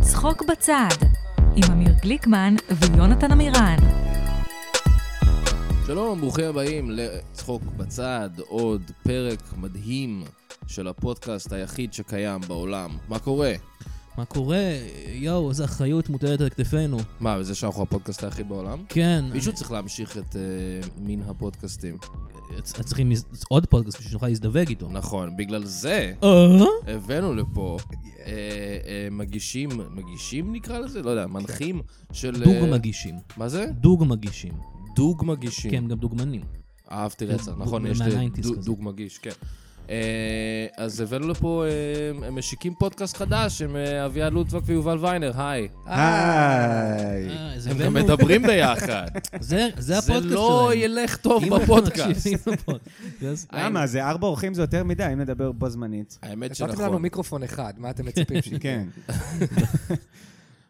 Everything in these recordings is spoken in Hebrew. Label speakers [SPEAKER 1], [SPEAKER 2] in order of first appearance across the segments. [SPEAKER 1] צחוק בצד, עם אמיר גליקמן ויונתן עמירן.
[SPEAKER 2] שלום, ברוכים הבאים לצחוק בצד, עוד פרק מדהים של הפודקאסט היחיד שקיים בעולם. מה קורה?
[SPEAKER 3] מה קורה? יואו, איזה אחריות מוטלת על כתפינו.
[SPEAKER 2] מה, וזה שאנחנו הפודקאסט היחיד בעולם?
[SPEAKER 3] כן.
[SPEAKER 2] מישהו צריך להמשיך את uh, מין הפודקאסטים.
[SPEAKER 3] אה, צ- צריכים לז- עוד פודקאסט בשביל שנוכל להזדווג איתו.
[SPEAKER 2] נכון, בגלל זה
[SPEAKER 3] אה?
[SPEAKER 2] הבאנו לפה אה, אה, מגישים, מגישים נקרא לזה? לא יודע, מנחים של...
[SPEAKER 3] כן. דוג
[SPEAKER 2] אה,
[SPEAKER 3] מגישים.
[SPEAKER 2] מה זה?
[SPEAKER 3] דוג מגישים.
[SPEAKER 2] דוג מגישים.
[SPEAKER 3] כן, גם דוגמנים.
[SPEAKER 2] אה, אהבתי רצח,
[SPEAKER 3] דוג-
[SPEAKER 2] נכון,
[SPEAKER 3] דוג
[SPEAKER 2] יש לי
[SPEAKER 3] מה-nineties
[SPEAKER 2] דו-
[SPEAKER 3] כזה.
[SPEAKER 2] דוג מגיש, כן. אה, אז הבאנו לפה, אה, הם משיקים פודקאסט חדש עם אה, אביעד לוטבק ויובל ויינר, היי.
[SPEAKER 4] היי.
[SPEAKER 3] אה, זה
[SPEAKER 2] הם גם
[SPEAKER 3] הבאנו-
[SPEAKER 2] מדברים ביחד.
[SPEAKER 3] זה זה
[SPEAKER 2] זה
[SPEAKER 3] הפודקאסט שלהם.
[SPEAKER 2] לא ילך טוב
[SPEAKER 3] אם אנחנו
[SPEAKER 2] בפודקאסט.
[SPEAKER 3] מקשיבים לפודקאסט.
[SPEAKER 4] למה? זה ארבע אורחים זה יותר מדי, אם נדבר בו זמנית.
[SPEAKER 2] האמת
[SPEAKER 5] נתתם לנו
[SPEAKER 2] כן, שנכון.
[SPEAKER 5] מיקרופון אחד, מה אתם מצפים שיקרה?
[SPEAKER 4] כן.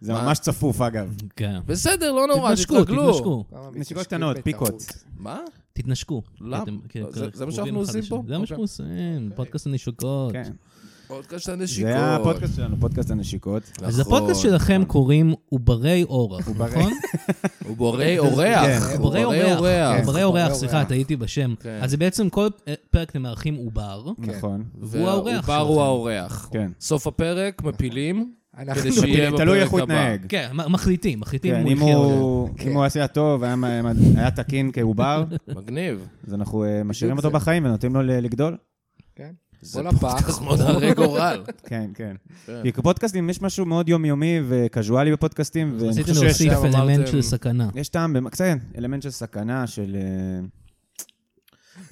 [SPEAKER 4] זה
[SPEAKER 2] מה?
[SPEAKER 4] ממש צפוף, אגב.
[SPEAKER 3] כן.
[SPEAKER 2] בסדר, לא נורא,
[SPEAKER 3] תתנשקו,
[SPEAKER 2] תתרגלו.
[SPEAKER 3] תתנשקו.
[SPEAKER 5] כמה
[SPEAKER 4] נשיקות
[SPEAKER 5] מתנשקים
[SPEAKER 4] קטנות,
[SPEAKER 5] בהתאהבות.
[SPEAKER 4] פיקות.
[SPEAKER 2] מה?
[SPEAKER 3] תתנשקו.
[SPEAKER 2] למה?
[SPEAKER 3] אתם- כן,
[SPEAKER 2] לא, זה-
[SPEAKER 3] קרובים
[SPEAKER 2] זה מה שאנחנו
[SPEAKER 3] אחד
[SPEAKER 2] עושים
[SPEAKER 3] לשני.
[SPEAKER 2] פה?
[SPEAKER 3] זה מה
[SPEAKER 2] אוקיי.
[SPEAKER 3] שאנחנו עושים, פודקאסט הנשיקות.
[SPEAKER 4] כן.
[SPEAKER 2] פודקאסט הנשיקות.
[SPEAKER 4] זה הפודקאסט שלנו, פודקאסט הנשיקות.
[SPEAKER 3] אז
[SPEAKER 2] נכון.
[SPEAKER 3] הפודקאסט שלכם קוראים עוברי אורח,
[SPEAKER 4] עוברי-
[SPEAKER 3] נכון?
[SPEAKER 2] הוא בורי אורח.
[SPEAKER 4] כן.
[SPEAKER 2] הוא
[SPEAKER 3] עוברי אורח. כן.
[SPEAKER 2] אורח.
[SPEAKER 3] עוברי
[SPEAKER 5] עוברי
[SPEAKER 3] אורח,
[SPEAKER 5] אורח.
[SPEAKER 3] סליחה, טעיתי בשם.
[SPEAKER 2] כן.
[SPEAKER 3] אז זה בעצם כל פרק אתם מארחים עובר,
[SPEAKER 4] נכון.
[SPEAKER 3] והוא האורח
[SPEAKER 2] והעובר הוא
[SPEAKER 3] שלכם.
[SPEAKER 2] האורח.
[SPEAKER 4] כן.
[SPEAKER 2] סוף הפרק, מפילים,
[SPEAKER 5] אנחנו
[SPEAKER 2] כדי שיהיה בפרק הבא.
[SPEAKER 4] תלוי איך הוא התנהג.
[SPEAKER 3] כן, מ- מחליטים, מחליטים
[SPEAKER 4] כן,
[SPEAKER 3] אם
[SPEAKER 4] אם
[SPEAKER 3] הוא יחיה או לא.
[SPEAKER 4] הוא-
[SPEAKER 5] כן.
[SPEAKER 4] אם הוא עשה טוב, היה מה- היה תקין כעובר,
[SPEAKER 2] מגניב.
[SPEAKER 4] אז אנחנו אה, משאירים
[SPEAKER 5] בדיוק
[SPEAKER 4] אותו בחיים ונותנים לו ל- לגדול.
[SPEAKER 5] כן.
[SPEAKER 2] זה
[SPEAKER 5] בוא לפח.
[SPEAKER 2] פודקאסט מאוד הרי גורל.
[SPEAKER 4] כן, כן.
[SPEAKER 2] כן.
[SPEAKER 4] כי בפודקאסטים יש משהו מאוד יומיומי וקזואלי בפודקאסטים, ואני
[SPEAKER 3] רציתם
[SPEAKER 4] חושב שיש
[SPEAKER 3] להוסיף
[SPEAKER 2] שם
[SPEAKER 3] אלמנט
[SPEAKER 2] אמרתם-
[SPEAKER 3] של סכנה.
[SPEAKER 4] יש טעם, במ- כן, אלמנט של סכנה, של... אה,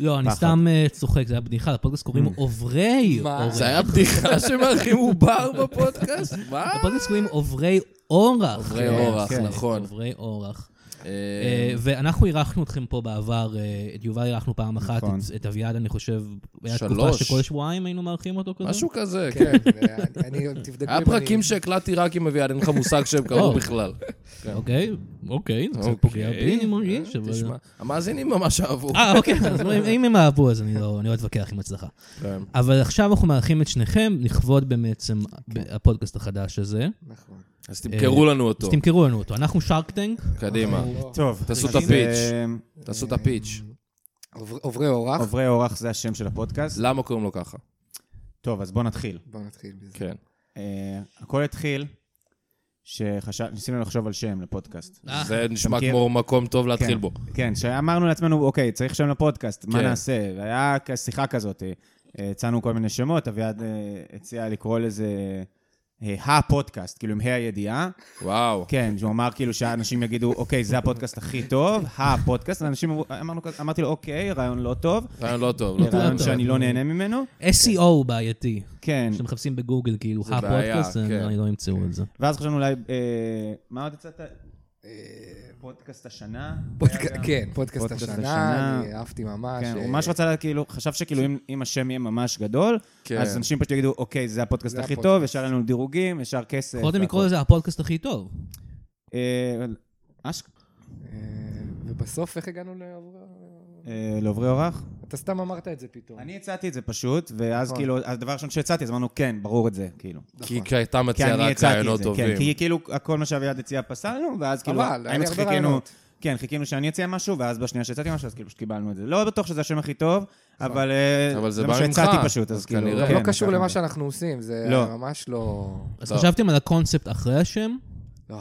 [SPEAKER 3] לא, אני
[SPEAKER 4] פחד. Mm.
[SPEAKER 3] סתם אה, צוחק, זה היה בדיחה, לפודקאסט קוראים עוברי
[SPEAKER 5] מה?
[SPEAKER 3] אורח.
[SPEAKER 2] זה היה בדיחה שמארחים עובר בפודקאסט? מה?
[SPEAKER 3] לפודקאסט קוראים עוברי אורח.
[SPEAKER 2] עוברי
[SPEAKER 3] אה,
[SPEAKER 2] אורח,
[SPEAKER 4] כן.
[SPEAKER 2] נכון.
[SPEAKER 3] עוברי אורח.
[SPEAKER 2] אה,
[SPEAKER 3] אה, ואנחנו אירחנו אתכם פה בעבר, אה, את יובל אירחנו פעם אחת,
[SPEAKER 4] נכון.
[SPEAKER 3] את- את אביעד, אני חושב, היה תקופה
[SPEAKER 2] שלוש.
[SPEAKER 3] שכל שבועיים היינו מארחים אותו כזה?
[SPEAKER 2] משהו כזה, כן.
[SPEAKER 5] כן, אני- אני, תבדקו
[SPEAKER 2] היה
[SPEAKER 5] אם אני-
[SPEAKER 2] פרקים שהקלטתי רק עם אביעד, אין לך מושג שהם קרו
[SPEAKER 3] אוקיי.
[SPEAKER 2] בכלל.
[SPEAKER 3] אוקיי, אוקיי, זה
[SPEAKER 2] אוקיי.
[SPEAKER 3] קצת פוגע בי, אני מרגיש,
[SPEAKER 2] אה,
[SPEAKER 3] אבל... לא.
[SPEAKER 2] תשמע, המאזינים ממש אהבו.
[SPEAKER 3] אה, אוקיי, אז אם- אם הם אהבו, אז אני לא אני לא אתווכח עם הצלחה.
[SPEAKER 2] כן.
[SPEAKER 3] אבל עכשיו אנחנו מארחים את שניכם לכבוד בעצם
[SPEAKER 2] כן.
[SPEAKER 3] הפודקאסט החדש הזה.
[SPEAKER 5] נכון.
[SPEAKER 2] אז תמכרו לנו אותו.
[SPEAKER 3] אז תמכרו לנו אותו. אנחנו שרק טנק,
[SPEAKER 2] קדימה.
[SPEAKER 5] לא.
[SPEAKER 4] טוב.
[SPEAKER 2] תעשו את
[SPEAKER 4] אז,
[SPEAKER 2] הפיץ'.
[SPEAKER 4] אה,
[SPEAKER 2] תעשו את הפיץ'.
[SPEAKER 5] עובר- עוברי אורח,
[SPEAKER 4] עוברי אורח זה השם של הפודקאסט.
[SPEAKER 2] למה קוראים לו ככה?
[SPEAKER 4] טוב, אז בואו נתחיל.
[SPEAKER 5] בואו נתחיל מזה.
[SPEAKER 2] כן.
[SPEAKER 4] אה, הכל התחיל שניסינו לחשוב על שם לפודקאסט.
[SPEAKER 3] אה,
[SPEAKER 2] זה נשמע
[SPEAKER 4] מכיר?
[SPEAKER 2] כמו מקום טוב להתחיל
[SPEAKER 4] כן,
[SPEAKER 2] בו.
[SPEAKER 4] כן, שאמרנו לעצמנו, אוקיי, צריך שם לפודקאסט, מה
[SPEAKER 2] כן.
[SPEAKER 4] נעשה? והיה כ- שיחה כזאת, אה, אה, הצענו כל מיני שמות, אביעד אה, הציע לקרוא לזה אה, הפודקאסט, כאילו עם ה' הידיעה.
[SPEAKER 2] וואו.
[SPEAKER 4] כן, שהוא אמר כאילו שאנשים יגידו, אוקיי, זה הפודקאסט הכי טוב, הפודקאסט, ואנשים אמרו- אמרנו, כזה- אמרתי לו, אוקיי, רעיון לא טוב,
[SPEAKER 2] רעיון לא טוב. לא טוב.
[SPEAKER 4] רעיון
[SPEAKER 3] טוב.
[SPEAKER 4] שאני לא נהנה ממנו.
[SPEAKER 3] SEO E בעייתי.
[SPEAKER 4] כן.
[SPEAKER 3] כשמחפשים בגוגל, כאילו,
[SPEAKER 2] זה בעיה,
[SPEAKER 3] הפודקאסט,
[SPEAKER 2] כן.
[SPEAKER 3] אני לא ימצאו את זה.
[SPEAKER 4] ואז חשבנו אולי, אה, מה עוד הצעת?
[SPEAKER 5] אה,
[SPEAKER 4] פודקאסט השנה?
[SPEAKER 5] פודק-
[SPEAKER 4] היה גם-
[SPEAKER 5] כן, פודקאסט
[SPEAKER 4] פודקאסט
[SPEAKER 5] השנה,
[SPEAKER 4] השנה.
[SPEAKER 5] אני אהבתי ממש.
[SPEAKER 4] כן,
[SPEAKER 5] אה,
[SPEAKER 4] הוא ממש רצה, לה- כאילו, חשב שכאילו אם- אם השם יהיה ממש גדול,
[SPEAKER 2] כן.
[SPEAKER 4] אז אנשים פשוט יגידו, אוקיי, זה הפודקאסט
[SPEAKER 5] זה
[SPEAKER 4] הכי
[SPEAKER 5] הפודקאסט.
[SPEAKER 4] טוב, ישר לנו דירוגים, ישר כסף.
[SPEAKER 3] יכולתם
[SPEAKER 4] והכל.
[SPEAKER 3] לקרוא לזה הפודקאסט הכי טוב.
[SPEAKER 4] אה, אש...
[SPEAKER 5] אה, ובסוף איך הגענו לעוברי אורח?
[SPEAKER 4] אה, לעוברי אורח?
[SPEAKER 5] אתה סתם אמרת את זה פתאום.
[SPEAKER 4] אני הצעתי את זה פשוט, ואז
[SPEAKER 5] נכון.
[SPEAKER 4] כאילו, הדבר הראשון שהצעתי, אז אמרנו, כן, ברור את זה, כאילו.
[SPEAKER 2] כי כי אתה
[SPEAKER 4] כי
[SPEAKER 2] מציע
[SPEAKER 4] אני
[SPEAKER 2] רק
[SPEAKER 4] הצעתי
[SPEAKER 2] רעיונות
[SPEAKER 4] את זה,
[SPEAKER 2] טובים.
[SPEAKER 4] כן, כי כאילו, כל מה שאביעד הציע פסלנו, ואז כאילו,
[SPEAKER 5] אבל, היה לי
[SPEAKER 4] האמת
[SPEAKER 5] הרבה
[SPEAKER 4] שחיכינו-
[SPEAKER 5] רעיונות.
[SPEAKER 4] כן, חיכינו שאני אציע משהו, ואז בשנייה שהצעתי משהו, אז כאילו פשוט קיבלנו את זה. לא בטוח שזה השם הכי טוב, אבל אה,
[SPEAKER 2] אבל זה
[SPEAKER 4] זה
[SPEAKER 2] בא
[SPEAKER 4] מה שהצעתי
[SPEAKER 2] ממך,
[SPEAKER 4] פשוט,
[SPEAKER 2] אז
[SPEAKER 4] אז כאילו...
[SPEAKER 2] כנראה.
[SPEAKER 5] זה
[SPEAKER 4] כן,
[SPEAKER 5] נכון. לא קשור
[SPEAKER 4] לקחנו
[SPEAKER 5] למה
[SPEAKER 4] את זה.
[SPEAKER 5] שאנחנו עושים, זה
[SPEAKER 4] לא.
[SPEAKER 5] ממש לא...
[SPEAKER 3] אז
[SPEAKER 2] טוב.
[SPEAKER 3] חשבתם על הקונספט אחרי השם?
[SPEAKER 5] לא.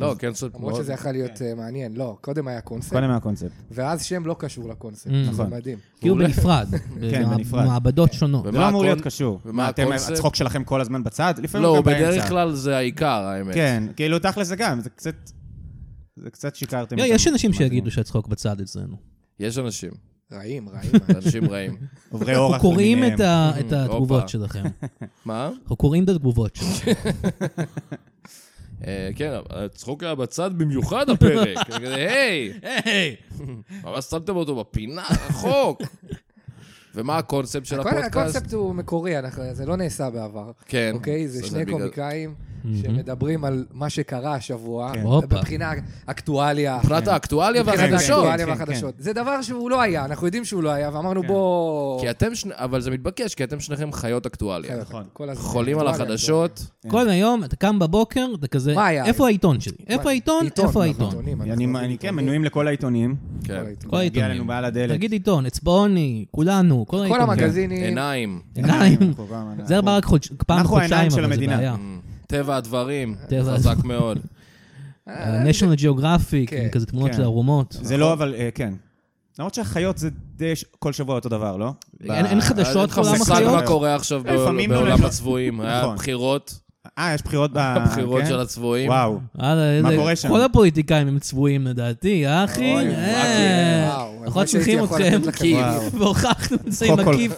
[SPEAKER 2] לא, כן, זאת
[SPEAKER 5] למרות
[SPEAKER 2] מאוד-
[SPEAKER 5] שזה יכול להיות אה, מעניין, לא, קודם היה קונספט,
[SPEAKER 4] כן. קודם מהקונספט.
[SPEAKER 5] ואז שם לא קשור לקונספט,
[SPEAKER 3] Mm.
[SPEAKER 5] זה
[SPEAKER 4] נכון.
[SPEAKER 5] מדהים.
[SPEAKER 3] כאילו בנפרד.
[SPEAKER 2] כן,
[SPEAKER 4] בנפרד.
[SPEAKER 3] במעבדות שונות.
[SPEAKER 4] זה לא אמור
[SPEAKER 2] הקונ-
[SPEAKER 4] להיות קשור.
[SPEAKER 2] ומה
[SPEAKER 4] מה, אתם,
[SPEAKER 2] הקונספט?
[SPEAKER 4] הצחוק שלכם כל הזמן בצד? לפעמים
[SPEAKER 2] לא,
[SPEAKER 4] גם
[SPEAKER 2] בדרך
[SPEAKER 4] באמצע.
[SPEAKER 2] כלל זה העיקר, האמת.
[SPEAKER 4] כן, כאילו, תכל'ס זה גם, זה קצת... זה קצת שיקרתם.
[SPEAKER 3] לא,
[SPEAKER 4] אותנו.
[SPEAKER 3] יש אנשים
[SPEAKER 4] מה זה
[SPEAKER 3] שיגידו
[SPEAKER 4] אומר?
[SPEAKER 3] שהצחוק בצד
[SPEAKER 2] לא
[SPEAKER 3] אצלנו.
[SPEAKER 2] יש אנשים,
[SPEAKER 5] רעים, רעים.
[SPEAKER 2] אנשים רעים.
[SPEAKER 4] עוברי
[SPEAKER 3] אנחנו
[SPEAKER 4] אורח
[SPEAKER 3] קוראים
[SPEAKER 4] למיניהם.
[SPEAKER 3] את ה- את
[SPEAKER 2] הופה.
[SPEAKER 3] התגובות שלכם.
[SPEAKER 2] מה?
[SPEAKER 3] אנחנו קוראים את התגובות שלכם.
[SPEAKER 2] אה, כן, הצחוק היה בצד במיוחד הפרק. אני כזה, היי,
[SPEAKER 3] היי!
[SPEAKER 2] ממש שמתם אותו בפינה, רחוק. ומה הקונספט של
[SPEAKER 5] הכל-
[SPEAKER 2] הפודקאסט?
[SPEAKER 5] הקונספט הוא מקורי, אנחנו- זה לא נעשה בעבר.
[SPEAKER 2] כן.
[SPEAKER 5] אוקיי? זה
[SPEAKER 2] אז
[SPEAKER 5] שני
[SPEAKER 2] בגלל-
[SPEAKER 5] קומיקאים שמדברים על מה שקרה השבוע,
[SPEAKER 4] כן.
[SPEAKER 3] הופה.
[SPEAKER 5] מבחינה אקטואליה.
[SPEAKER 2] מבחינת האקטואליה
[SPEAKER 5] מבחינת
[SPEAKER 2] והחדשות.
[SPEAKER 5] האקטואליה
[SPEAKER 4] כן, כן,
[SPEAKER 5] והחדשות. זה דבר שהוא לא היה, אנחנו יודעים שהוא לא היה, ואמרנו
[SPEAKER 4] כן.
[SPEAKER 5] בוא...
[SPEAKER 2] כי אתם, שני- אבל זה מתבקש, כי אתם שניכם חיות אקטואליה.
[SPEAKER 4] נכון.
[SPEAKER 5] כל הזמן.
[SPEAKER 2] חולים על
[SPEAKER 5] אקטואליה,
[SPEAKER 2] החדשות.
[SPEAKER 3] כל היום אתה קם בבוקר, אתה כזה,
[SPEAKER 5] כן. מה היה?
[SPEAKER 3] איפה העיתון שלי? איפה העיתון?
[SPEAKER 5] עיתון,
[SPEAKER 3] איפה
[SPEAKER 5] אנחנו
[SPEAKER 3] העיתון?
[SPEAKER 5] עיתונים, אנחנו
[SPEAKER 4] אני- אני כן, מנויים לכל העיתונים.
[SPEAKER 5] כל
[SPEAKER 2] כן.
[SPEAKER 5] העיתונים.
[SPEAKER 3] כל
[SPEAKER 4] הגיע
[SPEAKER 3] העיתונים.
[SPEAKER 4] לנו בעל הדלת.
[SPEAKER 3] תגיד עיתון, אצבעוני, כולנו, כל
[SPEAKER 5] כל
[SPEAKER 3] העיתונים.
[SPEAKER 5] המגזינים,
[SPEAKER 2] כן. עיניים.
[SPEAKER 3] עיניים.
[SPEAKER 4] כן, אנחנו גם-
[SPEAKER 3] זה בא רק חודש- פעם
[SPEAKER 4] נכון. אנחנו העיניים
[SPEAKER 3] בחודשיים,
[SPEAKER 4] של
[SPEAKER 3] אבל זה
[SPEAKER 4] המדינה.
[SPEAKER 3] בעיה.
[SPEAKER 2] אמ, טבע הדברים.
[SPEAKER 3] טבע
[SPEAKER 2] חזק מאוד.
[SPEAKER 3] אה, national Geographic,
[SPEAKER 5] אה, כן,
[SPEAKER 3] עם כזה תמונות
[SPEAKER 4] כן.
[SPEAKER 3] של ערומות.
[SPEAKER 4] זה לא, אבל אה, כן. למרות שהחיות זה די ש- כל שבוע אותו דבר, לא?
[SPEAKER 3] אין אין
[SPEAKER 4] אה,
[SPEAKER 3] חדשות
[SPEAKER 2] אין
[SPEAKER 3] בעולם
[SPEAKER 2] לך מושג
[SPEAKER 3] החיות?
[SPEAKER 2] מה קורה עכשיו
[SPEAKER 4] לפעמים לא
[SPEAKER 2] בעולם
[SPEAKER 4] נכון.
[SPEAKER 2] הצבועים. היה
[SPEAKER 4] נכון.
[SPEAKER 2] בחירות,
[SPEAKER 4] אה, יש בחירות ב...
[SPEAKER 2] הבחירות
[SPEAKER 4] כן?
[SPEAKER 2] של הצבועים.
[SPEAKER 4] וואו.
[SPEAKER 3] וואלה,
[SPEAKER 4] מה
[SPEAKER 3] איזה-
[SPEAKER 4] קורה שם?
[SPEAKER 3] כל הפוליטיקאים הם צבועים לדעתי, אה, אחי?
[SPEAKER 5] אוי,
[SPEAKER 3] אה,
[SPEAKER 5] וואו, הלוואי
[SPEAKER 3] אנחנו רק
[SPEAKER 5] שהייתי
[SPEAKER 3] צריכים
[SPEAKER 5] יכול
[SPEAKER 3] אתכם,
[SPEAKER 5] לתת לכם.
[SPEAKER 2] כי-
[SPEAKER 4] וואו.
[SPEAKER 3] והוכחנו את זה עם
[SPEAKER 4] כל- כל-
[SPEAKER 3] הכיף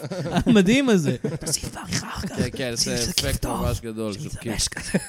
[SPEAKER 3] המדהים הזה. תוסיף בעריכה אחר כך.
[SPEAKER 2] כן, כן, זה אפקט ממש גדול. של כיף.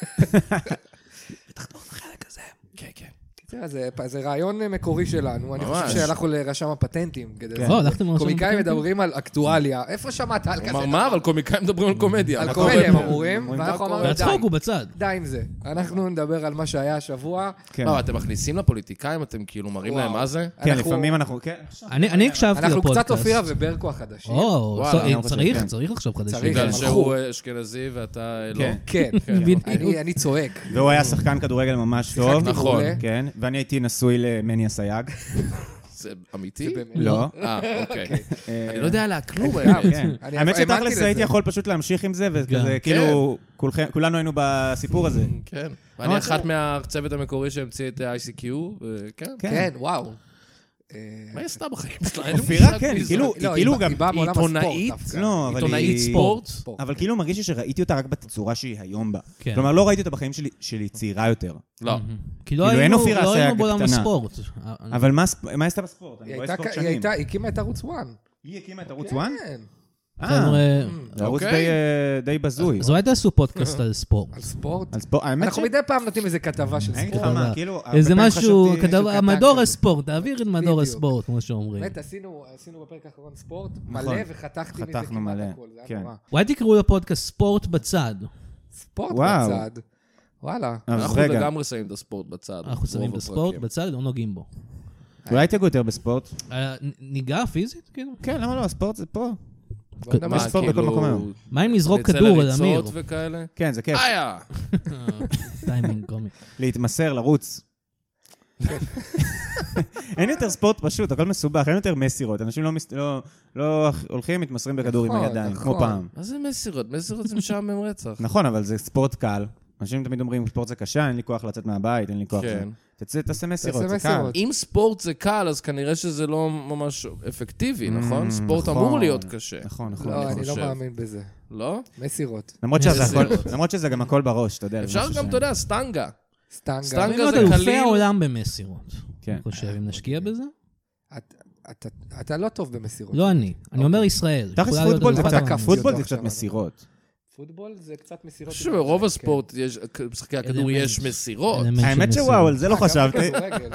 [SPEAKER 2] כן, כן.
[SPEAKER 5] תראה, זה- זה רעיון מקורי שלנו, אני
[SPEAKER 2] ממש.
[SPEAKER 5] חושב שהלכנו לרשם הפטנטים כדי...
[SPEAKER 4] כן.
[SPEAKER 3] לא, הלכתם לרשם
[SPEAKER 5] קומיקאים
[SPEAKER 3] הפטנטים?
[SPEAKER 5] מדברים על אקטואליה, איפה שמעת על כזה?
[SPEAKER 2] כלומר, מה, אבל קומיקאים מדברים על
[SPEAKER 4] נכון.
[SPEAKER 2] קומדיה. נכון?
[SPEAKER 5] על
[SPEAKER 2] מה
[SPEAKER 5] קומדיה הם
[SPEAKER 2] קורה?
[SPEAKER 5] אמורים, ואנחנו אמרנו די,
[SPEAKER 3] והצחוק הוא בצד.
[SPEAKER 5] די עם זה. אנחנו נדבר על מה שהיה השבוע.
[SPEAKER 4] כן.
[SPEAKER 2] מה, אבל אתם מכניסים לפוליטיקאים, אתם כאילו מראים
[SPEAKER 5] וואו.
[SPEAKER 2] להם מה זה?
[SPEAKER 4] כן,
[SPEAKER 5] אנחנו-
[SPEAKER 4] לפעמים אנחנו... כן.
[SPEAKER 3] אני אני הקשבתי לפודקאסט.
[SPEAKER 5] אנחנו קצת אופירה וברקו החדשים.
[SPEAKER 3] או,
[SPEAKER 2] וואלה,
[SPEAKER 3] צ-
[SPEAKER 4] כאילו, אני רוצה-
[SPEAKER 3] צריך,
[SPEAKER 4] כן.
[SPEAKER 3] צריך עכשיו חדשים.
[SPEAKER 5] צריך.
[SPEAKER 2] בגלל
[SPEAKER 5] הם
[SPEAKER 2] שהוא אה, אשכנזי ואתה אה, לא.
[SPEAKER 4] כן.
[SPEAKER 5] כן,
[SPEAKER 3] בדיוק.
[SPEAKER 5] אני- אני צועק.
[SPEAKER 4] והוא היה שחקן כדורגל ממש טוב.
[SPEAKER 5] שיחקתי
[SPEAKER 2] נכון.
[SPEAKER 5] מעולה.
[SPEAKER 4] כן, ואני הייתי נשוי למני אסייג.
[SPEAKER 2] זה אמיתי?
[SPEAKER 5] באמת.
[SPEAKER 4] לא.
[SPEAKER 2] אה, אוקיי.
[SPEAKER 4] אה,
[SPEAKER 2] אני לא יודע עליה כלום,
[SPEAKER 5] גם.
[SPEAKER 2] האמת.
[SPEAKER 4] כן.
[SPEAKER 5] אני
[SPEAKER 4] האמת
[SPEAKER 5] האמנתי
[SPEAKER 4] שתכלס
[SPEAKER 5] לזה.
[SPEAKER 4] הייתי יכול פשוט להמשיך עם זה, וכזה,
[SPEAKER 3] כן.
[SPEAKER 4] כאילו, כולכם- כולנו היינו בסיפור הזה.
[SPEAKER 5] אוקיי.
[SPEAKER 2] כן.
[SPEAKER 4] לא,
[SPEAKER 2] אני אחת מהצוות המקורי שהמציא את ICQ, וכן.
[SPEAKER 4] כן.
[SPEAKER 5] כן, וואו. אה,
[SPEAKER 2] מה היא עשתה בחיים שלה? אין לי
[SPEAKER 4] אופירה,
[SPEAKER 2] מושג
[SPEAKER 4] כן,
[SPEAKER 2] מי זאת.
[SPEAKER 4] כאילו,
[SPEAKER 5] לא,
[SPEAKER 4] היא כאילו
[SPEAKER 5] בא-
[SPEAKER 4] גם...
[SPEAKER 5] היא באה מעולם הספורט
[SPEAKER 2] עיתונאית?
[SPEAKER 5] דווקא.
[SPEAKER 4] לא, אבל היא...
[SPEAKER 2] עיתונאית ספורט?
[SPEAKER 5] ספורט.
[SPEAKER 4] אבל כאילו מרגיש לי שראיתי אותה רק בתצורה שהיא היום בה.
[SPEAKER 3] כן.
[SPEAKER 4] כלומר, לא ראיתי אותה בחיים שלי- שלי צעירה יותר.
[SPEAKER 5] אוקיי.
[SPEAKER 2] לא.
[SPEAKER 3] כי לא
[SPEAKER 4] כאילו, אין
[SPEAKER 3] היינו
[SPEAKER 4] אופירה
[SPEAKER 3] לא
[SPEAKER 4] אסייג
[SPEAKER 3] היינו בעולם
[SPEAKER 4] קטנה. אה,
[SPEAKER 3] הספורט.
[SPEAKER 4] אבל מה הספ- מה עשתה בספורט? אני
[SPEAKER 5] היא
[SPEAKER 4] רואה
[SPEAKER 5] הייתה-
[SPEAKER 4] ספורט
[SPEAKER 5] היא
[SPEAKER 4] כאילו, שנים.
[SPEAKER 5] הייתה, היא הקימה את ערוץ 1.
[SPEAKER 4] היא הקימה את ערוץ 1?
[SPEAKER 5] כן,
[SPEAKER 4] אה,
[SPEAKER 3] חבר'ה,
[SPEAKER 4] זה ערוץ
[SPEAKER 2] אוקיי.
[SPEAKER 4] די, אה, די בזוי.
[SPEAKER 3] אז אולי תעשו פודקאסט על ספורט.
[SPEAKER 5] על ספורט.
[SPEAKER 4] אז פה, האמת ש...
[SPEAKER 5] אנחנו מדי פעם נותנים איזה כתבה של
[SPEAKER 4] אני אגיד לך
[SPEAKER 5] ספורט.
[SPEAKER 4] מה, כאילו... הרבה
[SPEAKER 3] איזה
[SPEAKER 4] פעמים
[SPEAKER 3] משהו,
[SPEAKER 4] חשבתי- כאילו.
[SPEAKER 5] משהו
[SPEAKER 3] כתב,
[SPEAKER 5] קטן
[SPEAKER 3] מדור
[SPEAKER 5] כזה.
[SPEAKER 3] הספורט, תעביר את מדור
[SPEAKER 5] בדיוק.
[SPEAKER 3] הספורט, כמו שאומרים.
[SPEAKER 5] באמת, עשינו עשינו בפרק האחרון ספורט מלא,
[SPEAKER 4] נכון.
[SPEAKER 5] וחתכתי מזה
[SPEAKER 4] חתכנו
[SPEAKER 5] כמעט
[SPEAKER 4] מלא,
[SPEAKER 5] הכל. זה היה
[SPEAKER 4] כן.
[SPEAKER 5] נורא.
[SPEAKER 3] אולי תקראו לפודקאסט ספורט בצד.
[SPEAKER 5] ספורט
[SPEAKER 4] וואו.
[SPEAKER 5] בצד. וואלה.
[SPEAKER 4] אז
[SPEAKER 2] אנחנו
[SPEAKER 4] אה, רגע,
[SPEAKER 2] לגמרי שמים את הספורט בצד.
[SPEAKER 3] אנחנו שמים
[SPEAKER 2] רוב
[SPEAKER 3] את הספורט
[SPEAKER 2] הפרקים.
[SPEAKER 3] בצד, לא נוגעים בו.
[SPEAKER 4] אולי תגעו יותר בספורט.
[SPEAKER 3] אה, נ- ניגע פיזית, כאילו?
[SPEAKER 4] כן, למה לא? הספורט זה פה.
[SPEAKER 5] בוא נדבר
[SPEAKER 2] מה,
[SPEAKER 5] על ספורט.
[SPEAKER 4] ספורט בכל
[SPEAKER 2] כאילו,
[SPEAKER 4] מקום היום.
[SPEAKER 3] מה אם נזרוק
[SPEAKER 2] נצא
[SPEAKER 3] כדור על אמיר?
[SPEAKER 2] לריצות וכאלה? אה,
[SPEAKER 4] כן, זה כיף.
[SPEAKER 2] איה!
[SPEAKER 3] טיימינג קומי.
[SPEAKER 4] להתמסר, לרוץ.
[SPEAKER 2] כן.
[SPEAKER 4] אין יותר ספורט פשוט, הכל מסובך, אין יותר מסירות. אנשים לא, מס... לא, לא הולכים, מתמסרים בכדור עם
[SPEAKER 5] נכון,
[SPEAKER 4] הידיים,
[SPEAKER 5] נכון.
[SPEAKER 4] כמו פעם.
[SPEAKER 2] מה זה מסירות? מסירות זה משעמם רצח.
[SPEAKER 4] נכון, אבל זה ספורט קל. אנשים תמיד אומרים, ספורט זה קשה, אין לי כוח לצאת מהבית, אין לי כוח...
[SPEAKER 2] כן.
[SPEAKER 4] זה. תצא, תעשה מסירות,
[SPEAKER 5] תעשה
[SPEAKER 4] זה קל.
[SPEAKER 5] מסירות.
[SPEAKER 2] אם ספורט זה קל, אז כנראה שזה לא ממש אפקטיבי, נכון? ספורט
[SPEAKER 4] נכון.
[SPEAKER 2] אמור להיות קשה.
[SPEAKER 4] נכון, נכון.
[SPEAKER 5] לא, אני לא
[SPEAKER 2] חושב.
[SPEAKER 5] מאמין בזה.
[SPEAKER 2] לא?
[SPEAKER 5] מסירות.
[SPEAKER 4] למרות שזה,
[SPEAKER 2] מסירות.
[SPEAKER 4] הכל, למרות שזה גם הכל בראש, אתה יודע. זה
[SPEAKER 2] אפשר
[SPEAKER 4] משהו
[SPEAKER 2] גם,
[SPEAKER 4] ש-
[SPEAKER 2] אתה יודע, סטנגה.
[SPEAKER 5] סטנגה.
[SPEAKER 2] סטנגה.
[SPEAKER 3] צריכים להיות
[SPEAKER 2] זה
[SPEAKER 3] לא אלופי
[SPEAKER 2] קליל.
[SPEAKER 3] העולם במסירות.
[SPEAKER 4] כן.
[SPEAKER 3] אני חושב, אם נשקיע בזה?
[SPEAKER 5] את- אתה- אתה לא טוב במסירות.
[SPEAKER 3] לא אני. אני אומר ישראל.
[SPEAKER 4] אוקיי. תכלס
[SPEAKER 3] יכולה להיות
[SPEAKER 4] פוטבול זה
[SPEAKER 3] אלופת
[SPEAKER 4] קצת-
[SPEAKER 3] העולם.
[SPEAKER 4] פוטבול זה
[SPEAKER 5] עכשיו,
[SPEAKER 4] קצת
[SPEAKER 5] אבל-
[SPEAKER 4] מסירות.
[SPEAKER 5] פוטבול זה קצת
[SPEAKER 2] אני
[SPEAKER 5] מסירות. כן.
[SPEAKER 2] חושב שברוב הספורט, יש- במשחקי הכדור
[SPEAKER 3] אלמנט.
[SPEAKER 2] יש מסירות.
[SPEAKER 3] אלמנט של
[SPEAKER 4] האמת
[SPEAKER 3] מסירות.
[SPEAKER 4] שוואו, על זה לא חשבתי.
[SPEAKER 5] בכדורגל.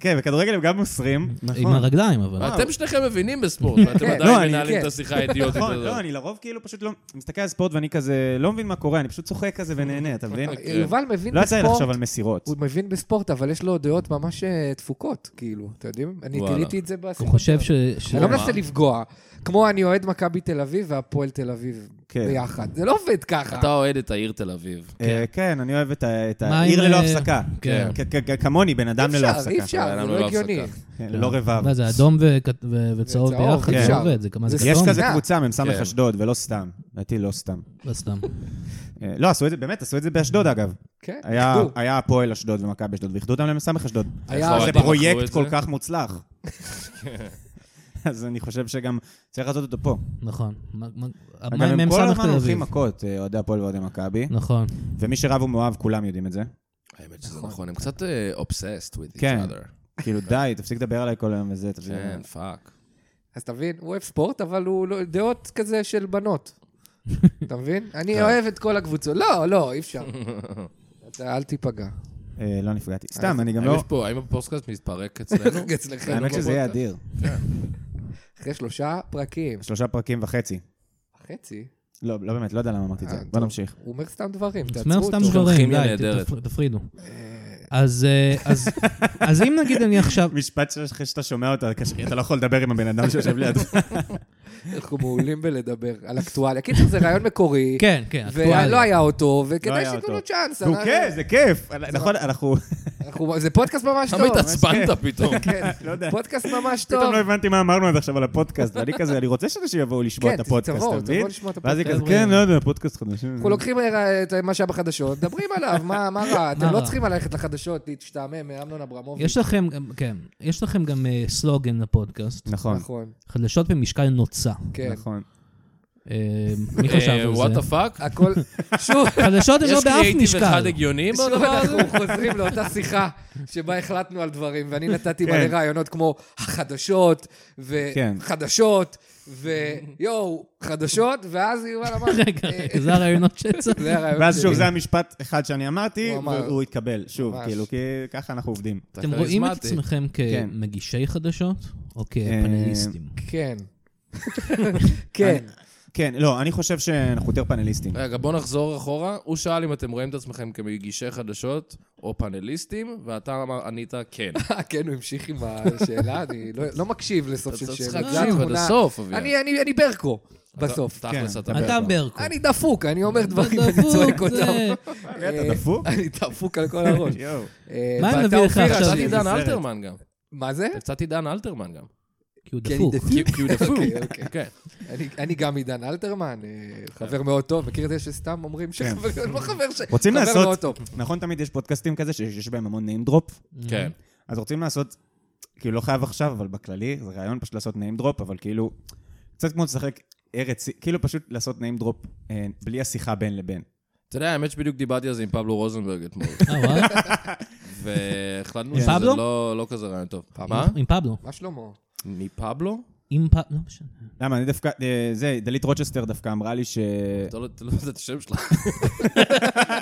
[SPEAKER 4] כן, בכדורגל הם גם מוסרים.
[SPEAKER 3] עם הרגליים, אבל.
[SPEAKER 4] וואו.
[SPEAKER 2] אתם שניכם מבינים בספורט, ואתם
[SPEAKER 5] כן,
[SPEAKER 2] עדיין
[SPEAKER 4] לא, אני-
[SPEAKER 2] מנהלים
[SPEAKER 5] כן.
[SPEAKER 2] את השיחה האידיוטית
[SPEAKER 4] נכון,
[SPEAKER 2] הזאת.
[SPEAKER 4] לא, אני לרוב כאילו פשוט לא... מסתכל על ספורט ואני כזה לא מבין מה קורה, אני פשוט צוחק כזה ונהנה, אתה מבין?
[SPEAKER 5] יובל מבין
[SPEAKER 4] לא יצא לי לחשוב
[SPEAKER 5] בספורט.
[SPEAKER 4] על מסירות.
[SPEAKER 5] הוא מבין בספורט, אבל יש לו דעות ממש אה, דפוקות, כאילו, אתם יודעים? אני
[SPEAKER 2] וואלה.
[SPEAKER 5] גיליתי את זה בסיפור.
[SPEAKER 3] אני חושב ש...
[SPEAKER 4] אה,
[SPEAKER 3] ש-
[SPEAKER 5] אני לא
[SPEAKER 2] מה?
[SPEAKER 5] מנסה לפגוע. כמו אני אוהד מכבי תל אביב והפועל תל אביב
[SPEAKER 4] כן.
[SPEAKER 5] ביחד. זה לא עובד ככה.
[SPEAKER 2] אתה אוהד את העיר תל אביב.
[SPEAKER 4] אה, כן, אני אוהב את ה- את
[SPEAKER 3] מה
[SPEAKER 4] העיר
[SPEAKER 3] עם,
[SPEAKER 4] ללא
[SPEAKER 3] אה,
[SPEAKER 4] הפסקה.
[SPEAKER 3] כן.
[SPEAKER 4] כ- כ- כ- כמוני, בן אדם ללא
[SPEAKER 5] אי
[SPEAKER 4] הפסקה.
[SPEAKER 5] אפשר,
[SPEAKER 2] אבל
[SPEAKER 5] זה
[SPEAKER 2] למה
[SPEAKER 5] לא
[SPEAKER 2] לא
[SPEAKER 5] הגיוני.
[SPEAKER 2] הפסקה?
[SPEAKER 4] כן, ללא רבב.
[SPEAKER 3] מה זה, אדום וכת- ו- וצהוב
[SPEAKER 5] וצהוב,
[SPEAKER 3] ביחד?
[SPEAKER 4] כן.
[SPEAKER 3] זה עובד, זה כמה זה
[SPEAKER 5] זה-
[SPEAKER 4] יש
[SPEAKER 3] כתום?
[SPEAKER 4] כזה
[SPEAKER 5] סתם.
[SPEAKER 4] קבוצה, מ"ס
[SPEAKER 2] כן.
[SPEAKER 4] אשדוד, ולא סתם. לדעתי לא סתם.
[SPEAKER 3] לא סתם.
[SPEAKER 4] אה, לא, עשו את זה, באמת, עשו את זה באשדוד אגב.
[SPEAKER 5] כן,
[SPEAKER 4] היה-
[SPEAKER 5] איחדו.
[SPEAKER 4] היה הפועל אשדוד ומכבי אשדוד, ואיחדו אותם למ"ס אשדוד.
[SPEAKER 5] היה-
[SPEAKER 4] זה
[SPEAKER 2] אוהדים מכרו את
[SPEAKER 4] פרויקט
[SPEAKER 2] זה?
[SPEAKER 4] כל כך מוצלח. אז אני חושב שגם צריך לעשות אותו פה.
[SPEAKER 3] נכון. מה- מה-
[SPEAKER 4] אגב,
[SPEAKER 3] מה עם
[SPEAKER 4] הם
[SPEAKER 3] מ"ס
[SPEAKER 4] כל הזמן
[SPEAKER 3] תל
[SPEAKER 4] הולכים
[SPEAKER 3] אביב?
[SPEAKER 4] מכות, אה, אוהדי הפועל ואוהדי מכבי.
[SPEAKER 3] נכון.
[SPEAKER 4] ומי שרב ומאוהב, כולם יודעים את זה.
[SPEAKER 2] האמת שזה נכון, הם קצת אה, obsessed with each
[SPEAKER 4] כן.
[SPEAKER 2] other.
[SPEAKER 4] כאילו, די, תפסיק לדבר עליי כל היום וזה, תפסיק.
[SPEAKER 2] כן, פאק.
[SPEAKER 5] אז אתה מבין? הוא אוהב ספורט, אבל הוא לא- דעות כזה של בנות. אתה מבין?
[SPEAKER 4] כן.
[SPEAKER 5] אני אוהב את כל הקבוצות. לא, לא, אי אפשר. אתה אל תיפגע.
[SPEAKER 4] אה, לא נפגעתי. סתם, אני גם
[SPEAKER 2] האם
[SPEAKER 4] לא...
[SPEAKER 2] יש פה- האם הפוסטקאסט מתפרק אצלנו?
[SPEAKER 5] אצלכם.
[SPEAKER 3] לא
[SPEAKER 2] לא
[SPEAKER 4] האמת שזה יהיה אדיר.
[SPEAKER 5] אחרי שלושה פרקים.
[SPEAKER 4] שלושה פרקים וחצי.
[SPEAKER 5] חצי.
[SPEAKER 4] לא, לא באמת, לא יודע למה אמרתי את זה.
[SPEAKER 5] אה,
[SPEAKER 4] בוא
[SPEAKER 5] טוב.
[SPEAKER 4] נמשיך.
[SPEAKER 5] הוא אומר סתם דברים, תעצרו
[SPEAKER 3] תשמעו
[SPEAKER 5] אותו.
[SPEAKER 3] סתם
[SPEAKER 2] יש גם
[SPEAKER 3] דברים,
[SPEAKER 2] כימיה
[SPEAKER 3] די,
[SPEAKER 2] נהדרת.
[SPEAKER 3] תפר- תפרידו. אז אה, אז- אז אם נגיד אני עכשיו...
[SPEAKER 4] משפט שאחרי שאתה שומע אותו, קשה, אתה לא יכול לדבר עם הבן אדם שיושב לידך.
[SPEAKER 5] אנחנו מעולים בלדבר על אקטואליה. קיצור, זה רעיון מקורי.
[SPEAKER 3] כן, כן,
[SPEAKER 5] ולא
[SPEAKER 4] לא
[SPEAKER 3] אקטואליה.
[SPEAKER 5] היה אותו, וכדאי
[SPEAKER 4] היה
[SPEAKER 5] שייתנו
[SPEAKER 4] אותו.
[SPEAKER 5] לו צ'אנס.
[SPEAKER 4] נו,
[SPEAKER 5] אנחנו-
[SPEAKER 4] כן, זה כיף. נכון, אנחנו...
[SPEAKER 5] אנחנו- זה פודקאסט ממש טוב.
[SPEAKER 2] למה התעצבנת פתאום?
[SPEAKER 5] כן,
[SPEAKER 4] לא יודע.
[SPEAKER 5] פודקאסט ממש
[SPEAKER 4] פתאום
[SPEAKER 5] טוב.
[SPEAKER 4] לא הבנתי מה אמרנו עד עכשיו על הפודקאסט, ואני כזה, אני רוצה שאנשים יבואו לשמוע
[SPEAKER 5] כן,
[SPEAKER 4] את הפודקאסט,
[SPEAKER 5] תבואו,
[SPEAKER 4] אתה
[SPEAKER 5] תבואו
[SPEAKER 4] מבין?
[SPEAKER 5] לשמוע את
[SPEAKER 4] ואז היא כזה,
[SPEAKER 5] הפודקאסט.
[SPEAKER 4] כן, לא יודע, פודקאסט חדש.
[SPEAKER 5] אנחנו לא לוקחים אה, את מה שהיה בחדשות, מדברים עליו, מה מה רע? אתם
[SPEAKER 3] מה
[SPEAKER 5] לא
[SPEAKER 3] רע?
[SPEAKER 5] צריכים ללכת לחדשות, להשתעמם מאמנון אברמוביץ'.
[SPEAKER 3] יש לכם, גם- כן, יש לכם גם אה, סלוגן לפודקאסט,
[SPEAKER 4] נכון,
[SPEAKER 5] נכון,
[SPEAKER 3] חדשות במשקל נוצה.
[SPEAKER 5] כן.
[SPEAKER 4] נכון.
[SPEAKER 3] אה, מי חשב על
[SPEAKER 2] וואט
[SPEAKER 3] זה?
[SPEAKER 2] דה פאק?
[SPEAKER 5] הכל, שוב,
[SPEAKER 3] חדשות הם אה, לא
[SPEAKER 2] יש
[SPEAKER 3] באף
[SPEAKER 2] קריאיטיב אחד
[SPEAKER 3] משקל. לא-
[SPEAKER 2] הגיוני
[SPEAKER 5] שוב
[SPEAKER 2] בדבר הזה?
[SPEAKER 5] אנחנו חוזרים לאותה שיחה שבה החלטנו על דברים, ואני נתתי
[SPEAKER 4] כן.
[SPEAKER 5] מלא רעיונות כמו החדשות,
[SPEAKER 4] כן.
[SPEAKER 5] וחדשות, ויואו, חדשות, ואז יובל אמר...
[SPEAKER 3] רגע,
[SPEAKER 5] אה,
[SPEAKER 3] רגע, זה הרעיונות שצריך.
[SPEAKER 5] זה הרעיון
[SPEAKER 4] ואז שוב,
[SPEAKER 5] שלי.
[SPEAKER 4] זה המשפט אחד שאני אמרתי,
[SPEAKER 5] אה, הוא אמר.
[SPEAKER 4] והוא התקבל, שוב,
[SPEAKER 5] ממש.
[SPEAKER 4] כאילו, כי ככה אנחנו עובדים.
[SPEAKER 2] אתה
[SPEAKER 3] אתם רואים את
[SPEAKER 2] כריזמטי.
[SPEAKER 3] עצמכם כמגישי חדשות או כפנליסטים?
[SPEAKER 5] כן. כן.
[SPEAKER 4] כן, לא, אני חושב שאנחנו יותר פאנליסטים.
[SPEAKER 5] אה,
[SPEAKER 2] רגע, בוא נחזור אחורה. הוא שאל אם אתם רואים את עצמכם כמגישי חדשות או פאנליסטים, ואתה אמר- ענית כן.
[SPEAKER 5] אה, כן, הוא המשיך עם השאלה, אני לא- לא מקשיב לסוף
[SPEAKER 2] אתה
[SPEAKER 5] של
[SPEAKER 2] צריך
[SPEAKER 5] שאלה.
[SPEAKER 2] להקשיב עד הסוף, אביעד.
[SPEAKER 5] אני- אני אני ברקו,
[SPEAKER 2] אתה-
[SPEAKER 5] בסוף.
[SPEAKER 2] תכלס, אתה
[SPEAKER 4] כן. אתה
[SPEAKER 2] בעד.
[SPEAKER 3] אתה ברקו.
[SPEAKER 5] אני דפוק, אני אומר דברים ואני
[SPEAKER 3] דפוק,
[SPEAKER 5] צועק אותם.
[SPEAKER 3] זה-
[SPEAKER 4] אתה דפוק?
[SPEAKER 5] אני דפוק על כל הראש.
[SPEAKER 4] יואו.
[SPEAKER 5] אה,
[SPEAKER 3] מה
[SPEAKER 5] ואתה
[SPEAKER 3] נביא לך
[SPEAKER 5] אופיר,
[SPEAKER 3] עכשיו?
[SPEAKER 5] אז-
[SPEAKER 2] קצת
[SPEAKER 3] זה
[SPEAKER 2] עידן
[SPEAKER 4] סרט.
[SPEAKER 2] אלתרמן גם.
[SPEAKER 5] מה זה?
[SPEAKER 2] קצת עידן אלתרמן גם.
[SPEAKER 3] כי הוא
[SPEAKER 5] כי אני
[SPEAKER 3] דפוק.
[SPEAKER 5] דפוק.
[SPEAKER 2] כי כי הוא דפוק.
[SPEAKER 5] אוקיי, אוקיי.
[SPEAKER 2] כן.
[SPEAKER 5] אני- אני גם עידן אלתרמן, אה, חבר מאוד טוב, מכיר את זה שסתם אומרים שחבר, לא חבר ש...
[SPEAKER 4] כן. רוצים
[SPEAKER 5] חבר מאוד
[SPEAKER 4] לעשות,
[SPEAKER 5] טוב.
[SPEAKER 4] נכון תמיד יש פודקאסטים כזה שיש יש בהם המון name drop,
[SPEAKER 3] Mm-hmm.
[SPEAKER 2] כן.
[SPEAKER 4] אז רוצים לעשות, כאילו לא חייב עכשיו, אבל בכללי, זה רעיון פשוט לעשות name drop, אבל כאילו, קצת כמו לשחק ארץ, כאילו פשוט לעשות name drop אה, בלי השיחה בין לבין.
[SPEAKER 2] אתה יודע, האמת שבדיוק דיברתי על זה עם פבלו רוזנברג אתמול,
[SPEAKER 3] אה, וואלה?
[SPEAKER 2] והחלטנו
[SPEAKER 3] עם
[SPEAKER 2] שזה
[SPEAKER 3] פבלו?
[SPEAKER 2] לא לא כזה רעיון טוב.
[SPEAKER 5] פבלו?
[SPEAKER 2] מה?
[SPEAKER 3] עם פבלו.
[SPEAKER 5] מה שלמה?
[SPEAKER 2] Mm. מפבלו?
[SPEAKER 3] עם פבלו, לא משנה.
[SPEAKER 4] למה, אני דווקא, אה, זה, דלית רוצ'סטר דווקא אמרה לי ש...
[SPEAKER 2] אתה לא אתה לא יודע את השם שלה.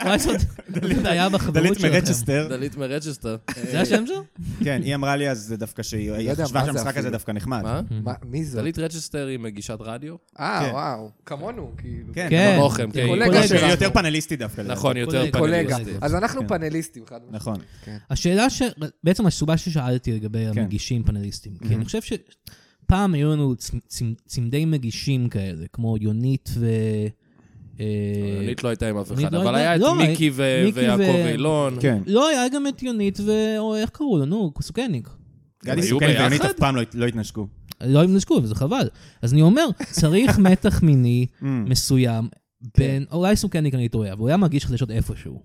[SPEAKER 3] וואי, זאת בעיה בחברות
[SPEAKER 4] דלית
[SPEAKER 3] שלכם.
[SPEAKER 4] מרצ'סטר,
[SPEAKER 2] דלית מרצ'סטר.
[SPEAKER 4] אה.
[SPEAKER 3] זה השם שלו?
[SPEAKER 4] כן, היא אמרה לי אז זה דווקא שהיא היא
[SPEAKER 5] יודע
[SPEAKER 4] חשבה
[SPEAKER 5] מה זה
[SPEAKER 4] שהמשחק הזה
[SPEAKER 5] אפילו.
[SPEAKER 4] דווקא נחמד.
[SPEAKER 2] מה?
[SPEAKER 5] מה- מי זאת?
[SPEAKER 2] דלית רצ'סטר היא מגישת רדיו?
[SPEAKER 5] אה,
[SPEAKER 4] כן.
[SPEAKER 5] וואו, כמונו, כאילו.
[SPEAKER 4] כן.
[SPEAKER 3] כן.
[SPEAKER 2] כמוכם, כן.
[SPEAKER 5] קולגה
[SPEAKER 4] לא,
[SPEAKER 3] קולגה.
[SPEAKER 4] שהיא
[SPEAKER 5] שלנו.
[SPEAKER 4] יותר פאנליסטית דווקא. לדעתי.
[SPEAKER 2] נכון, יותר
[SPEAKER 3] קולגה.
[SPEAKER 5] קולגה.
[SPEAKER 2] פאנליסטית.
[SPEAKER 5] אז אנחנו
[SPEAKER 4] כן.
[SPEAKER 5] פאנליסטים, חד משמעית.
[SPEAKER 4] נכון.
[SPEAKER 3] השאלה ש... בעצם הסיבה ששאלתי לגבי
[SPEAKER 4] כן.
[SPEAKER 3] המגישים פאנליסטים, כי אני חושב שפעם היו לנו צמ- צמ- צמדי מגישים כאלה, כמו יונית ו... אה,
[SPEAKER 2] יונית לא הייתה עם אף
[SPEAKER 3] יונית
[SPEAKER 2] אחד,
[SPEAKER 3] לא
[SPEAKER 2] אבל
[SPEAKER 3] הייתה-
[SPEAKER 2] היה את
[SPEAKER 3] לא,
[SPEAKER 2] מיקי ו-
[SPEAKER 3] מיקי ו-
[SPEAKER 2] ויעקב אילון.
[SPEAKER 4] כן.
[SPEAKER 3] לא, היה גם את יונית ו... או איך קראו לו? נו, סוכניק.
[SPEAKER 4] גדי
[SPEAKER 2] היו
[SPEAKER 4] סוכני ויונית
[SPEAKER 2] ביחד?
[SPEAKER 4] אף פעם לא הת- לא התנשקו.
[SPEAKER 3] לא הם נשקו, וזה חבל. אז אני אומר, צריך מתח מיני
[SPEAKER 4] Mm.
[SPEAKER 3] מסוים בין...
[SPEAKER 4] כן.
[SPEAKER 3] אולי סוכניק אני טועה, אבל הוא היה מגיש חדשות איפשהו.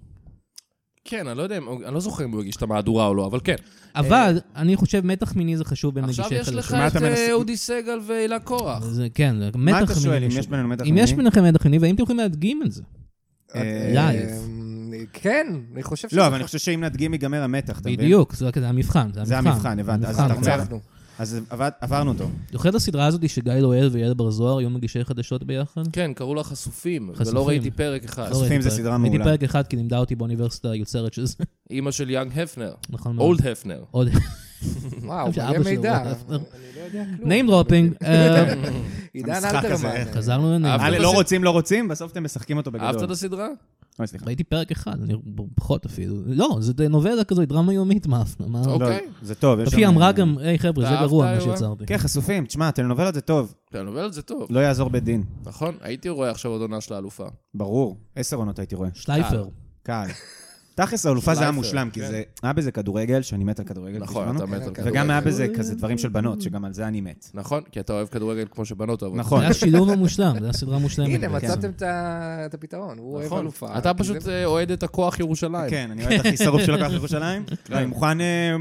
[SPEAKER 2] כן, אני לא יודע, אם- אני לא זוכר אם הוא הגיש את המהדורה או לא, אבל כן.
[SPEAKER 3] אבל
[SPEAKER 4] אה,
[SPEAKER 3] אני חושב מתח מיני זה חשוב בין מגישי
[SPEAKER 2] עכשיו
[SPEAKER 3] חדשות.
[SPEAKER 2] יש לך
[SPEAKER 4] מה
[SPEAKER 2] את
[SPEAKER 4] אתה מנסה-
[SPEAKER 2] אה, אודי סגל והילה קורח.
[SPEAKER 3] זה- כן, זה מתח מיני.
[SPEAKER 4] מה אתה שואל, אם
[SPEAKER 3] חשוב.
[SPEAKER 4] יש בינינו מתח
[SPEAKER 3] אם יש
[SPEAKER 4] מיני?
[SPEAKER 3] ביניכם מתח מיני, והאם אתם יכולים להדגים את זה?
[SPEAKER 4] אה,
[SPEAKER 3] לייב.
[SPEAKER 5] אה, כן, אני חושב
[SPEAKER 4] לא, אבל אני חושב שאם נדגים ייגמר המתח, אתה מבין?
[SPEAKER 3] בדיוק, זה רק- זה המבחן.
[SPEAKER 4] זה המבחן, הבנת. אז אתה
[SPEAKER 3] המבחן.
[SPEAKER 4] אומר,
[SPEAKER 5] ניצחנו.
[SPEAKER 4] אז עבד- עברנו אותו.
[SPEAKER 3] זוכר את הסדרה הזאת שגיא לואל ויעל בר זוהר היו מגישי חדשות ביחד?
[SPEAKER 2] כן, קראו לה חשופים, ולא
[SPEAKER 3] חשופים.
[SPEAKER 2] ראיתי פרק אחד.
[SPEAKER 3] לא ראיתי
[SPEAKER 4] זה
[SPEAKER 3] פרק.
[SPEAKER 4] סדרה
[SPEAKER 3] ראיתי
[SPEAKER 4] מעולה.
[SPEAKER 3] פרק אחד כי לימדה אותי באוניברסיטה היוצרת שזה,
[SPEAKER 2] אימא של יאנג הפנר,
[SPEAKER 3] נכון מאוד.
[SPEAKER 2] אולד הפנר.
[SPEAKER 3] עוד.
[SPEAKER 5] וואו,
[SPEAKER 3] חושב
[SPEAKER 5] מלא
[SPEAKER 3] שאבא שלו
[SPEAKER 5] מידע.
[SPEAKER 3] הוא
[SPEAKER 5] אני לא יודע כלום.
[SPEAKER 3] name dropping, אה,
[SPEAKER 5] עידן
[SPEAKER 4] המשחק הזה,
[SPEAKER 5] אלתרמן.
[SPEAKER 4] איך
[SPEAKER 3] חזרנו לנעים.
[SPEAKER 2] אהבת?
[SPEAKER 4] אה,
[SPEAKER 2] אבל
[SPEAKER 4] לא
[SPEAKER 2] זה-
[SPEAKER 4] רוצים, לא רוצים, בסוף אתם משחקים אותו
[SPEAKER 2] אהבת
[SPEAKER 4] בגדול.
[SPEAKER 2] את הסדרה?
[SPEAKER 4] אוי, סליחה.
[SPEAKER 3] ראיתי פרק אחד, אני פחות אפילו. לא, זה נובלה כזו, דרמה יומית, מה אף מה?
[SPEAKER 2] אוקיי.
[SPEAKER 4] לא, זה טוב. יש
[SPEAKER 3] פשוט היא
[SPEAKER 4] שם-
[SPEAKER 3] אמרה גם, היי חבר'ה, זה
[SPEAKER 2] אתה
[SPEAKER 3] גרוע
[SPEAKER 2] אהבת,
[SPEAKER 3] מה
[SPEAKER 2] יואב?
[SPEAKER 3] שיצרתי.
[SPEAKER 4] כן, חשופים, תשמע, טלנובלות זה טוב,
[SPEAKER 2] טלנובלת כן, זה טוב,
[SPEAKER 4] לא יעזור בית דין.
[SPEAKER 2] נכון? הייתי רואה עכשיו עוד עונה של האלופה.
[SPEAKER 4] ברור. עשר עונות הייתי רואה.
[SPEAKER 3] שלייפר.
[SPEAKER 4] קל. תכלס, האלופה זה היה
[SPEAKER 2] שלייפר,
[SPEAKER 4] מושלם, כי
[SPEAKER 2] כן.
[SPEAKER 4] זה... היה בזה כדורגל, שאני מת על כדורגל.
[SPEAKER 2] נכון,
[SPEAKER 4] בזמנו,
[SPEAKER 2] אתה מת על כדורגל.
[SPEAKER 4] וגם היה בזה כזה דברים של בנות, שגם על זה אני מת.
[SPEAKER 2] נכון, כי אתה אוהב כדורגל כמו שבנות אוהבות.
[SPEAKER 3] זה
[SPEAKER 4] נכון.
[SPEAKER 3] היה שילוב המושלם, זה היה סדרה מושלמת. כן.
[SPEAKER 5] הנה,
[SPEAKER 3] בעצם.
[SPEAKER 5] מצאתם את ה- את הפתרון, הוא אוהב
[SPEAKER 2] נכון.
[SPEAKER 5] אלופה. כאילו,
[SPEAKER 2] אתה
[SPEAKER 5] כי
[SPEAKER 2] פשוט
[SPEAKER 5] זה-
[SPEAKER 2] אה, אוהד את הכוח ירושלים.
[SPEAKER 4] כן, אני אוהב את הכי שרוף של לקוח ירושלים. לא, אני מוכן אה,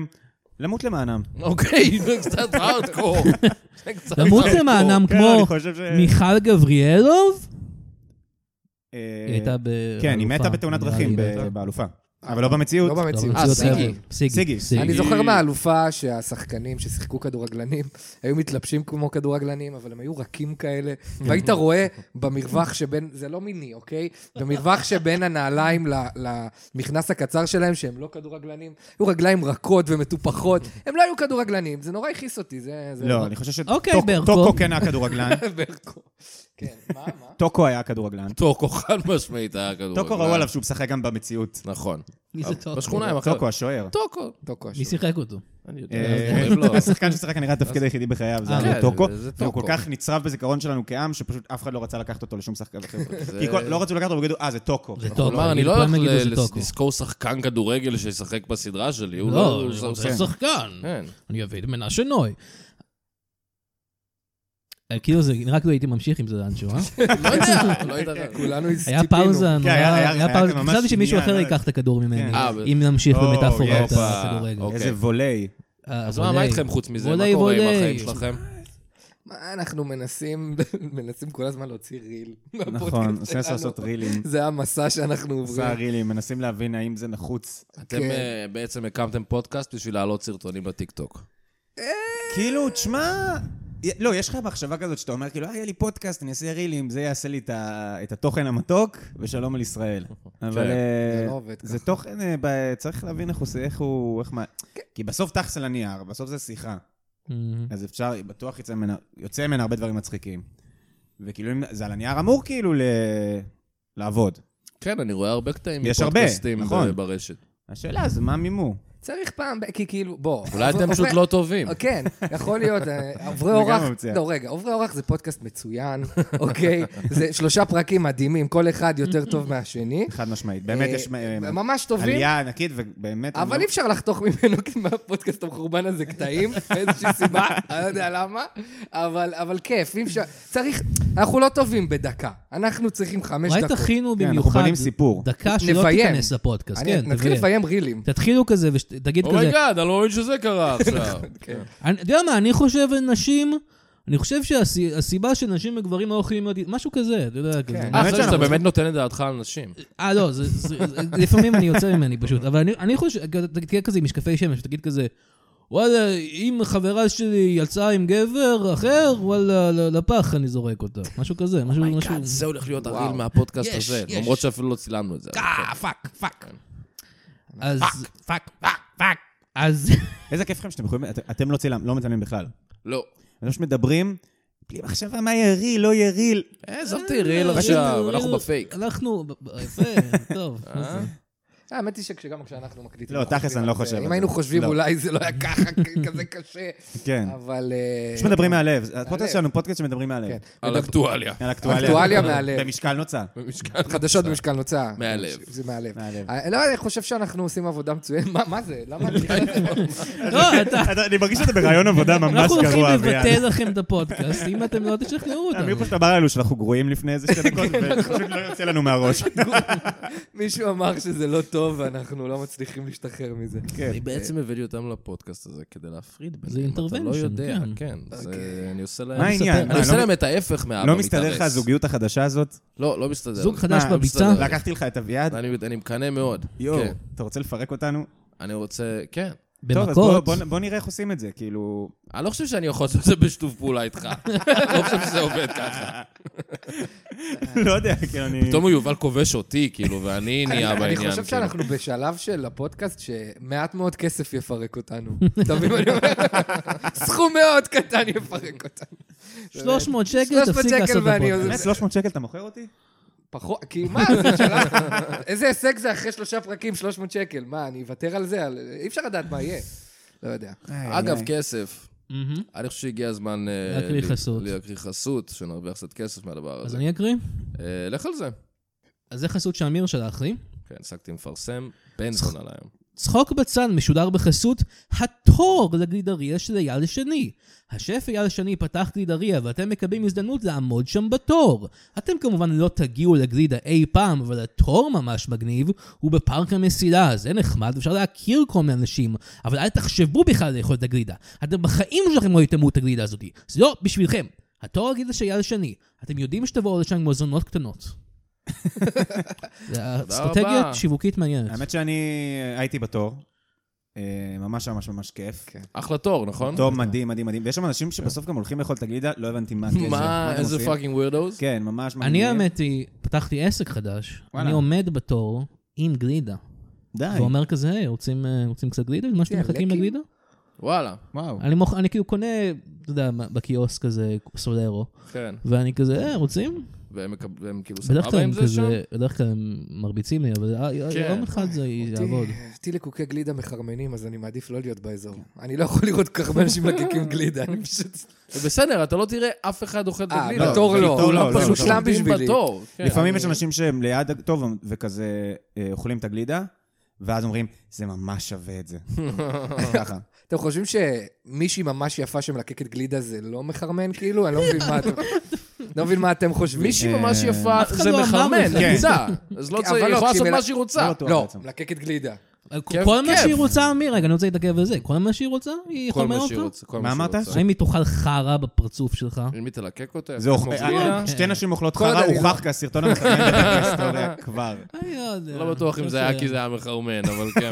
[SPEAKER 4] למות למענם.
[SPEAKER 2] אוקיי, זה קצת הארדקור. זה קצת
[SPEAKER 3] למות
[SPEAKER 2] הארדקור.
[SPEAKER 3] למענם
[SPEAKER 4] כן, אני
[SPEAKER 3] כמו
[SPEAKER 4] חושב ש...
[SPEAKER 3] מיכל גבריאלוב?
[SPEAKER 4] אה,
[SPEAKER 3] היא הייתה ב...
[SPEAKER 4] כן, היא
[SPEAKER 3] אלופה,
[SPEAKER 4] מתה בתאונת
[SPEAKER 3] נראה
[SPEAKER 4] דרכים
[SPEAKER 3] לי,
[SPEAKER 4] ב-
[SPEAKER 3] הייתה.
[SPEAKER 4] באלופה. אבל לא
[SPEAKER 5] לא
[SPEAKER 4] במציאות.
[SPEAKER 5] במציאות.
[SPEAKER 2] אה, סיגי.
[SPEAKER 3] אבל- סיגי.
[SPEAKER 4] סיגי.
[SPEAKER 5] אני
[SPEAKER 2] היא-
[SPEAKER 5] זוכר מהאלופה שהשחקנים ששיחקו כדורגלנים היו מתלבשים כמו כדורגלנים, אבל הם היו רכים כאלה. והיית רואה במרווח שבין, זה לא מיני, אוקיי? במרווח שבין הנעליים ל- למכנס הקצר שלהם, שהם לא כדורגלנים, היו רגליים רכות ומטופחות. הם לא היו כדורגלנים, זה נורא הכעיס אותי, זה... זה-
[SPEAKER 4] לא, אני חושב
[SPEAKER 3] אוקיי,
[SPEAKER 4] שטוקו
[SPEAKER 3] ברקו.
[SPEAKER 4] טוקו כן היה כדורגלן.
[SPEAKER 5] ברקו. כן, מה, מה?
[SPEAKER 4] טוקו היה הכדורגלן.
[SPEAKER 2] טוקו חד משמעית היה כדורגלן.
[SPEAKER 4] טוקו ראו עליו שהוא משחק גם במציאות.
[SPEAKER 2] נכון.
[SPEAKER 3] מי זה טוקו?
[SPEAKER 2] בשכונה עם החבר'ה.
[SPEAKER 4] טוקו השוער.
[SPEAKER 2] טוקו.
[SPEAKER 5] טוקו השוק.
[SPEAKER 3] מי שיחק אותו?
[SPEAKER 2] אני יודע,
[SPEAKER 4] אה,
[SPEAKER 2] קוראים לו.
[SPEAKER 4] השחקן ששיחק כנראה התפקיד היחידי בחייו, זה
[SPEAKER 3] אה,
[SPEAKER 4] היה
[SPEAKER 2] כן,
[SPEAKER 4] טוקו.
[SPEAKER 2] זה- זה
[SPEAKER 4] והוא כל
[SPEAKER 2] טוקו.
[SPEAKER 4] כך נצרב בזיכרון שלנו כעם, שפשוט אף אחד לא רצה לקחת אותו לשום שחקן אחר.
[SPEAKER 2] זה-
[SPEAKER 4] כי כל- לא רצו לקחת אותו, ויגידו, אה, זה טוקו.
[SPEAKER 3] זה טוקו.
[SPEAKER 2] כלומר, אני
[SPEAKER 3] כאילו,
[SPEAKER 2] לא
[SPEAKER 3] כולם
[SPEAKER 2] הולך
[SPEAKER 3] יגידו
[SPEAKER 2] ל-
[SPEAKER 3] זה
[SPEAKER 2] לס-
[SPEAKER 3] טוקו.
[SPEAKER 2] לזכור שחקן כדורגל שישחק בסדרה שלי, הוא
[SPEAKER 3] לא,
[SPEAKER 2] לא...
[SPEAKER 3] הוא
[SPEAKER 2] הוא-
[SPEAKER 3] זה שחקן.
[SPEAKER 2] כן.
[SPEAKER 3] אני אביא את מנשה נוי. אה, כאילו זה, רק לא הייתי ממשיך עם זה לאנשהו, אה?
[SPEAKER 2] לא יודע, לא יודע.
[SPEAKER 5] כולנו
[SPEAKER 3] היה
[SPEAKER 5] ציפינו.
[SPEAKER 3] פאוזה
[SPEAKER 4] כן, היה- היה-
[SPEAKER 3] נורא, היה
[SPEAKER 4] היה
[SPEAKER 3] פאוזה,
[SPEAKER 4] ממש
[SPEAKER 3] חשבתי שמישהו
[SPEAKER 4] שנייה,
[SPEAKER 3] אחר
[SPEAKER 4] לא
[SPEAKER 3] ייקח את הכדור ממני,
[SPEAKER 4] כן.
[SPEAKER 2] אה,
[SPEAKER 3] אם נמשיך
[SPEAKER 4] או,
[SPEAKER 3] במטאפורת
[SPEAKER 4] יס.
[SPEAKER 3] הכדורגל.
[SPEAKER 2] אוקיי.
[SPEAKER 4] איזה וולי.
[SPEAKER 3] אה,
[SPEAKER 2] אז מה,
[SPEAKER 3] וולי.
[SPEAKER 2] מה איתכם חוץ מזה? מה
[SPEAKER 3] וולי,
[SPEAKER 2] קורה עם
[SPEAKER 3] וולי.
[SPEAKER 2] החיים שלכם?
[SPEAKER 5] מה, אנחנו מנסים, מנסים כל הזמן להוציא ריל.
[SPEAKER 4] נכון,
[SPEAKER 5] מהפודקאסט
[SPEAKER 4] עושה
[SPEAKER 5] שלנו.
[SPEAKER 4] לעשות רילים.
[SPEAKER 5] זה המסע שאנחנו
[SPEAKER 4] עושה
[SPEAKER 5] עוברים.
[SPEAKER 4] רילים, מנסים להבין האם זה נחוץ.
[SPEAKER 2] אתם
[SPEAKER 5] כן.
[SPEAKER 2] אה, בעצם הקמתם פודקאסט בשביל להעלות סרטונים בטיקטוק.
[SPEAKER 4] כאילו, תשמע... לא, יש לך מחשבה כזאת שאתה אומר, כאילו, אה, יהיה לי פודקאסט, אני אעשה רילים, זה יעשה לי את ה- את התוכן המתוק, ושלום על ישראל. אבל אה,
[SPEAKER 5] זה לא עובד
[SPEAKER 4] זה
[SPEAKER 5] ככה.
[SPEAKER 4] תוכן, אה, ב- צריך להבין איך הוא עושה, איך הוא... איך מה- כי בסוף תחס על הנייר, בסוף זה שיחה.
[SPEAKER 3] אמ,
[SPEAKER 4] אז אפשר, בטוח יצא ממנה, יוצא ממנה הרבה דברים מצחיקים. וכאילו, אם- זה על הנייר אמור כאילו ל... לעבוד.
[SPEAKER 2] כן, אני רואה הרבה קטעים
[SPEAKER 4] יש הרבה,
[SPEAKER 2] מפודקאסטים ב-
[SPEAKER 4] נכון.
[SPEAKER 2] ברשת.
[SPEAKER 4] השאלה זה מה מימו.
[SPEAKER 5] צריך פעם, ב- כי כאילו, בוא.
[SPEAKER 2] אולי אתם
[SPEAKER 5] עוברי-
[SPEAKER 2] פשוט לא טובים.
[SPEAKER 5] כן, יכול להיות, אה, עוברי
[SPEAKER 4] זה גם
[SPEAKER 5] אורח,
[SPEAKER 4] ממציאה.
[SPEAKER 5] לא רגע, עוברי אורח זה פודקאסט מצוין, אוקיי? זה שלושה פרקים מדהימים, כל אחד יותר טוב מהשני.
[SPEAKER 4] חד משמעית. באמת
[SPEAKER 5] אה,
[SPEAKER 4] יש... אה,
[SPEAKER 2] כן.
[SPEAKER 5] ממש טובים.
[SPEAKER 4] עלייה ענקית, ובאמת...
[SPEAKER 5] אבל אי אפשר לחתוך ממנו מהפודקאסט המחורבן הזה קטעים, מאיזושהי סיבה, אני לא יודע למה, אבל, אבל כיף, אי אפשר, צריך, אנחנו לא טובים בדקה, אנחנו צריכים חמש
[SPEAKER 3] אולי
[SPEAKER 5] דקות.
[SPEAKER 3] תכינו
[SPEAKER 4] כן, אנחנו
[SPEAKER 3] במיוחד
[SPEAKER 4] בונים סיפור.
[SPEAKER 3] דקה שלא
[SPEAKER 5] נביים.
[SPEAKER 3] תיכנס לפודקאסט,
[SPEAKER 5] אני-
[SPEAKER 3] כן,
[SPEAKER 5] נתחיל
[SPEAKER 3] תביא.
[SPEAKER 5] לפיים רילים.
[SPEAKER 3] תתחילו כזה ותגיד כזה,
[SPEAKER 2] אומייגאד, אני לא מאמין שזה קרה עכשיו. אה,
[SPEAKER 5] כן.
[SPEAKER 3] אני- אתה יודע מה, אני חושב על נשים, אני חושב שהסיבה שנשים וגברים לא יכולים להיות, משהו כזה, אתה יודע, כזה.
[SPEAKER 5] כן.
[SPEAKER 2] אה,
[SPEAKER 4] האמת
[SPEAKER 2] חשבתי שאתה
[SPEAKER 4] שאנחנו-
[SPEAKER 2] באמת נותן את דעתך על נשים.
[SPEAKER 3] אה, לא, זה, זה, זה- לפעמים אני יוצא ממני פשוט, אבל אני, אני חושב, תגיד כזה עם משקפי שמש, תגיד כזה, וואלה, אם חברה שלי יצאה עם גבר אחר, וואלה, ל- לפח אני זורק אותה. משהו כזה, משהו, משהו...
[SPEAKER 2] אומייגאד, זה הולך להיות
[SPEAKER 5] וואו.
[SPEAKER 2] הריל מהפודקאסט
[SPEAKER 3] יש,
[SPEAKER 2] הזה.
[SPEAKER 3] יש.
[SPEAKER 2] למרות שאפילו לא צילמנו את זה. אבל
[SPEAKER 3] אה, פאק, פאק. אז... פאק, פאק, פאק. אז...
[SPEAKER 4] איזה כיף לכם שאתם יכולים... את- אתם לא צילם, לא מצלמים בכלל.
[SPEAKER 2] כן. לא.
[SPEAKER 4] אתם פשוט מדברים, בלי מחשבה מה יהיה ריל, לא יהיה ריל.
[SPEAKER 2] אה, עזוב אותי ריל עכשיו, אנחנו בפייק. אה?
[SPEAKER 3] אנחנו... ב- ב- יפה, טוב. אוקיי. מה זה?
[SPEAKER 5] האמת היא שגם כשאנחנו מקליטים...
[SPEAKER 4] לא,
[SPEAKER 5] אנחנו
[SPEAKER 4] תכלס, אני לא
[SPEAKER 5] חושבים על
[SPEAKER 4] חושב על
[SPEAKER 5] זה. אם
[SPEAKER 4] זה.
[SPEAKER 5] היינו חושבים,
[SPEAKER 4] לא.
[SPEAKER 5] אולי זה לא היה ככה, כ- כזה קשה,
[SPEAKER 4] כן.
[SPEAKER 5] אבל... אה,
[SPEAKER 4] פשוט מדברים מהלב.
[SPEAKER 5] מהלב.
[SPEAKER 4] הפודקאסט שלנו הוא פודקאסט שמדברים מהלב.
[SPEAKER 5] כן.
[SPEAKER 2] על אקטואליה.
[SPEAKER 4] על אקטואליה.
[SPEAKER 5] אקטואליה מהלב.
[SPEAKER 4] במשקל נוצה.
[SPEAKER 2] במשכן.
[SPEAKER 5] חדשות במשקל נוצה.
[SPEAKER 2] מהלב.
[SPEAKER 5] זה מהלב.
[SPEAKER 4] מהלב.
[SPEAKER 5] אה, לא, אני חושב שאנחנו עושים עבודה מצוינת. מה- מה זה? למה אני
[SPEAKER 3] לא, אתה...
[SPEAKER 4] אני מרגיש שאתה ברעיון עבודה ממש
[SPEAKER 3] אנחנו הולכים
[SPEAKER 4] גרוע.
[SPEAKER 3] לבטל לכם את הפודקאסט, אם אתם לא תשכנעו
[SPEAKER 4] הם
[SPEAKER 3] אותנו.
[SPEAKER 4] פשוט אמר לנו שאנחנו גרועים לפני איזה שתי דקות,
[SPEAKER 2] נכון.
[SPEAKER 4] ופשוט לא יוצא לנו מהראש.
[SPEAKER 5] מישהו אמר שזה לא טוב ואנחנו לא מצליחים להשתחרר מזה.
[SPEAKER 4] כן.
[SPEAKER 2] אני בעצם הבאתי אותם לפודקאסט הזה כדי להפריד ביניהם.
[SPEAKER 3] זה
[SPEAKER 2] אתה לא
[SPEAKER 3] intervention,
[SPEAKER 2] יודע,
[SPEAKER 3] כן.
[SPEAKER 2] כן. זה- אני עושה להם...
[SPEAKER 4] מה העניין?
[SPEAKER 2] אני עושה
[SPEAKER 4] מה, לא-
[SPEAKER 2] להם את ההפך מהאבא
[SPEAKER 4] לא
[SPEAKER 2] מתארס.
[SPEAKER 4] מסתדר לך הזוגיות החדשה הזאת?
[SPEAKER 2] לא, לא מסתדר.
[SPEAKER 3] זוג
[SPEAKER 2] לי.
[SPEAKER 3] חדש
[SPEAKER 4] מה,
[SPEAKER 3] בביצה.
[SPEAKER 2] בסדר.
[SPEAKER 4] לקחתי לך את אביעד?
[SPEAKER 2] אני אני מקנא מאוד.
[SPEAKER 4] יואו,
[SPEAKER 2] כן.
[SPEAKER 4] אתה רוצה לפרק אותנו?
[SPEAKER 2] אני רוצה... כן.
[SPEAKER 4] טוב, אז בוא-
[SPEAKER 3] במכות.
[SPEAKER 4] בוא- בוא נראה איך עושים את זה, כאילו...
[SPEAKER 2] אני לא חושב שאני יכול לעשות את זה בשיתוף פעולה איתך. אני לא חושב שזה עובד ככה.
[SPEAKER 3] אה.
[SPEAKER 4] לא יודע, כאילו אני...
[SPEAKER 2] פתאום הוא יובל כובש אותי, כאילו, ואני נהיה
[SPEAKER 5] אני-
[SPEAKER 2] בעניין.
[SPEAKER 5] אני חושב
[SPEAKER 2] כאילו.
[SPEAKER 5] שאנחנו בשלב של הפודקאסט שמעט מאוד כסף יפרק אותנו. אתה מבין מה אני אומר? סכום מאוד קטן יפרק אותנו.
[SPEAKER 3] 300 שקל,
[SPEAKER 5] 300
[SPEAKER 3] תפסיק
[SPEAKER 5] שקל
[SPEAKER 3] לעשות את
[SPEAKER 5] ואני
[SPEAKER 3] הפודקאסט.
[SPEAKER 5] עוזב.
[SPEAKER 4] באמת, 300 שקל אתה מוכר אותי?
[SPEAKER 5] פחות, כי מה, זה שלב... איזה הישג זה אחרי שלושה פרקים, 300 שקל? מה, אני אוותר על זה? על- אי אפשר לדעת מה יהיה. לא יודע.
[SPEAKER 2] אה,
[SPEAKER 4] אה,
[SPEAKER 2] אגב, כסף.
[SPEAKER 3] מהמם.
[SPEAKER 2] אני חושב שהגיע הזמן... אה,
[SPEAKER 3] להקריא
[SPEAKER 2] לי-
[SPEAKER 3] חסות.
[SPEAKER 2] להקריא חסות, שנרוויח קצת כסף מהדבר
[SPEAKER 3] אז
[SPEAKER 2] הזה.
[SPEAKER 3] אני אקריא?
[SPEAKER 2] אה, לך על זה.
[SPEAKER 3] אז זה חסות שאמיר שלח לי.
[SPEAKER 2] כן, הפסקתי מפרסם, בן זונה היום.
[SPEAKER 3] צחוק בצאן משודר בחסות התור לגלידריה של אייל שני. השף אייל שני פתח גלידריה ואתם מקבלים הזדמנות לעמוד שם בתור. אתם כמובן לא תגיעו לגלידה אי פעם, אבל התור ממש מגניב הוא בפארק המסילה, זה נחמד, אפשר להכיר כל מיני אנשים, אבל אל תחשבו בכלל לאכול את הגלידה. אתם בחיים שלכם לא יטעמו את הגלידה הזאת, זה לא בשבילכם. התור הגלידה של אייל שני, אתם יודעים שתבואו לשם כמו זונות קטנות. זה אסטרטגיה
[SPEAKER 2] רבה.
[SPEAKER 3] שיווקית
[SPEAKER 2] כן.
[SPEAKER 3] מעניינת.
[SPEAKER 4] האמת שאני הייתי בתור. אה, ממש ממש ממש כיף.
[SPEAKER 5] כן.
[SPEAKER 2] אחלה תור, נכון?
[SPEAKER 4] תור מדהים, מדהים, מדהים. ויש שם אנשים שבסוף גם הולכים לאכול את הגלידה, לא הבנתי מה הקשר.
[SPEAKER 2] מה,
[SPEAKER 5] כן,
[SPEAKER 4] אתם
[SPEAKER 2] איזה
[SPEAKER 4] עושים?
[SPEAKER 2] פאקינג ווירדוס?
[SPEAKER 4] כן, ממש
[SPEAKER 3] אני
[SPEAKER 4] מגניב.
[SPEAKER 3] האמת היא, פתחתי עסק חדש,
[SPEAKER 4] וואלה.
[SPEAKER 3] אני עומד בתור עם גלידה,
[SPEAKER 4] די.
[SPEAKER 3] ואומר כזה, היי, רוצים אה, רוצים קצת גלידה? מה שאתם
[SPEAKER 5] כן,
[SPEAKER 3] מחכים
[SPEAKER 5] לקים?
[SPEAKER 3] לגלידה?
[SPEAKER 2] וואלה,
[SPEAKER 4] וואו.
[SPEAKER 3] אני מוכ- אני כאילו קונה, אתה יודע, בקיוסק כזה סולרו,
[SPEAKER 2] כן.
[SPEAKER 3] ואני כזה, אה, רוצים?
[SPEAKER 2] והם מקב- והם כאילו
[SPEAKER 3] בדרך כלל
[SPEAKER 2] סבבה עם
[SPEAKER 3] הם
[SPEAKER 2] זה שם?
[SPEAKER 3] כזה, בדרך כלל הם מרביצים לי, אבל אה,
[SPEAKER 2] כן.
[SPEAKER 3] יום אחד זה יעבוד.
[SPEAKER 5] אותי- אותי לקוקי גלידה מחרמנים, אז אני מעדיף לא להיות באזור. אני לא יכול לראות כל כך הרבה אנשים מלקקים גלידה, אני פשוט...
[SPEAKER 2] בסדר, אתה לא תראה אף אחד אוכל כאילו, את
[SPEAKER 5] אה,
[SPEAKER 2] הגלידה.
[SPEAKER 5] בתור
[SPEAKER 4] לא,
[SPEAKER 5] לא,
[SPEAKER 4] בתור לא,
[SPEAKER 5] כולם
[SPEAKER 4] לא,
[SPEAKER 5] פשוט
[SPEAKER 4] לא,
[SPEAKER 5] שם בשבילי.
[SPEAKER 2] בתור. כן.
[SPEAKER 4] לפעמים יש אנשים שהם ליד, ה- טוב, וכזה אה, אוכלים את הגלידה, ואז אומרים, זה ממש שווה את זה. ככה.
[SPEAKER 5] אתם חושבים שמישהי ממש יפה שמלקקת גלידה זה לא מחרמן כאילו? אני לא מבין מה אתם... לא מבין מה אתם חושבים.
[SPEAKER 3] אה,
[SPEAKER 2] מישהי ממש יפה,
[SPEAKER 3] אף אחד
[SPEAKER 2] זה
[SPEAKER 3] לא אמר
[SPEAKER 2] מחרמן,
[SPEAKER 3] לך.
[SPEAKER 2] זה נמצא. אז לא
[SPEAKER 5] אבל
[SPEAKER 2] צריך, היא
[SPEAKER 5] לא,
[SPEAKER 2] יכולה
[SPEAKER 5] כשהיא
[SPEAKER 2] לעשות
[SPEAKER 5] מל-
[SPEAKER 2] מה שהיא רוצה.
[SPEAKER 4] לא,
[SPEAKER 5] לא,
[SPEAKER 4] בעצם.
[SPEAKER 5] מלקקת גלידה.
[SPEAKER 2] אה, כיף,
[SPEAKER 3] כל מה
[SPEAKER 2] כיף.
[SPEAKER 3] שהיא רוצה, אמיר, רגע, אני רוצה להתעכב על זה. כל מה שהיא רוצה, היא
[SPEAKER 2] כל מה
[SPEAKER 3] חומרת
[SPEAKER 2] שהיא
[SPEAKER 3] אותך?
[SPEAKER 2] רוצה, כל
[SPEAKER 4] מה
[SPEAKER 2] שהיא
[SPEAKER 4] אמרת?
[SPEAKER 2] רוצה.
[SPEAKER 3] האם היא תאכל חרא בפרצף שלך?
[SPEAKER 2] אם היא תלקק אותה,
[SPEAKER 4] זה
[SPEAKER 2] כמו
[SPEAKER 4] אוכל,
[SPEAKER 2] גלידה?
[SPEAKER 4] שתי נשים אוכלות
[SPEAKER 5] כל עוד
[SPEAKER 4] חרא,
[SPEAKER 5] אני
[SPEAKER 4] הוכח כהסרטון המחרמן בהיסטוריה כבר.
[SPEAKER 3] אני לא יודע.
[SPEAKER 2] לא בטוח אם זה היה כי זה היה מחרמן, אבל כן.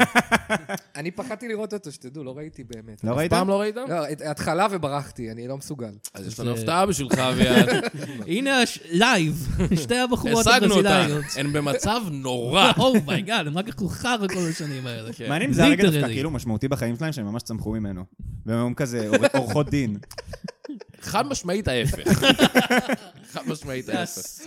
[SPEAKER 5] אני פחדתי לראות אותו, שתדעו, לא ראיתי באמת.
[SPEAKER 4] לא ראית?
[SPEAKER 2] פעם לא ראית?
[SPEAKER 5] לא, את- התחלה וברחתי, אני לא מסוגל.
[SPEAKER 2] אז יש לנו הפתעה בשבילך, אביעד.
[SPEAKER 3] הנה, הש- לייב, שתי הבחורות
[SPEAKER 2] השגנו אותה.
[SPEAKER 3] הברזילאיות.
[SPEAKER 2] הן במצב נורא.
[SPEAKER 3] אומייגאד, הם רק אכלו חרא כל השנים האלה.
[SPEAKER 2] כן.
[SPEAKER 4] מעניין אם זה הרגע דווקא
[SPEAKER 3] Literally.
[SPEAKER 4] כאילו משמעותי בחיים שלהם, שהם ממש צמחו ממנו. והם היום כזה עור- עורכות דין.
[SPEAKER 2] חד משמעית ההפך. חד משמעית
[SPEAKER 3] אה,
[SPEAKER 2] ההפך.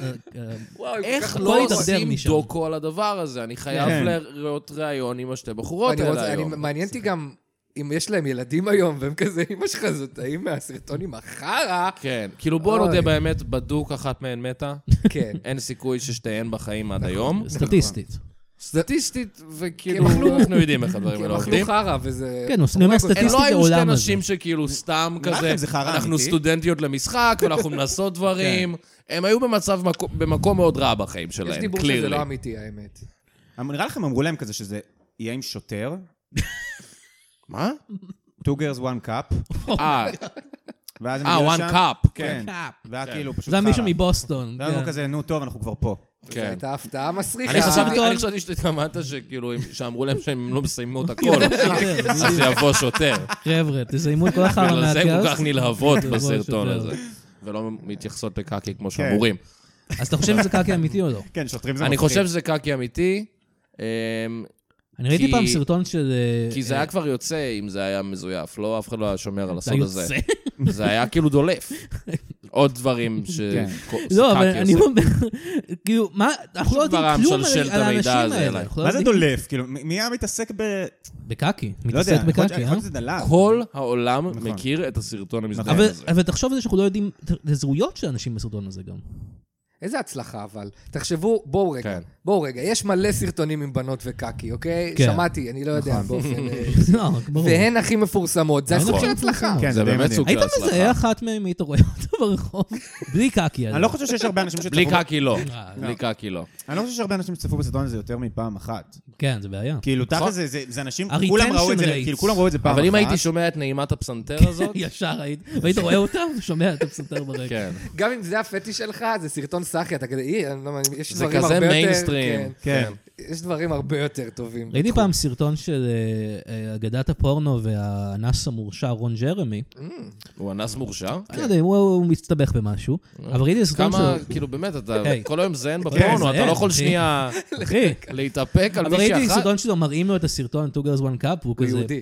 [SPEAKER 2] איך
[SPEAKER 3] לא
[SPEAKER 2] לא
[SPEAKER 3] הידרדר
[SPEAKER 2] עושים
[SPEAKER 3] משם.
[SPEAKER 2] דוקו על הדבר הזה? אני חייב
[SPEAKER 4] כן.
[SPEAKER 2] לראות ראיון עם השתי בחורות
[SPEAKER 5] אני
[SPEAKER 2] האלה
[SPEAKER 5] רוצה- אני-
[SPEAKER 2] היום.
[SPEAKER 5] מעניין אותי גם אם יש להם ילדים היום, והם כזה, אמא שלך זאת האם מהסרטון עם החרא?
[SPEAKER 2] כן, כאילו בוא
[SPEAKER 5] אוי.
[SPEAKER 2] נודה באמת, בדוק אחת מהן מתה.
[SPEAKER 5] כן.
[SPEAKER 2] אין סיכוי ששתיהן בחיים
[SPEAKER 4] נכון,
[SPEAKER 2] עד היום.
[SPEAKER 3] סטטיסטית.
[SPEAKER 2] סטטיסטית, וכאילו,
[SPEAKER 5] כן, אכלו-
[SPEAKER 2] כאילו, אנחנו יודעים איך הדברים
[SPEAKER 5] כי הם
[SPEAKER 2] האלה
[SPEAKER 5] כאילו, אכלו
[SPEAKER 2] עובדים.
[SPEAKER 5] חרא, וזה...
[SPEAKER 3] כן, הוא אני אומר
[SPEAKER 2] הן
[SPEAKER 3] סטטיסטית
[SPEAKER 2] לא היו שתי
[SPEAKER 3] העולם הזה.
[SPEAKER 2] נשים שכאילו סתם
[SPEAKER 4] נראה
[SPEAKER 2] כזה,
[SPEAKER 4] לכם זה חרא
[SPEAKER 2] אנחנו
[SPEAKER 4] אמיתי?" כן.
[SPEAKER 2] סטודנטיות למשחק, ואנחנו מנסות דברים. הם היו במצב, מקו- במקום מאוד רע בחיים שלהם,
[SPEAKER 5] יש
[SPEAKER 2] קלירלי.
[SPEAKER 5] דיבור שזה לא אמיתי, האמת.
[SPEAKER 4] אמ- נראה לכם אמרו להם כזה שזה יהיה עם שוטר,
[SPEAKER 2] מה?
[SPEAKER 4] two girls one cup,
[SPEAKER 2] אה,
[SPEAKER 4] ואז הם
[SPEAKER 2] אה,
[SPEAKER 4] הגיעו
[SPEAKER 2] one
[SPEAKER 4] לשם.
[SPEAKER 2] cup,
[SPEAKER 4] כן.
[SPEAKER 3] cup.
[SPEAKER 4] והיה כאילו פשוט חרא.
[SPEAKER 3] זה היה מישהו מבוסטון.
[SPEAKER 4] ואז אמרו
[SPEAKER 3] כן.
[SPEAKER 4] לא כזה, נו טוב, אנחנו כבר פה.
[SPEAKER 5] זו
[SPEAKER 2] כן.
[SPEAKER 5] הייתה הפתעה מסריחה.
[SPEAKER 2] אני חשבתי,
[SPEAKER 3] אה.
[SPEAKER 2] אני חשבתי שהתכוונת שכאילו, אם- שאמרו להם שהם לא מסיימות הכל,
[SPEAKER 3] שוטר,
[SPEAKER 2] אז יבוא שוטר.
[SPEAKER 3] כן, חבר'ה, תסיימו את כל החרא
[SPEAKER 2] בגלל לא, זה הם כל
[SPEAKER 3] מהקיוסק.
[SPEAKER 2] כך נלהבות
[SPEAKER 3] יבוא
[SPEAKER 2] בסרטון
[SPEAKER 3] שוטר.
[SPEAKER 2] הזה. ולא מתייחסות לקקי כמו
[SPEAKER 4] כן.
[SPEAKER 2] שאמורים.
[SPEAKER 3] אז אתה חושב שזה קקי אמיתי או לא?
[SPEAKER 4] כן, שוטרים זה
[SPEAKER 2] אני
[SPEAKER 4] מפחיד.
[SPEAKER 2] חושב שזה קקי אמיתי, אמ,
[SPEAKER 3] אני ראיתי
[SPEAKER 2] כי-
[SPEAKER 3] פעם סרטון של... אה,
[SPEAKER 2] כי זה היה כבר יוצא אם זה היה מזויף, לא? אף אחד לא היה שומר על
[SPEAKER 3] זה
[SPEAKER 2] הסוד
[SPEAKER 3] היה
[SPEAKER 2] הזה.
[SPEAKER 3] יוצא.
[SPEAKER 2] זה היה כאילו דולף. עוד דברים שקקי
[SPEAKER 3] כן. לא, אבל אני
[SPEAKER 2] עושה.
[SPEAKER 3] אומר, כאילו, מה, אנחנו לא יודעים
[SPEAKER 2] כבר
[SPEAKER 3] כלום
[SPEAKER 2] המשלשל
[SPEAKER 3] על-
[SPEAKER 2] את
[SPEAKER 3] על
[SPEAKER 2] המידע
[SPEAKER 3] האנשים
[SPEAKER 2] הזה
[SPEAKER 3] האלה.
[SPEAKER 2] אליי.
[SPEAKER 3] אנחנו לא
[SPEAKER 4] מה זה
[SPEAKER 3] יודעים-
[SPEAKER 4] דולף? כאילו, מ- מי היה מתעסק ב...
[SPEAKER 3] בקקי,
[SPEAKER 4] לא
[SPEAKER 3] מתעסק
[SPEAKER 4] יודע, יכול להיות- יכול
[SPEAKER 3] בקקי, אה?
[SPEAKER 4] להיות שזה דלף.
[SPEAKER 2] כל העולם
[SPEAKER 4] נכון.
[SPEAKER 2] מכיר את הסרטון המזדיין
[SPEAKER 3] אבל-
[SPEAKER 2] הזה.
[SPEAKER 3] אבל תחשוב על זה שאנחנו לא יודעים את הזהויות של אנשים בסרטון הזה גם. אה,
[SPEAKER 5] איזה הצלחה, אבל. תחשבו, בואו רגע.
[SPEAKER 2] כן.
[SPEAKER 5] בואו רגע, יש מלא סרטונים עם בנות וקקי, אוקיי?
[SPEAKER 3] כן.
[SPEAKER 5] שמעתי, אני לא יודע באופן... אה,
[SPEAKER 3] לא, ברור.
[SPEAKER 5] והן הכי מפורסמות, זה
[SPEAKER 3] נכון.
[SPEAKER 5] הסוג של הצלחה.
[SPEAKER 4] כן,
[SPEAKER 2] זה
[SPEAKER 4] זה די
[SPEAKER 2] באמת
[SPEAKER 4] מדהים.
[SPEAKER 2] סוג של
[SPEAKER 3] היית
[SPEAKER 2] הצלחה.
[SPEAKER 3] מזהה אחת מהם אם היית רואה אותה ברחוב? בלי קקי.
[SPEAKER 4] אני לא חושב שיש הרבה אנשים שצפו...
[SPEAKER 2] בלי קקי לא.
[SPEAKER 3] אה,
[SPEAKER 2] בלי קקי לא.
[SPEAKER 4] אני לא חושב שיש הרבה אנשים שצפו בסרטון הזה יותר מפעם אחת.
[SPEAKER 3] כן, זה בעיה.
[SPEAKER 4] כאילו,
[SPEAKER 2] נכון.
[SPEAKER 4] תכל'ס זה- זה זה אנשים,
[SPEAKER 3] ה-retention
[SPEAKER 4] כולם ראו את זה,
[SPEAKER 3] rates.
[SPEAKER 4] כאילו, כולם ראו את זה פעם אחת.
[SPEAKER 2] אבל אם הייתי שומע את נעימת הפסנתר הזאת,
[SPEAKER 3] ישר היית, והיית רואה אותה ושומע את הפסנתר ברקע.
[SPEAKER 2] כן.
[SPEAKER 5] גם אם זה הפטיש שלך, זה סרטון סאחי, אתה כזה, אי, אני לא מאמין, יש
[SPEAKER 2] זה
[SPEAKER 5] דברים הרבה
[SPEAKER 2] כזה
[SPEAKER 5] יותר...
[SPEAKER 2] מיינסטרים.
[SPEAKER 5] כן.
[SPEAKER 4] כן.
[SPEAKER 5] יש דברים הרבה יותר טובים.
[SPEAKER 3] ראיתי פעם סרטון של אה, אה, אגדת הפורנו והאנס המורשע רון ג'רמי.
[SPEAKER 2] הוא אנס מורשע?
[SPEAKER 3] אני לא יודע, הוא- הוא מסתבך במשהו. אבל ראיתי סרטון
[SPEAKER 2] כמה,
[SPEAKER 3] של...
[SPEAKER 2] כאילו באמת, אתה
[SPEAKER 3] היי.
[SPEAKER 2] כל היום זן
[SPEAKER 3] כן,
[SPEAKER 2] בפורנו, אתה
[SPEAKER 3] זן,
[SPEAKER 2] לא יכול
[SPEAKER 3] אחי.
[SPEAKER 2] שנייה
[SPEAKER 3] אחי,
[SPEAKER 2] להתאפק על
[SPEAKER 3] אבל
[SPEAKER 2] מישהי
[SPEAKER 3] ראיתי
[SPEAKER 2] אחת.
[SPEAKER 3] סרטון שלו, מראים לו את הסרטון, two girls one cup, והוא
[SPEAKER 5] הוא
[SPEAKER 3] כזה...
[SPEAKER 5] יהודי.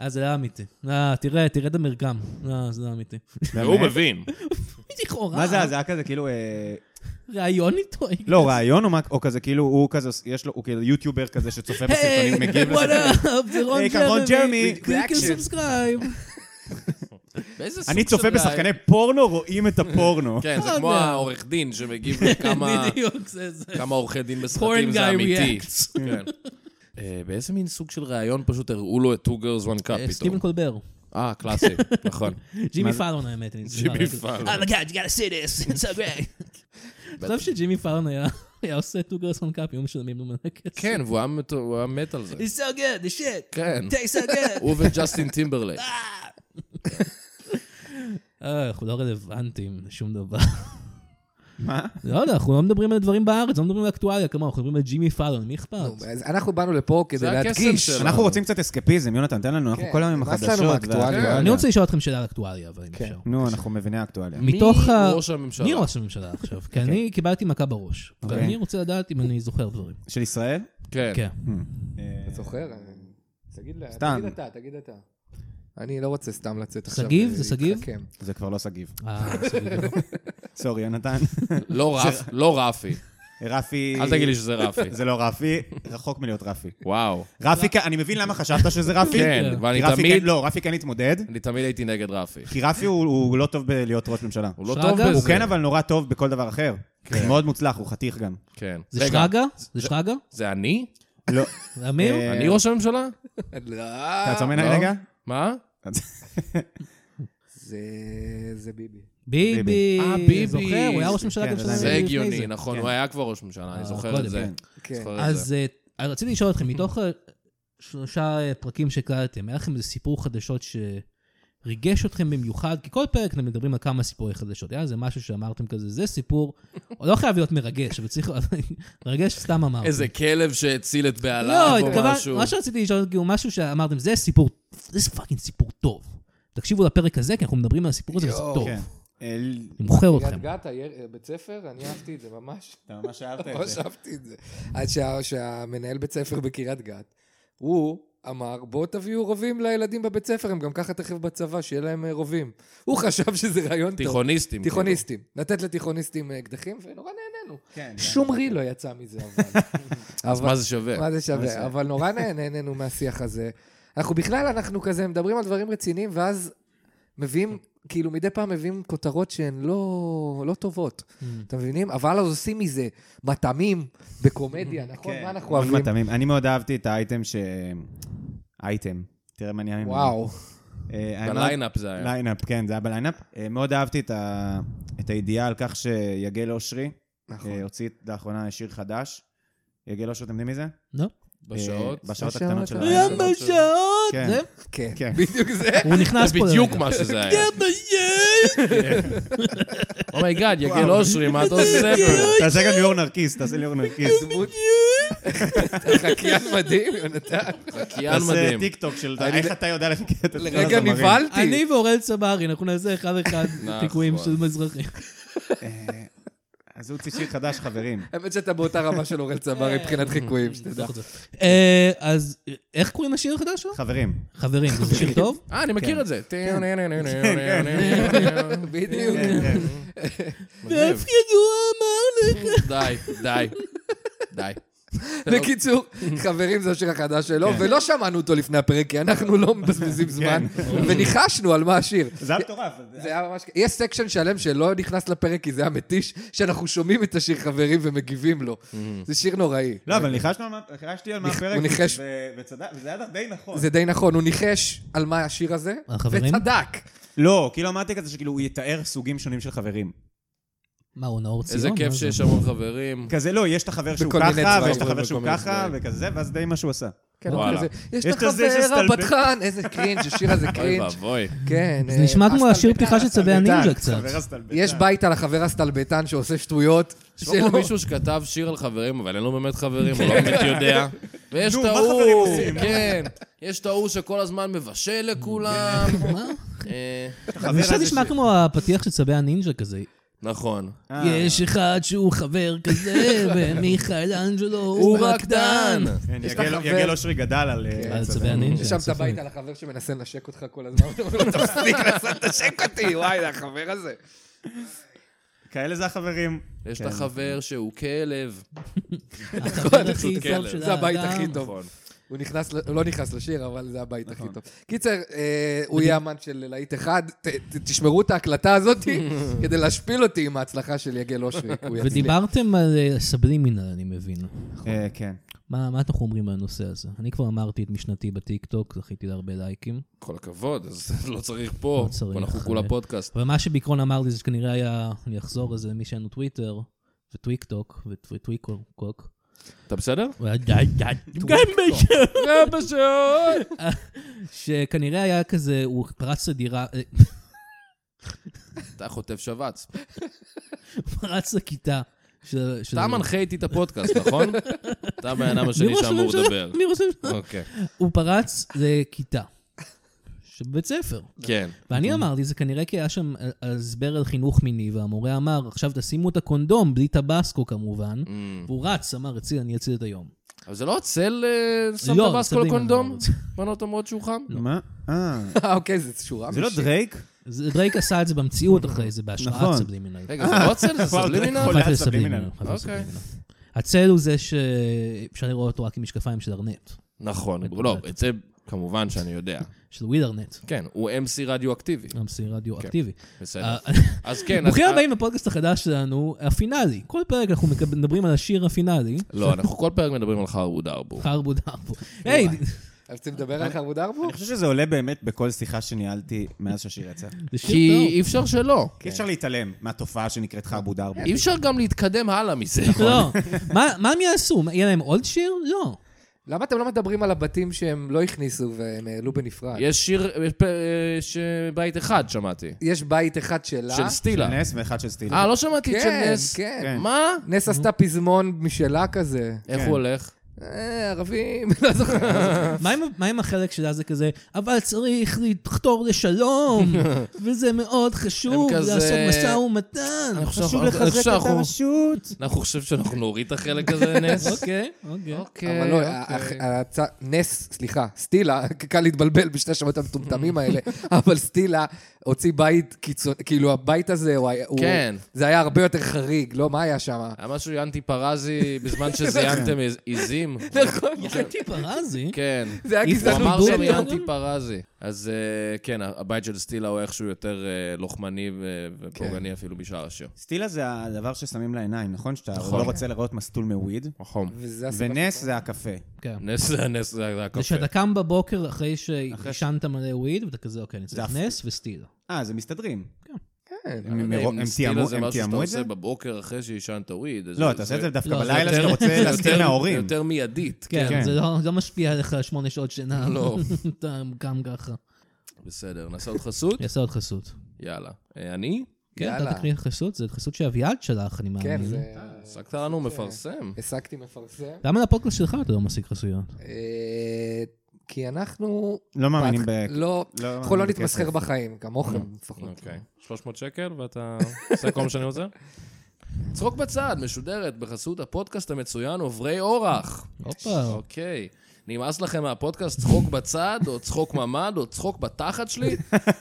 [SPEAKER 3] אה, זה היה אמיתי. אה, תראה, תראה את המרקם. אה, זה היה אמיתי.
[SPEAKER 2] והוא
[SPEAKER 4] באמת?
[SPEAKER 2] מבין.
[SPEAKER 3] לכאורה.
[SPEAKER 4] מה זה, אז זה היה כזה, כאילו... אה,
[SPEAKER 3] ראיון איתו.
[SPEAKER 4] לא, רעיון או מה, או כזה, כאילו, הוא כזה, יש לו, הוא כאילו יוטיובר כזה שצופה
[SPEAKER 3] היי,
[SPEAKER 4] בסרטונים, מגיב
[SPEAKER 3] what
[SPEAKER 4] לזה.
[SPEAKER 3] up, זה רון
[SPEAKER 4] היי, כאן רון
[SPEAKER 3] ג'רמי.
[SPEAKER 4] ג'רמי.
[SPEAKER 3] קליק
[SPEAKER 5] Reaction.
[SPEAKER 3] סאבסקרייב.
[SPEAKER 2] באיזה סוג
[SPEAKER 4] אני
[SPEAKER 2] של
[SPEAKER 4] צופה
[SPEAKER 2] ראיון?
[SPEAKER 4] בשחקני פורנו, רואים את הפורנו.
[SPEAKER 2] כן, זה
[SPEAKER 3] לא
[SPEAKER 2] כמו
[SPEAKER 3] יודע.
[SPEAKER 2] העורך דין שמגיב לכמה
[SPEAKER 3] בדיוק, זה זה.
[SPEAKER 2] כמה עורכי דין
[SPEAKER 3] Porn
[SPEAKER 2] בסרטים, זה
[SPEAKER 3] guy
[SPEAKER 2] אמיתי.
[SPEAKER 3] reacts.
[SPEAKER 2] כן. אה, באיזה מין סוג של ראיון פשוט הראו לו את two girls one cup פתאום?
[SPEAKER 3] אה, סטיבן קולבר.
[SPEAKER 2] אה, קלאסי, נכון.
[SPEAKER 3] ג'ימי פאלון האמת, אני צריך
[SPEAKER 2] ג'ימי
[SPEAKER 3] להגיד.
[SPEAKER 2] פאלון.
[SPEAKER 3] Oh my God, you gotta see this, it's so great. אתה חושב שג'ימי פאלון היה היה עושה two girls one cup, היו משלמים לו מלא כסף.
[SPEAKER 2] כן, והוא היה מת- הוא היה מת על זה.
[SPEAKER 3] It's so good, the shit.
[SPEAKER 2] כן.
[SPEAKER 3] tastes so good.
[SPEAKER 2] הוא וג'סטין טימברלייק.
[SPEAKER 3] אה, אנחנו לא רלוונטיים לשום דבר.
[SPEAKER 4] מה?
[SPEAKER 3] לא יודע, אנחנו לא מדברים על דברים בארץ, לא מדברים על אקטואליה, כמוהו, אנחנו מדברים על ג'ימי פאלון, מי אכפת?
[SPEAKER 2] לא,
[SPEAKER 5] אז אנחנו באנו לפה כדי
[SPEAKER 2] זה הקסם
[SPEAKER 5] להדגיש.
[SPEAKER 2] שלו.
[SPEAKER 4] אנחנו רוצים קצת אסקפיזם, יונתן, תן לנו, אנחנו
[SPEAKER 5] כן,
[SPEAKER 4] כל היום עם
[SPEAKER 5] נמאס
[SPEAKER 4] החדשות.
[SPEAKER 5] לנו
[SPEAKER 4] וה-
[SPEAKER 5] מהאקטואליה.
[SPEAKER 4] כן.
[SPEAKER 3] אני
[SPEAKER 2] לא.
[SPEAKER 3] רוצה לשאול אתכם שאלה על אקטואליה, אבל אם
[SPEAKER 5] כן.
[SPEAKER 3] אפשר.
[SPEAKER 4] נו, אנחנו מביני האקטואליה.
[SPEAKER 3] מתוך
[SPEAKER 2] מי
[SPEAKER 3] ה...
[SPEAKER 2] ראש הממשלה?
[SPEAKER 3] מי ראש הממשלה עכשיו? כי
[SPEAKER 2] אוקיי.
[SPEAKER 3] אני קיבלתי מכה בראש, ואני רוצה לדעת אם אני זוכר דברים.
[SPEAKER 4] של ישראל?
[SPEAKER 2] כן.
[SPEAKER 3] כן.
[SPEAKER 5] אתה זוכר? אה, תגיד לה-
[SPEAKER 4] סתם.
[SPEAKER 5] תגיד אתה, תגיד אתה. אני לא רוצה סתם לצאת עכשיו.
[SPEAKER 3] סגיב?
[SPEAKER 5] אה,
[SPEAKER 3] זה סגיב?
[SPEAKER 5] להתחכם.
[SPEAKER 4] זה כבר לא סגיב.
[SPEAKER 3] אה, בסדר.
[SPEAKER 4] סורי, יונתן.
[SPEAKER 2] לא רף- לא רפי.
[SPEAKER 4] רפי...
[SPEAKER 2] אל תגיד לי שזה רפי.
[SPEAKER 4] זה לא רפי, רחוק מלהיות רפי.
[SPEAKER 2] וואו.
[SPEAKER 4] רפי, כ- אני מבין למה חשבת שזה רפי.
[SPEAKER 2] כן,
[SPEAKER 4] כי
[SPEAKER 2] ואני
[SPEAKER 4] רפי
[SPEAKER 2] תמיד-
[SPEAKER 4] כן- לא, רפי כן התמודד,
[SPEAKER 2] אני תמיד הייתי נגד רפי.
[SPEAKER 4] כי רפי הוא- הוא לא טוב בלהיות ראש ממשלה.
[SPEAKER 2] הוא לא
[SPEAKER 3] שרגא?
[SPEAKER 2] טוב בזה.
[SPEAKER 4] הוא כן, אבל נורא טוב בכל דבר אחר. הוא מאוד מוצלח, הוא חתיך גם.
[SPEAKER 2] כן.
[SPEAKER 3] זה
[SPEAKER 2] רגע,
[SPEAKER 3] שרגא? כן. זה שרגא?
[SPEAKER 2] זה אני?
[SPEAKER 4] לא.
[SPEAKER 3] זה אמיר?
[SPEAKER 4] אה,
[SPEAKER 2] אני ראש הממשלה?
[SPEAKER 5] לא.
[SPEAKER 4] אתה עצמם
[SPEAKER 2] לא.
[SPEAKER 4] רגע?
[SPEAKER 2] מה?
[SPEAKER 5] זה- זה ביבי.
[SPEAKER 3] ביבי.
[SPEAKER 2] אה, ביבי.
[SPEAKER 3] זוכר? הוא היה ראש ממשלה
[SPEAKER 4] כן,
[SPEAKER 3] גם
[SPEAKER 4] זה
[SPEAKER 3] שניים
[SPEAKER 2] זה
[SPEAKER 3] לפני
[SPEAKER 2] הגיוני, נכון,
[SPEAKER 4] כן.
[SPEAKER 2] הוא היה כבר ראש ממשלה, אני
[SPEAKER 3] אה,
[SPEAKER 2] זוכר
[SPEAKER 3] קודם,
[SPEAKER 2] את זה.
[SPEAKER 4] כן.
[SPEAKER 5] כן.
[SPEAKER 2] זוכר את
[SPEAKER 3] אז אה, רציתי לשאול אתכם, מתוך אה, שלושה אה, פרקים שהקלטתם, היה לכם איזה סיפור חדשות שריגש אתכם במיוחד? כי כל פרק אתם מדברים על כמה סיפורי חדשות. היה איזה משהו שאמרתם כזה, זה סיפור, או לא חייב להיות מרגש, אבל צריך... מרגש סתם אמרתם.
[SPEAKER 2] איזה כלב שהציל את בעליו
[SPEAKER 3] אוקיי. לא,
[SPEAKER 2] או
[SPEAKER 3] התכוון,
[SPEAKER 2] משהו.
[SPEAKER 3] מה שרציתי לשאול, כאילו, משהו שאמרתם, זה סיפור, זה פאקינג סיפור טוב. תקשיבו לפרק הזה, כי אנחנו מדברים על הסיפור הזה, וזה
[SPEAKER 5] יואו.
[SPEAKER 3] טוב.
[SPEAKER 4] כן. אל-
[SPEAKER 3] אני מוכר
[SPEAKER 5] קריית
[SPEAKER 3] אתכם.
[SPEAKER 5] גת, היר- אה, בית ספר, אני אהבתי את זה ממש.
[SPEAKER 4] אתה ממש אהבת
[SPEAKER 2] כן.
[SPEAKER 4] את
[SPEAKER 5] ממש
[SPEAKER 4] זה.
[SPEAKER 5] אהבתי את זה. עד שה- שהמנהל בית ספר בקריית גת, הוא אמר, בואו תביאו רובים לילדים בבית ספר, הם גם ככה תכף בצבא, שיהיה להם אה, רובים. הוא חשב שזה רעיון טוב.
[SPEAKER 2] תיכוניסטים. כאילו.
[SPEAKER 5] תיכוניסטים. לתת לתיכוניסטים אה, אקדחים, ונורא נהנינו.
[SPEAKER 4] כן,
[SPEAKER 5] שום רי לא יצא מזה, אבל.
[SPEAKER 2] אז מה זה שווה?
[SPEAKER 5] מה זה
[SPEAKER 4] מה זה?
[SPEAKER 5] שווה? אבל נורא נה- נהנינו מהשיח הזה. אנחנו בכלל, אנחנו כזה מדברים על דברים רציניים, ואז מביאים, כאילו מדי פעם מביאים כותרות שהן לא, לא טובות. אתם מבינים? אבל אז עושים מזה מטעמים בקומדיה, נכון?
[SPEAKER 4] כן,
[SPEAKER 5] מה אנחנו
[SPEAKER 4] המון
[SPEAKER 5] אוהבים?
[SPEAKER 4] מטעמים. אני מאוד אהבתי את האייטם ש... אייטם. תראה מה נהיה ממנו.
[SPEAKER 5] וואו.
[SPEAKER 4] אה, אני מאוד-
[SPEAKER 2] בליינאפ זה היה.
[SPEAKER 4] ליינאפ, כן, זה היה בליינאפ. אה, מאוד אהבתי את ה- את הידיעה על כך שיגל אושרי
[SPEAKER 5] נכון.
[SPEAKER 4] אה, הוציא לאחרונה שיר חדש. יגל אושרי, אתם יודעים מי זה?
[SPEAKER 3] לא?
[SPEAKER 2] בשעות.
[SPEAKER 4] אה, בשעות
[SPEAKER 5] בשעות
[SPEAKER 4] הקטנות של
[SPEAKER 5] הקטנות.
[SPEAKER 4] הלילה.
[SPEAKER 3] ים בשעות!
[SPEAKER 4] כן.
[SPEAKER 3] זה?
[SPEAKER 5] כן,
[SPEAKER 4] כן.
[SPEAKER 5] בדיוק זה.
[SPEAKER 3] הוא נכנס
[SPEAKER 2] זה
[SPEAKER 3] פה
[SPEAKER 2] בדיוק
[SPEAKER 3] לרגע.
[SPEAKER 2] מה שזה היה. Oh
[SPEAKER 3] בשעות!
[SPEAKER 2] אומייגאד, יגל
[SPEAKER 4] וואו.
[SPEAKER 2] אושרי, מה אתה עושה פה?
[SPEAKER 5] לא
[SPEAKER 4] תעשה גם ליאור נרקיס, תעשה ליאור נרקיס.
[SPEAKER 5] דמות... חקיין מדהים, יונתן.
[SPEAKER 2] קיאן
[SPEAKER 4] תעשה
[SPEAKER 2] מדהים.
[SPEAKER 4] אה, טיק טוק של...
[SPEAKER 5] אני-
[SPEAKER 4] איך אתה יודע לקטע את כל
[SPEAKER 5] לרגע
[SPEAKER 4] הזמרים.
[SPEAKER 5] נבהלתי.
[SPEAKER 3] אני ואורל צברי, אנחנו נעשה אחד אחד תיקויים של
[SPEAKER 2] נכון.
[SPEAKER 3] מזרחים.
[SPEAKER 4] אה, אז הוא הוציא שיר חדש, חברים.
[SPEAKER 5] האמת שאתה באותה רמה של אורל צברי מבחינת חיקויים, שתדע.
[SPEAKER 3] אה, אז אה, איך קוראים לשיר החדש שלו?
[SPEAKER 4] חברים.
[SPEAKER 3] חברים, זה שיר טוב?
[SPEAKER 2] אה, אני מכיר את זה.
[SPEAKER 5] בדיוק.
[SPEAKER 4] כן,
[SPEAKER 2] מדהים.
[SPEAKER 3] ידוע אמר לך.
[SPEAKER 2] די, די, די.
[SPEAKER 4] כן.
[SPEAKER 5] בקיצור, חברים, זה השיר החדש שלו, ולא שמענו אותו לפני הפרק, כי אנחנו לא מבזבזים
[SPEAKER 4] כן.
[SPEAKER 5] זמן, וניחשנו על מה השיר.
[SPEAKER 4] זה היה מטורף.
[SPEAKER 5] זה היה ממש... יש סקשן שלם שלא נכנס לפרק כי זה היה מתיש, שאנחנו שומעים את השיר חברים ומגיבים לו. זה שיר נוראי.
[SPEAKER 4] לא, אבל ניחשנו על מה- ניחשתי על מה
[SPEAKER 5] ניח-
[SPEAKER 4] הפרק,
[SPEAKER 5] הוא ניחש.
[SPEAKER 4] ו- וצדק, וזה היה די נכון.
[SPEAKER 5] זה די נכון, הוא ניחש על מה השיר הזה,
[SPEAKER 3] החברים?
[SPEAKER 5] וצדק.
[SPEAKER 4] לא, כאילו אמרתי כזה שכאילו הוא יתאר סוגים שונים של חברים.
[SPEAKER 3] מה, הוא נאור ציון?
[SPEAKER 2] איזה כיף
[SPEAKER 3] מה זה?
[SPEAKER 2] שיש המון חברים.
[SPEAKER 4] כזה לא, יש את החבר שהוא
[SPEAKER 5] בכל מיני
[SPEAKER 4] ככה,
[SPEAKER 5] צבעים.
[SPEAKER 4] ויש את החבר
[SPEAKER 2] בכל
[SPEAKER 4] שהוא
[SPEAKER 2] מיני
[SPEAKER 4] ככה,
[SPEAKER 2] צבעים.
[SPEAKER 4] וכזה, ואז די מה שהוא עשה.
[SPEAKER 5] כן,
[SPEAKER 2] וואלה.
[SPEAKER 5] הוא כזה, יש
[SPEAKER 4] יש
[SPEAKER 5] את
[SPEAKER 4] את זה
[SPEAKER 5] החבר
[SPEAKER 4] שסטלבט-
[SPEAKER 5] הפתחן, איזה קרינג', השיר הזה
[SPEAKER 2] אוי
[SPEAKER 5] קרינג'.
[SPEAKER 2] ואבוי.
[SPEAKER 5] כן.
[SPEAKER 3] זה
[SPEAKER 5] אה,
[SPEAKER 3] נשמע כמו
[SPEAKER 5] הסטלבט-
[SPEAKER 3] השיר פתיחה של
[SPEAKER 4] אה,
[SPEAKER 3] צווי הנינג'ה קצת.
[SPEAKER 4] חבר הסטלבטן.
[SPEAKER 5] יש בית על החבר הסטלבטן שעושה שטויות.
[SPEAKER 2] יש פה מישהו שכתב שיר על חברים, אבל אין לו באמת חברים, הוא לא באמת יודע. ויש
[SPEAKER 4] נו,
[SPEAKER 2] את
[SPEAKER 4] מה
[SPEAKER 2] ההוא,
[SPEAKER 4] חברים עושים?
[SPEAKER 2] כן. יש את ההוא שכל הזמן מבשל לכולם.
[SPEAKER 3] מה?
[SPEAKER 2] אה,
[SPEAKER 4] החבר
[SPEAKER 3] זה קצת
[SPEAKER 4] הזה
[SPEAKER 3] נשמע
[SPEAKER 4] ש-
[SPEAKER 3] כמו הפתיח של צווי הנינג'ה כזה.
[SPEAKER 2] נכון.
[SPEAKER 4] אה,
[SPEAKER 3] יש אחד שהוא חבר כזה, ומיכאל אנג'לו הוא רקדן.
[SPEAKER 4] כן,
[SPEAKER 5] יש
[SPEAKER 4] יגל-
[SPEAKER 5] לה חבר-
[SPEAKER 4] יגל אושרי גדל על... אה,
[SPEAKER 5] כן.
[SPEAKER 3] על
[SPEAKER 4] צווי
[SPEAKER 3] צווי הנינג'ה.
[SPEAKER 5] יש שם את
[SPEAKER 3] ספק.
[SPEAKER 5] הבית על החבר שמנסה לנשק אותך כל הזמן, הוא אומר לו, תפסיק לנסות לנשק אותי, וואי, זה החבר הזה.
[SPEAKER 4] כאלה זה החברים.
[SPEAKER 2] יש
[SPEAKER 4] כן.
[SPEAKER 2] את החבר שהוא כלב.
[SPEAKER 3] החבר
[SPEAKER 2] פשוט
[SPEAKER 3] הכי טוב
[SPEAKER 2] כלב.
[SPEAKER 3] של
[SPEAKER 5] זה הבית הכי
[SPEAKER 3] האדם.
[SPEAKER 5] טוב.
[SPEAKER 2] נכון.
[SPEAKER 5] הוא נכנס, ל- הוא לא נכנס לשיר, אבל זה הבית הכי טוב. קיצר, אה, הוא יהיה אמן של להיט אחד, ת- ת- תשמרו את ההקלטה הזאת כדי להשפיל אותי עם ההצלחה של יגל אושרי, כי הוא יצליח.
[SPEAKER 3] ודיברתם על אה, סבלימינל, אני מבין.
[SPEAKER 4] אה, כן.
[SPEAKER 3] מה מה אנחנו אומרים על הנושא הזה? אני כבר אמרתי את משנתי בטיקטוק, זכיתי להרבה לייקים.
[SPEAKER 2] כל הכבוד, אז לא צריך פה.
[SPEAKER 3] לא צריך,
[SPEAKER 2] אנחנו
[SPEAKER 3] אה.
[SPEAKER 2] כולה פודקאסט.
[SPEAKER 3] אבל מה שבעיקרון אמרתי זה שכנראה היה, אני אחזור לזה, מי שאין לו טוויטר, וטוויקטוק, וטוויקוק.
[SPEAKER 2] אתה בסדר?
[SPEAKER 3] גם בשעות. גם בשעות. שכנראה היה כזה, הוא פרץ לדירה, אה,
[SPEAKER 2] אתה חוטף שבץ.
[SPEAKER 3] פרץ לכיתה. של- של-
[SPEAKER 2] אתה מנחה איתי את הפודקאסט, נכון? אתה הבן אדם השני
[SPEAKER 3] מי ראש
[SPEAKER 2] שאמור
[SPEAKER 3] הממשלה?
[SPEAKER 2] לדבר.
[SPEAKER 3] מי ראש הממשלה?
[SPEAKER 2] אוקיי.
[SPEAKER 3] הוא פרץ לכיתה. שבבית ספר.
[SPEAKER 2] כן.
[SPEAKER 3] ואני אמרתי, זה כנראה כי היה שם אה, הסבר על חינוך מיני, והמורה אמר, עכשיו תשימו את הקונדום, בלי טבסקו כמובן.
[SPEAKER 2] אמ,
[SPEAKER 3] והוא רץ, אמר, אציל, אני אציל את היום.
[SPEAKER 2] אבל זה לא הצל אה, שם
[SPEAKER 3] לא,
[SPEAKER 2] את הבאס
[SPEAKER 3] זה
[SPEAKER 2] כל
[SPEAKER 3] סבבה.
[SPEAKER 2] הקונדום? בנות אומרות שהוא חם?
[SPEAKER 4] מה? אה,
[SPEAKER 5] אוקיי, זו שורה
[SPEAKER 4] זה לא
[SPEAKER 5] משיר.
[SPEAKER 4] דרייק?
[SPEAKER 3] זה- דרייק עשה את זה במציאות אחרי זה, בהשראת
[SPEAKER 4] נכון.
[SPEAKER 3] סבלימינל.
[SPEAKER 2] רגע, זה לא הצל? זה
[SPEAKER 4] וואו,
[SPEAKER 2] סבלימינל?
[SPEAKER 4] דרק
[SPEAKER 3] חייב
[SPEAKER 4] חולה
[SPEAKER 3] לסבלימינל.
[SPEAKER 4] סבלימינל.
[SPEAKER 3] חייב
[SPEAKER 2] אוקיי.
[SPEAKER 3] לסבלימינל. הצל הוא זה שאפשר לראות אותו רק עם משקפיים של ארנט,
[SPEAKER 2] נכון, לא, את זה כמובן שאני יודע.
[SPEAKER 3] של וויל ארנט,
[SPEAKER 2] כן, הוא MC רדיואקטיבי.
[SPEAKER 3] אמסי רדיואקטיבי.
[SPEAKER 2] בסדר. אז כן, אז...
[SPEAKER 3] ברוכים הבאים לפודקאסט החדש שלנו, הפינאלי. כל פרק אנחנו מקב- מדברים על השיר הפינאלי,
[SPEAKER 2] לא, אנחנו כל פרק מדברים על חרבו דרבו.
[SPEAKER 3] חרבו דרבו. היי,
[SPEAKER 5] אז רוצים לדבר על חרבו דרבו?
[SPEAKER 4] אני חושב שזה עולה באמת בכל שיחה שניהלתי מאז שהשיר יצא.
[SPEAKER 3] זה שיר
[SPEAKER 2] כי
[SPEAKER 3] טוב.
[SPEAKER 2] אי אפשר שלא.
[SPEAKER 4] אי אפשר להתעלם מהתופעה שנקראת חרבו דרבו.
[SPEAKER 2] אי אפשר גם להתקדם הלאה מזה.
[SPEAKER 3] לא. מה- מה הם יעשו? מה, יהיה להם עוד שיר? לא.
[SPEAKER 5] למה אתם לא מדברים על הבתים שהם לא הכניסו והם העלו בנפרד?
[SPEAKER 2] יש שיר, יש פ- אה, ש- בית אחד שמעתי.
[SPEAKER 5] יש בית אחד שלה.
[SPEAKER 2] של
[SPEAKER 4] של
[SPEAKER 2] סטילה.
[SPEAKER 4] נס ואחד של סטילה.
[SPEAKER 2] אה, לא שמעתי את של
[SPEAKER 5] כן,
[SPEAKER 2] נס.
[SPEAKER 5] כן.
[SPEAKER 2] מה?
[SPEAKER 5] נס עשתה פזמון משלה כזה.
[SPEAKER 2] איך
[SPEAKER 4] כן.
[SPEAKER 2] הוא הולך?
[SPEAKER 5] אה, ערבים, לא זוכר.
[SPEAKER 2] אה.
[SPEAKER 3] מה עם- מה עם החלק שלה זה כזה, אבל צריך לחתור לשלום, וזה מאוד חשוב
[SPEAKER 2] הם כזה-
[SPEAKER 3] לעשות משא ומתן.
[SPEAKER 2] אני חושב שאנחנו- אני חושב שאנחנו-
[SPEAKER 4] הרשות.
[SPEAKER 2] אנחנו חושבים שאנחנו נוריד את החלק הזה, נס.
[SPEAKER 3] אוקיי, אוקיי.
[SPEAKER 2] אוקיי.
[SPEAKER 5] אבל לא,
[SPEAKER 2] אוקיי.
[SPEAKER 5] ה- ה- הצ- נס, סליחה, סטילה, קל להתבלבל בשני השמות המטומטמים האלה, אבל סטילה הוציא בית קיצוני, כאילו הבית הזה, הוא היה- הוא-
[SPEAKER 2] כן.
[SPEAKER 5] זה היה הרבה יותר חריג, לא, מה היה שם?
[SPEAKER 2] היה משהו ינטי פרזי בזמן שזיינתם עז- עזים.
[SPEAKER 3] ינטי פרזי?
[SPEAKER 2] כן.
[SPEAKER 5] זה היה
[SPEAKER 3] אם-
[SPEAKER 2] הוא
[SPEAKER 5] גזענות.
[SPEAKER 2] אמר
[SPEAKER 3] בול
[SPEAKER 2] שם
[SPEAKER 3] מדברים?
[SPEAKER 2] ינטי פרזי. אז אה, כן, הבית של סטילה הוא איכשהו יותר אה, לוחמני ו-
[SPEAKER 4] כן.
[SPEAKER 2] ופוגעני אפילו משאר השיר.
[SPEAKER 4] סטילה זה הדבר ששמים לעיניים, נכון? שאתה
[SPEAKER 2] נכון.
[SPEAKER 4] לא רוצה לראות מסטול מוויד.
[SPEAKER 2] נכון.
[SPEAKER 5] וזה הסיבה
[SPEAKER 4] ונס זה הקפה.
[SPEAKER 3] כן.
[SPEAKER 2] נס זה הנס, זה זה
[SPEAKER 3] זה
[SPEAKER 2] הקפה.
[SPEAKER 3] שאתה קם בבוקר אחרי שעישנת מלא וויד, ואתה כזה, אוקיי, אני צריך
[SPEAKER 4] דף.
[SPEAKER 3] נס וסטיל.
[SPEAKER 4] אה, זה מסתדרים.
[SPEAKER 5] כן.
[SPEAKER 4] הם
[SPEAKER 2] אני לא יודע
[SPEAKER 4] מרו-
[SPEAKER 2] אם
[SPEAKER 4] הם
[SPEAKER 2] סטילה
[SPEAKER 4] תיאמו-
[SPEAKER 2] זה
[SPEAKER 4] הם
[SPEAKER 2] משהו שאתה
[SPEAKER 4] תיאמו את זה?
[SPEAKER 2] עושה בבוקר אחרי שעישנת וויד. אז
[SPEAKER 4] לא,
[SPEAKER 2] זה-
[SPEAKER 4] אתה עושה את זה דווקא
[SPEAKER 3] לא, זה
[SPEAKER 4] בלילה
[SPEAKER 3] יותר-
[SPEAKER 4] שאתה רוצה
[SPEAKER 2] זה
[SPEAKER 4] להסתיר
[SPEAKER 2] יותר-
[SPEAKER 4] מההורים.
[SPEAKER 2] יותר מיידית.
[SPEAKER 3] כן,
[SPEAKER 4] כן.
[SPEAKER 3] זה לא- לא משפיע עליך שמונה שעות שינה.
[SPEAKER 2] לא.
[SPEAKER 3] אתה קם ככה.
[SPEAKER 2] בסדר, נעשה עוד חסות?
[SPEAKER 3] יעשה עוד חסות.
[SPEAKER 2] יאללה. אה, אני?
[SPEAKER 3] כן, אתה
[SPEAKER 5] יאללה.
[SPEAKER 3] תקריא חסות, זה חסות שאביעד שלח, אני
[SPEAKER 5] כן,
[SPEAKER 3] מאמין.
[SPEAKER 5] זה...
[SPEAKER 2] עסקת לנו מפרסם.
[SPEAKER 5] הסקתי מפרסם.
[SPEAKER 3] למה לפודקאסט שלך אתה לא משיג חסויות?
[SPEAKER 5] אה, כי אנחנו...
[SPEAKER 4] לא מאמינים ב...
[SPEAKER 5] בהתח- לא,
[SPEAKER 4] לא
[SPEAKER 5] אנחנו לא
[SPEAKER 4] מאמינים
[SPEAKER 5] נתמסחר
[SPEAKER 4] בכסף.
[SPEAKER 5] בחיים, כמוכם לפחות.
[SPEAKER 2] אוקיי. 300 שקל ואתה עושה כל מה שאני רוצה? צחוק בצד, משודרת בחסות הפודקאסט המצוין עוברי אורח.
[SPEAKER 3] הופה.
[SPEAKER 2] אוקיי. נמאס לכם מהפודקאסט צחוק בצד, או צחוק ממ"ד, או צחוק בתחת שלי?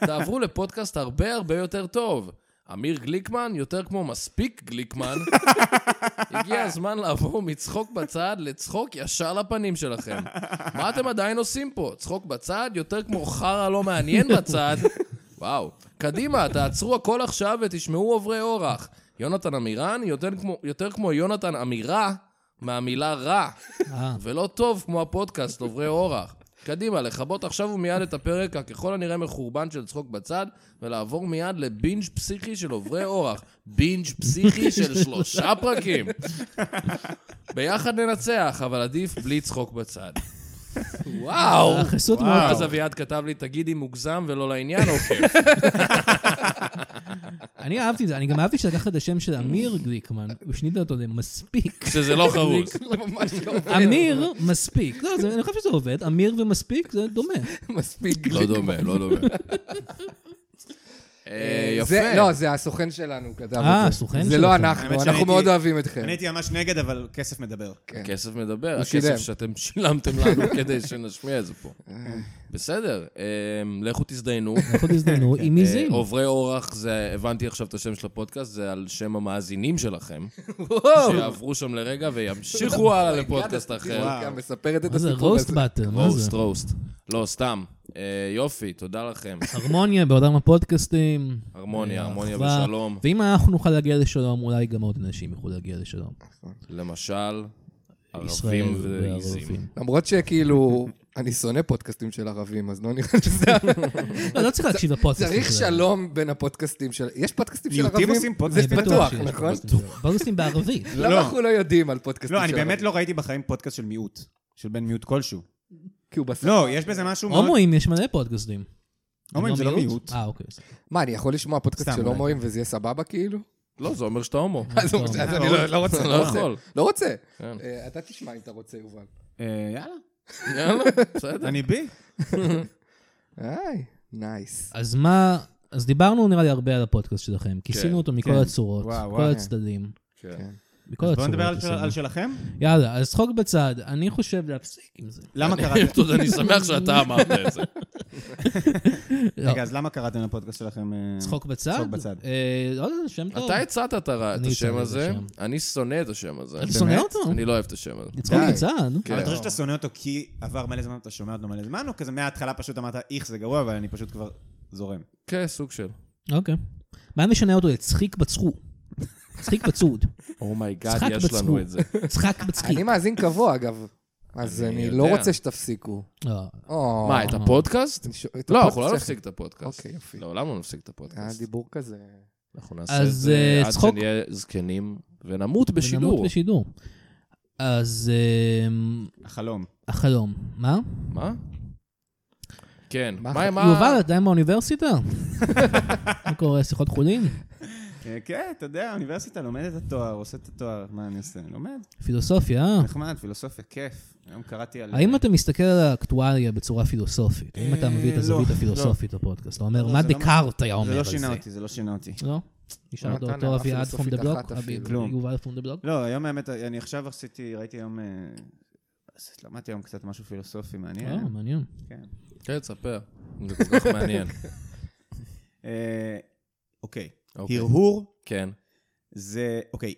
[SPEAKER 2] תעברו לפודקאסט הרבה הרבה יותר טוב. אמיר גליקמן, יותר כמו מספיק גליקמן, הגיע הזמן לעבור מצחוק בצד לצחוק ישר לפנים שלכם. מה אתם עדיין עושים פה? צחוק בצד, יותר כמו חרא לא מעניין בצד. וואו. קדימה, תעצרו הכל עכשיו ותשמעו עוברי אורח. יונתן עמירן, יותר כמו, יותר כמו יונתן עמירה מהמילה רע.
[SPEAKER 3] אה,
[SPEAKER 2] ולא טוב כמו הפודקאסט עוברי אורח. קדימה, לכבות עכשיו ומיד את הפרק הככל הנראה מחורבן של צחוק בצד, ולעבור מיד לבינג' פסיכי של עוברי אורח. בינג' פסיכי של שלושה פרקים. ביחד ננצח, אבל עדיף בלי צחוק בצד. וואו!
[SPEAKER 3] החסות מאוד
[SPEAKER 2] וואו. אז
[SPEAKER 3] טובה.
[SPEAKER 2] אביעד כתב לי, תגידי מוגזם ולא לעניין, אוקיי.
[SPEAKER 3] אני אהבתי את זה, אני גם אהבתי שלקחת את השם של אמיר גליקמן, ושינית אותו למספיק.
[SPEAKER 2] שזה לא חרוץ.
[SPEAKER 5] לא ממש לא
[SPEAKER 3] אמיר, מספיק. לא, זה- אני חושב שזה עובד, אמיר ומספיק זה דומה.
[SPEAKER 5] מספיק
[SPEAKER 2] לא דומה, לא דומה. אה, יפה.
[SPEAKER 5] זה- לא, זה הסוכן שלנו כתב את זה.
[SPEAKER 3] אה, הסוכן
[SPEAKER 5] זה
[SPEAKER 3] שלכם.
[SPEAKER 5] לא אנחנו,
[SPEAKER 4] האמת
[SPEAKER 5] אנחנו
[SPEAKER 4] שהייתי-
[SPEAKER 5] מאוד אוהבים אתכם.
[SPEAKER 4] אני הייתי ממש נגד, אבל כסף מדבר.
[SPEAKER 5] כן.
[SPEAKER 2] הכסף מדבר,
[SPEAKER 5] שילם. אה.
[SPEAKER 2] הכסף שאתם שילמתם לנו כדי שנשמיע את זה פה. בסדר, אמ, לכו תזדיינו.
[SPEAKER 3] אנחנו נזדמנו עם
[SPEAKER 2] אה,
[SPEAKER 3] עיזים.
[SPEAKER 2] עוברי אורח, זה, הבנתי עכשיו את השם של הפודקאסט, זה על שם המאזינים שלכם, שיעברו שם לרגע וימשיכו הלאה לפודקאסט אחר.
[SPEAKER 4] וואו.
[SPEAKER 5] גם מספרת את
[SPEAKER 3] מה זה
[SPEAKER 5] הסיפור
[SPEAKER 3] רוסט
[SPEAKER 5] הזה.
[SPEAKER 3] באטר? מה
[SPEAKER 2] רוסט,
[SPEAKER 3] זה?
[SPEAKER 2] רוסט. לא, סתם. אה, יופי, תודה לכם.
[SPEAKER 3] הרמוניה בעולם הפודקאסטים.
[SPEAKER 2] הרמוניה, הרמוניה
[SPEAKER 3] אחווה.
[SPEAKER 2] ושלום.
[SPEAKER 3] ואם אנחנו נוכל להגיע לשלום, אולי גם עוד אנשים יוכלו להגיע לשלום.
[SPEAKER 2] למשל,
[SPEAKER 3] ישראל
[SPEAKER 2] ערבים ועיזים.
[SPEAKER 3] והערבים.
[SPEAKER 5] למרות שכאילו, אני שונא פודקאסטים של ערבים, אז לא נראה שזה...
[SPEAKER 3] לא, לא צריך להקשיב לפודקאסטים.
[SPEAKER 5] צריך
[SPEAKER 3] שלהם.
[SPEAKER 5] שלום בין הפודקאסטים של... יש פודקאסטים של
[SPEAKER 4] מיעוטים
[SPEAKER 5] ערבים?
[SPEAKER 4] עושים לא,
[SPEAKER 5] זה
[SPEAKER 4] פודקאסטים?
[SPEAKER 5] פתוח,
[SPEAKER 3] שיש
[SPEAKER 5] נכון?
[SPEAKER 3] פודקאסטים שלהם. פודקאסטים בערבית.
[SPEAKER 5] למה
[SPEAKER 4] לא.
[SPEAKER 5] אנחנו לא יודעים על פודקאסטים של
[SPEAKER 4] לא, אני
[SPEAKER 5] ערבים?
[SPEAKER 4] באמת לא ראיתי בחיים פודקאסט של מיעוט. של בן מיעוט כלשהו.
[SPEAKER 5] כי הוא בסדר.
[SPEAKER 4] לא, יש בזה משהו מאוד...
[SPEAKER 3] הומואים יש מלא פודקאסטים.
[SPEAKER 4] הומואים זה לא מיעוט.
[SPEAKER 3] אה, אוקיי. סליחה.
[SPEAKER 5] מה, אני יכול לשמוע פודקאסט
[SPEAKER 4] סתם,
[SPEAKER 5] של
[SPEAKER 3] לא.
[SPEAKER 4] אולי.
[SPEAKER 5] הומואים וזה יהיה סבבה כאילו?
[SPEAKER 2] לא, זה אומר שאתה הומו.
[SPEAKER 5] אז הוא- אז אני לא- לא רוצה,
[SPEAKER 2] לא
[SPEAKER 5] לא רוצה.
[SPEAKER 2] יכול.
[SPEAKER 5] לא רוצה.
[SPEAKER 2] כן.
[SPEAKER 5] אה, אתה תשמע אם אתה רוצה, יובל.
[SPEAKER 4] אה, יאללה,
[SPEAKER 2] יאללה, בסדר.
[SPEAKER 4] אני בי.
[SPEAKER 5] היי, נייס.
[SPEAKER 3] אז מה... אז דיברנו נראה לי הרבה על הפודקאסט שלכם. כיסינו אותו מכל
[SPEAKER 4] כן.
[SPEAKER 3] הצורות,
[SPEAKER 4] וואו,
[SPEAKER 3] כל
[SPEAKER 4] וואו.
[SPEAKER 3] הצדדים.
[SPEAKER 2] כן.
[SPEAKER 3] מכל
[SPEAKER 4] בואו
[SPEAKER 3] הצורות.
[SPEAKER 4] נדבר על של-
[SPEAKER 3] עשינו.
[SPEAKER 4] על שלכם.
[SPEAKER 3] יאללה, אז צחוק בצד, אני חושב להפסיק עם זה.
[SPEAKER 4] למה קראתם?
[SPEAKER 2] תודה, אני שמח שאתה אמרת את זה.
[SPEAKER 3] לא,
[SPEAKER 4] רגע, אז למה קראתם לפודקאסט שלכם? אה,
[SPEAKER 3] צחוק בצד?
[SPEAKER 4] צחוק בצד.
[SPEAKER 3] אה, לא, זה שם טוב.
[SPEAKER 2] אתה הצעת את הרע- את
[SPEAKER 3] אני
[SPEAKER 2] השם
[SPEAKER 3] שונא את
[SPEAKER 2] הזה,
[SPEAKER 3] השם.
[SPEAKER 2] אני שונא את השם הזה.
[SPEAKER 3] אתה שונא
[SPEAKER 4] באמת?
[SPEAKER 3] אותו?
[SPEAKER 2] אני לא אוהב את השם הזה.
[SPEAKER 3] צחוק
[SPEAKER 4] די.
[SPEAKER 3] בצד?
[SPEAKER 2] כן.
[SPEAKER 4] אבל אתה חושב שאתה שונא אותו כי עבר מלא זמן, אתה שומע אותו מלא זמן, או כזה מההתחלה פשוט אמרת, איך זה גרוע, אבל אני פשוט כבר זורם.
[SPEAKER 2] כן, סוג של.
[SPEAKER 3] אוקיי. מה משנה אותו לצחיק בצחו? צחיק בצוד.
[SPEAKER 2] אומייגאד,
[SPEAKER 3] צחק
[SPEAKER 2] Oh יש
[SPEAKER 3] בצחוק.
[SPEAKER 2] לנו את זה.
[SPEAKER 3] צחק בצחיק.
[SPEAKER 5] אני מאזין קבוע, אגב. אז
[SPEAKER 2] אני
[SPEAKER 5] אני
[SPEAKER 2] יודע.
[SPEAKER 5] לא רוצה שתפסיקו.
[SPEAKER 3] לא.
[SPEAKER 5] או.
[SPEAKER 2] מה, את הפודקאסט?
[SPEAKER 5] אתם ש- אה, את
[SPEAKER 2] לא,
[SPEAKER 5] הפודקאסט
[SPEAKER 2] אנחנו לא
[SPEAKER 5] שלכם.
[SPEAKER 2] נפסיק את הפודקאסט.
[SPEAKER 5] אוקיי, יופי. אה,
[SPEAKER 2] לעולם לא נפסיק את
[SPEAKER 5] היה
[SPEAKER 2] הפודקאסט.
[SPEAKER 5] דיבור כזה.
[SPEAKER 2] אנחנו נעשה את
[SPEAKER 3] אז,
[SPEAKER 2] זה
[SPEAKER 3] אה,
[SPEAKER 2] עד
[SPEAKER 3] צחוק.
[SPEAKER 2] שנהיה זקנים ונמות
[SPEAKER 3] ונמות
[SPEAKER 2] בשידור.
[SPEAKER 3] בשידור. אז אמ,
[SPEAKER 4] החלום.
[SPEAKER 3] החלום. מה?
[SPEAKER 2] מה? כן.
[SPEAKER 5] מה,
[SPEAKER 2] מה, מה?
[SPEAKER 3] יובל, אתה עדיין באוניברסיטה? מה קורה, שיחות חולין?
[SPEAKER 4] אה, כן, אתה יודע, האוניברסיטה לומד את התואר, עושה את התואר, מה אני עושה? לומד,
[SPEAKER 3] פילוסופיה, אה?
[SPEAKER 4] נחמד, פילוסופיה, כיף. היום קראתי על...
[SPEAKER 3] האם אתה מסתכל על האקטואליה בצורה פילוסופית? האם אתה מביא את
[SPEAKER 4] אה,
[SPEAKER 3] הזווית
[SPEAKER 4] לא,
[SPEAKER 3] הפילוסופית לפודקאסט? אתה אומר,
[SPEAKER 4] לא,
[SPEAKER 3] מה
[SPEAKER 4] זה לא-
[SPEAKER 3] דקארט היה אומר
[SPEAKER 4] זה
[SPEAKER 3] על
[SPEAKER 4] לא
[SPEAKER 3] זה?
[SPEAKER 4] שינה אותי, זה לא שינה אותי.
[SPEAKER 3] לא? נשארת
[SPEAKER 5] נתן
[SPEAKER 3] אותו
[SPEAKER 5] הערה
[SPEAKER 3] אביעד פום
[SPEAKER 5] פילוסופית
[SPEAKER 3] דה בלוק?
[SPEAKER 5] אחת אפילו.
[SPEAKER 3] אבי-
[SPEAKER 4] כלום.
[SPEAKER 3] יובל פום דה בלוק?
[SPEAKER 4] לא, היום האמת, אני עכשיו עשיתי, ראיתי היום... אה, אז למדתי היום קצת משהו פילוסופי מעניין.
[SPEAKER 3] אה, מעניין.
[SPEAKER 4] כן.
[SPEAKER 2] כן, תספר. זה כל כך מעניין.
[SPEAKER 4] אה, אוקיי.
[SPEAKER 2] אוקיי.
[SPEAKER 4] הרהור
[SPEAKER 2] כן,
[SPEAKER 4] זה... אוקיי.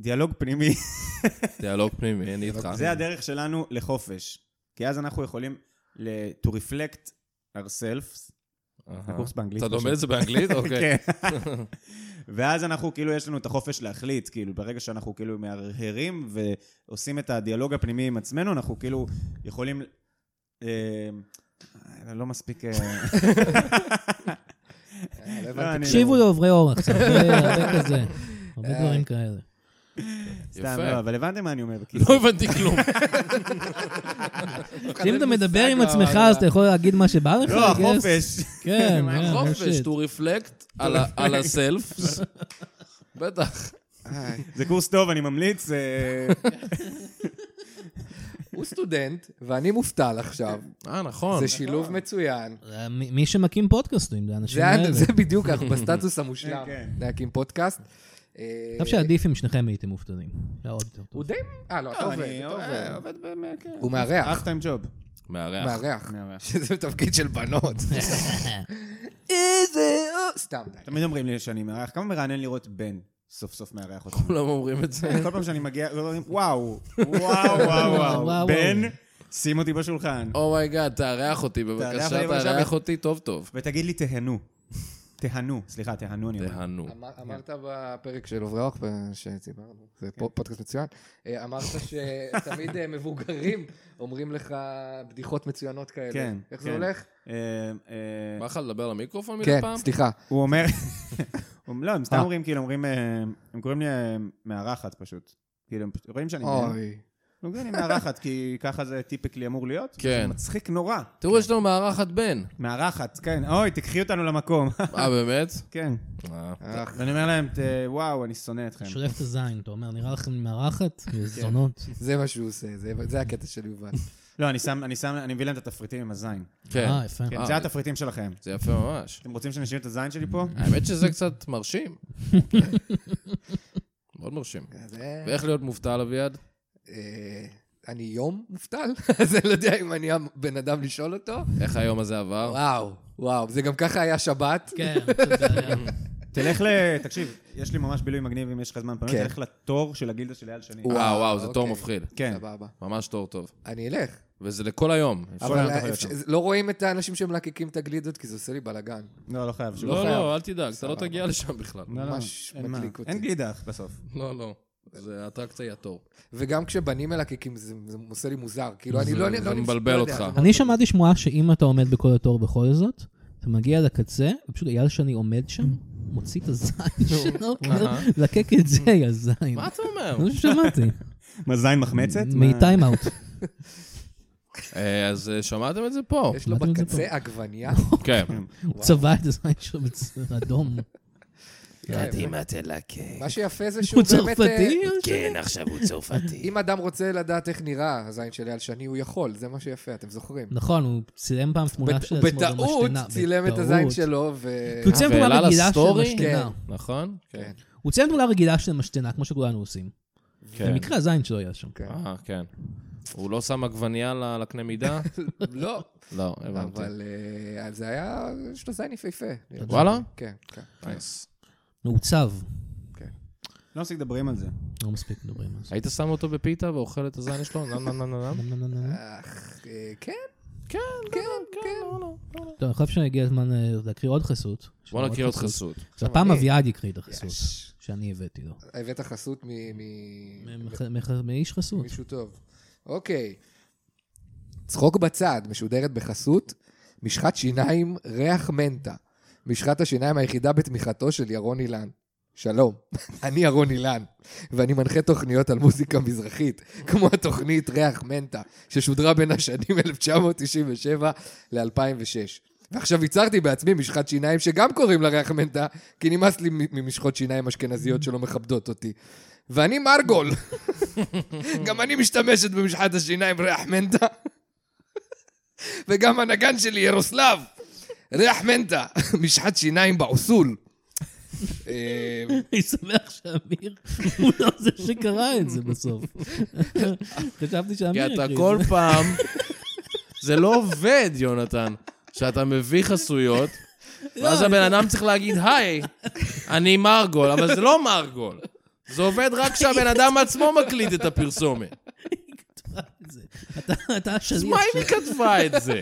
[SPEAKER 4] דיאלוג פנימי.
[SPEAKER 2] דיאלוג פנימי, אני איתך.
[SPEAKER 4] זה הדרך שלנו לחופש. כי אז אנחנו יכולים ל- to reflect ourselves.
[SPEAKER 2] אהה.
[SPEAKER 4] הקורס באנגלית.
[SPEAKER 5] לא
[SPEAKER 2] אתה לומד
[SPEAKER 4] פשוט.
[SPEAKER 2] את זה באנגלית? אוקיי.
[SPEAKER 4] כן. ואז אנחנו כאילו, יש לנו את החופש להחליט, כאילו, ברגע שאנחנו כאילו מהרהרים ועושים את הדיאלוג הפנימי עם עצמנו, אנחנו כאילו יכולים... אה, אה, לא מספיק... אה,
[SPEAKER 5] אה, לא
[SPEAKER 4] לא,
[SPEAKER 5] הבנתי.
[SPEAKER 4] אני-
[SPEAKER 3] תקשיבו לעוברי אורח, זה הרבה הרבה כזה. הרבה
[SPEAKER 4] אה,
[SPEAKER 5] איי.
[SPEAKER 3] דברים כאלה.
[SPEAKER 4] סתם,
[SPEAKER 2] יפה.
[SPEAKER 4] לא, אבל הבנתם מה אני אומר. כאילו.
[SPEAKER 2] לא הבנתי כלום.
[SPEAKER 3] אם אתה מדבר עם
[SPEAKER 5] אבל-
[SPEAKER 3] עצמך, אז אתה יכול להגיד מה שבא לך?
[SPEAKER 4] לא,
[SPEAKER 3] I guess?
[SPEAKER 4] החופש.
[SPEAKER 3] כן,
[SPEAKER 4] מה,
[SPEAKER 3] אה, no
[SPEAKER 2] חופש,
[SPEAKER 3] shit.
[SPEAKER 2] to reflect על ה- על הסלף. בטח.
[SPEAKER 5] אה,
[SPEAKER 4] זה קורס טוב, אני ממליץ. אה,
[SPEAKER 5] הוא סטודנט, ואני מובטל עכשיו.
[SPEAKER 2] אה, נכון.
[SPEAKER 5] זה שילוב מצוין.
[SPEAKER 3] זה אה, מי- מי שמקים פודקאסטים, זה האנשים
[SPEAKER 5] זה
[SPEAKER 3] האלה.
[SPEAKER 5] ה- זה בדיוק, אנחנו בסטטוס המושלם
[SPEAKER 4] כן.
[SPEAKER 5] להקים פודקאסט. אה,
[SPEAKER 3] אני חושב שעדיף אם שניכם הייתם מובטלים. זה היה עוד יותר טוב.
[SPEAKER 5] הוא די... אה, לא, אתה
[SPEAKER 4] לא,
[SPEAKER 5] עובד.
[SPEAKER 4] אני
[SPEAKER 5] אתה
[SPEAKER 4] עובד,
[SPEAKER 5] עובד.
[SPEAKER 4] עובד ב- כן.
[SPEAKER 5] הוא מארח.
[SPEAKER 4] אף טיים ג'וב.
[SPEAKER 2] מארח.
[SPEAKER 5] מארח.
[SPEAKER 4] מארח.
[SPEAKER 5] שזה תפקיד של בנות. איזה... אה, סתם, די.
[SPEAKER 4] תמיד אומרים לי שאני מארח, כמה מרענן לראות בן סוף סוף מארח אותי.
[SPEAKER 2] כולם אומרים את זה.
[SPEAKER 4] כל פעם שאני מגיע, אומרים, וואו, וואו, וואו,
[SPEAKER 3] וואו.
[SPEAKER 4] וואו, בן, שים אותי בשולחן,
[SPEAKER 2] אומייגאד, Oh תארח אותי, בבקשה,
[SPEAKER 4] אותי, בבקשה,
[SPEAKER 2] תארח
[SPEAKER 4] ב-
[SPEAKER 2] אותי טוב טוב.
[SPEAKER 4] ותגיד לי, תהנו. תהנו, סליחה, תהנו, אני אומר.
[SPEAKER 2] תהנו.
[SPEAKER 5] אמר- אמרת בפרק של עוברי אורח ב- שדיברנו, זה
[SPEAKER 4] כן.
[SPEAKER 5] פו- פודקאסט מצוין, אה, אמרת שתמיד אה, מבוגרים אומרים לך בדיחות מצוינות כאלה.
[SPEAKER 4] כן,
[SPEAKER 5] איך זה
[SPEAKER 4] כן.
[SPEAKER 5] הולך?
[SPEAKER 4] אה, אה,
[SPEAKER 2] בא לך לדבר למיקרופון מדי
[SPEAKER 5] כן,
[SPEAKER 2] פעם?
[SPEAKER 5] סליחה.
[SPEAKER 4] הוא אומר, הוא- לא, הם סתם
[SPEAKER 5] אה.
[SPEAKER 4] אומרים, כאילו, אומרים, אה, הם קוראים לי אה, מארחת פשוט. כאילו, הם פשוט רואים שאני מארחת.
[SPEAKER 5] אוי.
[SPEAKER 4] אני מארחת, כי ככה זה טיפיקלי אמור להיות.
[SPEAKER 2] כן.
[SPEAKER 4] זה מצחיק נורא.
[SPEAKER 2] תראו, יש לנו מארחת בן.
[SPEAKER 4] מארחת, כן. אוי, תקחי אותנו למקום.
[SPEAKER 2] אה, באמת?
[SPEAKER 4] כן.
[SPEAKER 2] אה.
[SPEAKER 5] אה,
[SPEAKER 4] ואני אומר להם, "ת- וואו, אני שונא
[SPEAKER 5] כן.
[SPEAKER 4] אתכם.
[SPEAKER 3] שולף את הזין, אתה אומר, נראה לכם מארחת? זונות.
[SPEAKER 5] זה מה שהוא עושה, זה- זה הקטע של יובל.
[SPEAKER 4] לא, אני שם, אני שם, אני מביא להם את התפריטים עם הזין.
[SPEAKER 2] כן.
[SPEAKER 3] אה, יפה.
[SPEAKER 4] כן,
[SPEAKER 2] אה.
[SPEAKER 4] זה התפריטים שלכם.
[SPEAKER 2] זה יפה ממש.
[SPEAKER 4] אתם רוצים שנשאיר את הזין שלי פה?
[SPEAKER 2] האמת שזה קצת מרשים. מאוד מרשים.
[SPEAKER 5] זה-
[SPEAKER 2] ואיך להיות מובטל, אביעד?
[SPEAKER 5] אה, אני יום מובטל, אז אני לא יודע אם אני הבן אדם לשאול אותו.
[SPEAKER 2] איך היום הזה עבר?
[SPEAKER 5] וואו, וואו, זה גם ככה היה שבת.
[SPEAKER 3] כן, זה היה-
[SPEAKER 4] תלך ל... תקשיב, יש לי ממש בילוי מגניב אם יש לך זמן פנוי,
[SPEAKER 5] כן.
[SPEAKER 4] תלך לתור של הגילדה של אייל שני.
[SPEAKER 5] וואו,
[SPEAKER 2] וואו, וואו, זה
[SPEAKER 5] אוקיי.
[SPEAKER 2] תור מפחיד.
[SPEAKER 4] כן.
[SPEAKER 5] סבבה.
[SPEAKER 2] ממש תור טוב.
[SPEAKER 5] אני אלך.
[SPEAKER 2] וזה לכל היום.
[SPEAKER 5] אבל
[SPEAKER 4] היום אתה יכול
[SPEAKER 5] אפשר-
[SPEAKER 4] להיות
[SPEAKER 5] לא רואים את האנשים שמלקקים את הגלידות, כי זה עושה לי בלאגן.
[SPEAKER 4] לא, לא חייב. שוב.
[SPEAKER 2] לא,
[SPEAKER 5] חייב.
[SPEAKER 2] לא, אל תדאג, אתה לא
[SPEAKER 5] סבבה.
[SPEAKER 2] תגיע לשם בכלל.
[SPEAKER 4] לא, לא,
[SPEAKER 5] ממש
[SPEAKER 4] אין מה.
[SPEAKER 5] מדליק אותי.
[SPEAKER 4] אין גלידה בסוף.
[SPEAKER 2] לא, לא. זה האטרקציה היא התור.
[SPEAKER 5] וגם כשבנים מלקקים, זה זה עושה לי מוזר. כאילו, אני
[SPEAKER 2] זה-
[SPEAKER 5] לא...
[SPEAKER 2] זה
[SPEAKER 5] לא- לא-
[SPEAKER 2] מבלבל
[SPEAKER 5] לא יודע,
[SPEAKER 2] אותך.
[SPEAKER 5] זה מאוד
[SPEAKER 3] אני שמעתי שמועה שאם אתה עומד בכל התור בכל זאת, אתה מגיע לקצה, ופשוט אייל שאני עומד שם, מוציא את הזין שלו, אומר,
[SPEAKER 2] אהה.
[SPEAKER 3] לקק את זה, יא זין.
[SPEAKER 2] מה אתה אומר?
[SPEAKER 3] זה מה ששמעתי.
[SPEAKER 4] מה, זין מחמצת? מה-
[SPEAKER 3] מטיים אאוט.
[SPEAKER 2] אה, אז אה, שמעתם את זה פה?
[SPEAKER 5] יש לו
[SPEAKER 3] מה לא, אתם יודעים
[SPEAKER 5] בקצה עגבנייה.
[SPEAKER 2] כן.
[SPEAKER 3] הוא צבע את הזין שלו בצבע אדום. לא
[SPEAKER 5] ידעתי
[SPEAKER 2] מה תלקק.
[SPEAKER 5] כן. מה שיפה זה שהוא
[SPEAKER 3] הוא
[SPEAKER 5] באמת...
[SPEAKER 3] צרפתי?
[SPEAKER 5] אה,
[SPEAKER 2] כן, עכשיו הוא צרפתי.
[SPEAKER 5] אם אדם רוצה לדעת איך נראה הזין של אייל שני, הוא יכול, זה מה שיפה, אתם זוכרים.
[SPEAKER 3] נכון, הוא צילם פעם תמונה של
[SPEAKER 5] בת-
[SPEAKER 3] עצמו
[SPEAKER 5] בטעות
[SPEAKER 3] במשתנה.
[SPEAKER 5] צילם את אה,
[SPEAKER 3] בטעות.
[SPEAKER 5] הזין שלו, ו...
[SPEAKER 3] כי הוא צילם
[SPEAKER 2] והעלה
[SPEAKER 3] תמונה בגילה של
[SPEAKER 2] לסטורי?
[SPEAKER 3] משתנה.
[SPEAKER 2] נכון?
[SPEAKER 5] כן.
[SPEAKER 3] הוא ציין פעולה רגילה של משתנה, כמו שכולנו עושים.
[SPEAKER 2] כן.
[SPEAKER 3] במקרה הזין שלו היה שם.
[SPEAKER 5] כן.
[SPEAKER 2] אה, כן. הוא לא שם עגבנייה ל- לקנה מידה?
[SPEAKER 5] לא,
[SPEAKER 2] לא, הבנתי.
[SPEAKER 5] אבל אה, זה היה, יש לו זין יפהפה.
[SPEAKER 2] וואלה?
[SPEAKER 5] כן, כן.
[SPEAKER 2] נייס.
[SPEAKER 3] מעוצב.
[SPEAKER 4] לא מספיק מדברים על זה.
[SPEAKER 3] לא מספיק מדברים על זה.
[SPEAKER 2] היית שם אותו בפיתה ואוכל את הזין שלו? נם נם נם נם נם.
[SPEAKER 3] נם, נם, נם, נם.
[SPEAKER 5] אך, אה, כן,
[SPEAKER 2] כן, לא,
[SPEAKER 5] כן, כן.
[SPEAKER 3] טוב, אני חושב שהגיע הזמן אה, להקריא עוד חסות.
[SPEAKER 2] בוא נקריא עוד חסות. אה.
[SPEAKER 3] עכשיו, הפעם
[SPEAKER 5] אני-
[SPEAKER 3] אביעד יקריא את החסות,
[SPEAKER 5] יש.
[SPEAKER 3] שאני הבאתי לו.
[SPEAKER 5] הבאת חסות מ- מ-
[SPEAKER 3] מח- מח- מאיש חסות.
[SPEAKER 5] מישהו טוב. אוקיי. צחוק בצד, משודרת בחסות, משחת שיניים ריח מנטה. משחת השיניים היחידה בתמיכתו של ירון אילן. שלום, אני ירון אילן, ואני מנחה תוכניות על מוזיקה מזרחית, כמו התוכנית ריח מנטה, ששודרה בין השנים 1997 ל-2006. ועכשיו ייצרתי בעצמי משחת שיניים שגם קוראים לה ריח מנטה, כי נמאס לי מ- ממשחות שיניים אשכנזיות שלא מכבדות אותי. ואני מרגול. כן. גם אני משתמשת במשחת השיניים ריח מנטה. וגם הנגן שלי ירוסלב, ריח מנטה, משחת שיניים בעוסול. אה,
[SPEAKER 3] אני שמח שאמיר הוא לא זה שקרא את זה בסוף. חשבתי
[SPEAKER 2] כי
[SPEAKER 3] שאמיר
[SPEAKER 2] אתה
[SPEAKER 3] יקריא את
[SPEAKER 2] כל
[SPEAKER 3] זה.
[SPEAKER 2] פעם... זה לא עובד, יונתן, שאתה מביא חסויות, ואז הבן אדם צריך להגיד, היי, אני מרגול, אבל זה לא מרגול. זה עובד רק כשהבן אדם עצמו מקליט את הפרסומת.
[SPEAKER 3] אתה- אתה
[SPEAKER 2] אז
[SPEAKER 3] השליח
[SPEAKER 2] מה אם היא
[SPEAKER 3] של...
[SPEAKER 2] כתבה את זה?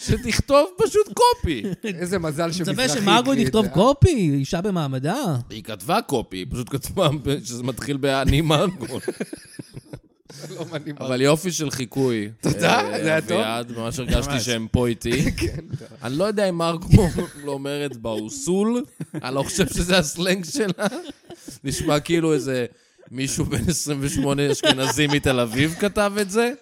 [SPEAKER 2] שתכתוב פשוט קופי.
[SPEAKER 5] איזה מזל שמזרחי
[SPEAKER 3] מצפה
[SPEAKER 5] הקליט.
[SPEAKER 3] שמרגו תכתוב
[SPEAKER 5] אה?
[SPEAKER 3] קופי, אישה במעמדה.
[SPEAKER 2] היא כתבה קופי, היא פשוט כתבה שזה מתחיל ב"אני מרגול".
[SPEAKER 5] לא, אני מרגול.
[SPEAKER 2] אבל יופי של חיקוי.
[SPEAKER 5] תודה,
[SPEAKER 2] אה,
[SPEAKER 5] זה היה טוב.
[SPEAKER 2] אביעד, ממש הרגשתי שהם פה איתי.
[SPEAKER 5] כן, טוב.
[SPEAKER 2] אני לא יודע אם מרגו לא אומרת באוסול, אני לא חושב שזה הסלנג שלה. נשמע כאילו איזה מישהו בן 28 אשכנזי מתל אביב כתב את זה.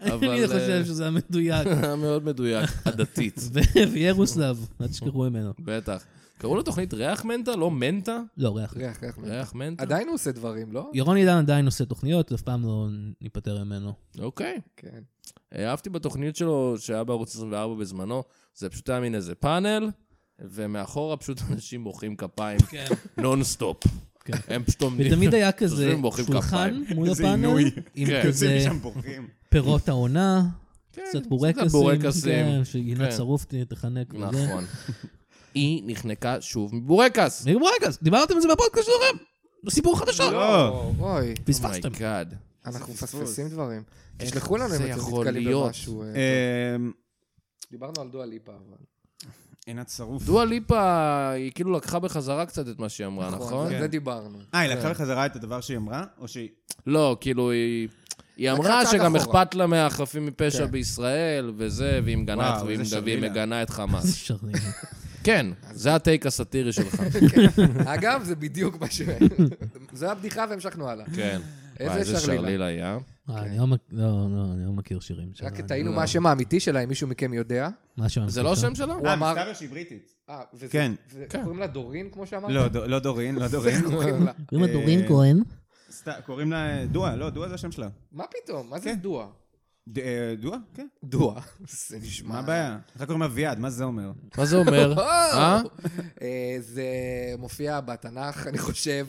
[SPEAKER 2] אבל,
[SPEAKER 3] אני
[SPEAKER 2] אה,
[SPEAKER 3] חושב שזה המדויק.
[SPEAKER 2] היה מאוד מדויק, עדתית,
[SPEAKER 3] ו- וירוסלב, אל תשכחו ממנו.
[SPEAKER 2] בטח. קראו לתוכנית ריח מנטה? לא מנטה?
[SPEAKER 3] לא, ריח.
[SPEAKER 5] ריח, ריח מנטה.
[SPEAKER 2] ריח מנטה?
[SPEAKER 5] עדיין הוא עושה דברים, לא?
[SPEAKER 3] ירון עידן עדיין עושה תוכניות, אף פעם לא ניפטר ממנו.
[SPEAKER 2] אוקיי.
[SPEAKER 5] כן.
[SPEAKER 2] אהבתי בתוכנית שלו, שהיה בערוץ 24 בזמנו, זה פשוט היה מין איזה פאנל, ומאחורה פשוט אנשים מוחאים כפיים
[SPEAKER 3] כן.
[SPEAKER 2] נונסטופ.
[SPEAKER 3] כן.
[SPEAKER 2] הם פשוט עומדים.
[SPEAKER 3] ותמיד היה כזה
[SPEAKER 2] יושבים, מוחאים
[SPEAKER 3] שולחן
[SPEAKER 2] כפיים.
[SPEAKER 3] מול
[SPEAKER 4] איזה
[SPEAKER 3] הפאנל,
[SPEAKER 4] עינוי.
[SPEAKER 3] עם
[SPEAKER 2] כן.
[SPEAKER 3] כזה
[SPEAKER 4] יוצאים משם בורחים.
[SPEAKER 3] פירות העונה,
[SPEAKER 2] כן,
[SPEAKER 3] קצת בורקסים.
[SPEAKER 2] בורקסים.
[SPEAKER 3] כן, שגינת
[SPEAKER 2] כן.
[SPEAKER 3] שרוף ת- תחנק. וזה.
[SPEAKER 2] נכון. היא נחנקה שוב מבורקס.
[SPEAKER 3] נגמר בורקס, דיברתם על זה בפודקאסט שלכם? זה סיפור חדשות.
[SPEAKER 4] לא.
[SPEAKER 5] אוי,
[SPEAKER 3] פספסתם.
[SPEAKER 2] אומייגאד.
[SPEAKER 5] אנחנו
[SPEAKER 4] פספוס.
[SPEAKER 5] מפספסים דברים. תשלחו לנו אם
[SPEAKER 2] זה
[SPEAKER 5] אתם
[SPEAKER 2] יכול
[SPEAKER 5] נתקלים
[SPEAKER 2] להיות?
[SPEAKER 5] במשהו. אה,
[SPEAKER 4] אמ,
[SPEAKER 5] דיברנו על דואה ליפה, אבל.
[SPEAKER 4] עינת שרוף.
[SPEAKER 2] דואה ליפה, היא כאילו לקחה בחזרה קצת את מה שהיא אמרה, נכון?
[SPEAKER 5] על
[SPEAKER 4] כן.
[SPEAKER 5] זה דיברנו.
[SPEAKER 4] אה, היא לקחה בחזרה את הדבר שהיא אמרה? או שהיא...
[SPEAKER 2] לא, כאילו היא... היא
[SPEAKER 5] לקחה
[SPEAKER 2] אמרה
[SPEAKER 5] צעד
[SPEAKER 2] שגם
[SPEAKER 5] אחורה.
[SPEAKER 2] אכפת לה מהחפים מפשע
[SPEAKER 5] כן.
[SPEAKER 2] בישראל, וזה, והיא מגנה את-
[SPEAKER 4] וואו,
[SPEAKER 2] והיא
[SPEAKER 4] איזה
[SPEAKER 2] והיא
[SPEAKER 4] שבילה.
[SPEAKER 2] מגנה את
[SPEAKER 3] זה
[SPEAKER 2] חמאס.
[SPEAKER 3] שרים.
[SPEAKER 2] כן, זה הטייק הסאטירי שלך.
[SPEAKER 5] אגב, זה בדיוק מה ש... זו הבדיחה והמשכנו הלאה.
[SPEAKER 2] כן.
[SPEAKER 5] איזה
[SPEAKER 2] וואי,
[SPEAKER 5] שרלילה.
[SPEAKER 2] היה.
[SPEAKER 3] אה, אני לא מק- לא, לא, אני לא מכיר שירים שלה.
[SPEAKER 5] רק
[SPEAKER 4] לא
[SPEAKER 5] טעינו מה השם האמיתי שלה, אם מישהו מכם יודע.
[SPEAKER 3] מה שם?
[SPEAKER 2] זה לא השם שלה?
[SPEAKER 5] הוא
[SPEAKER 4] אה,
[SPEAKER 5] אמר-
[SPEAKER 4] מסתבר שהיא בריטית.
[SPEAKER 5] אה, וזה-
[SPEAKER 4] כן.
[SPEAKER 5] וזה-
[SPEAKER 2] כן.
[SPEAKER 5] קוראים לה דורין, כמו שאמרת?
[SPEAKER 4] לא, דו- לא דורין, לא דורין.
[SPEAKER 5] קוראים לה.
[SPEAKER 3] קוראים לה
[SPEAKER 4] אה,
[SPEAKER 3] דורין כהן.
[SPEAKER 4] סת- קוראים לה אה, דואה, לא, דואה זה השם שלה.
[SPEAKER 5] מה פתאום? מה זה
[SPEAKER 4] כן.
[SPEAKER 5] דואה?
[SPEAKER 4] ד- אה, דואה? כן.
[SPEAKER 5] דואה. זה נשמע...
[SPEAKER 4] מה הבעיה? אחר קוראים לה אביעד, מה זה אומר?
[SPEAKER 2] מה זה אומר? אה?
[SPEAKER 5] אה, זה מופיע בתנ"ך, אני חושב.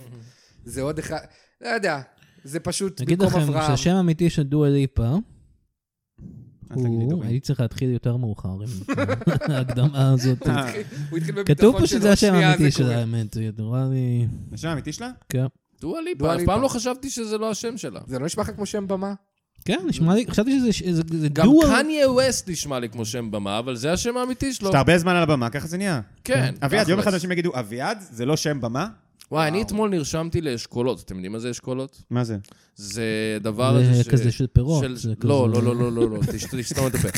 [SPEAKER 5] זה עוד אחד... לא יודע. זה פשוט
[SPEAKER 3] נגיד
[SPEAKER 5] במקום
[SPEAKER 3] לכם
[SPEAKER 5] אברהם.
[SPEAKER 3] שהשם האמיתי של דואה ליפה
[SPEAKER 4] אל תגידי
[SPEAKER 3] הוא, אה,
[SPEAKER 4] דורין.
[SPEAKER 3] הייתי צריך להתחיל יותר מאוחר עם ההקדמה הזאת.
[SPEAKER 4] אה,
[SPEAKER 5] הוא התחיל בביטחון שלו.
[SPEAKER 3] כתוב פשוט שזה השם
[SPEAKER 5] שנייה,
[SPEAKER 3] האמיתי
[SPEAKER 5] זה קורה.
[SPEAKER 3] שלה, האמת, היא נורא לי...
[SPEAKER 4] השם האמיתי שלה?
[SPEAKER 3] כן.
[SPEAKER 2] דואה
[SPEAKER 5] דואה
[SPEAKER 2] ליפה, אף
[SPEAKER 5] ליפה.
[SPEAKER 2] פעם לא חשבתי שזה לא השם שלה.
[SPEAKER 5] זה לא נשמע לך כמו שם במה?
[SPEAKER 3] כן, נשמע לי, חשבתי שזה ש- זה- זה
[SPEAKER 2] לא. גם
[SPEAKER 3] דואר.
[SPEAKER 2] קניה ווסט נשמע לי כמו שם במה, אבל זה השם האמיתי שלו.
[SPEAKER 4] שאתה הרבה זמן על הבמה, ככה זה נהיה.
[SPEAKER 2] כן.
[SPEAKER 4] אביעד, יום
[SPEAKER 2] תכלס.
[SPEAKER 4] אחד אנשים יגידו, אביעד זה לא שם במה?
[SPEAKER 2] וואי, אני אתמול נרשמתי לאשכולות. אתם יודעים מה זה אשכולות?
[SPEAKER 4] מה זה?
[SPEAKER 2] זה דבר הזה
[SPEAKER 3] זה כזה של פירות,
[SPEAKER 2] של-
[SPEAKER 3] זה כזה-
[SPEAKER 2] לא, לא, לא, לא, לא, לא, תשת- תסתום את הפה.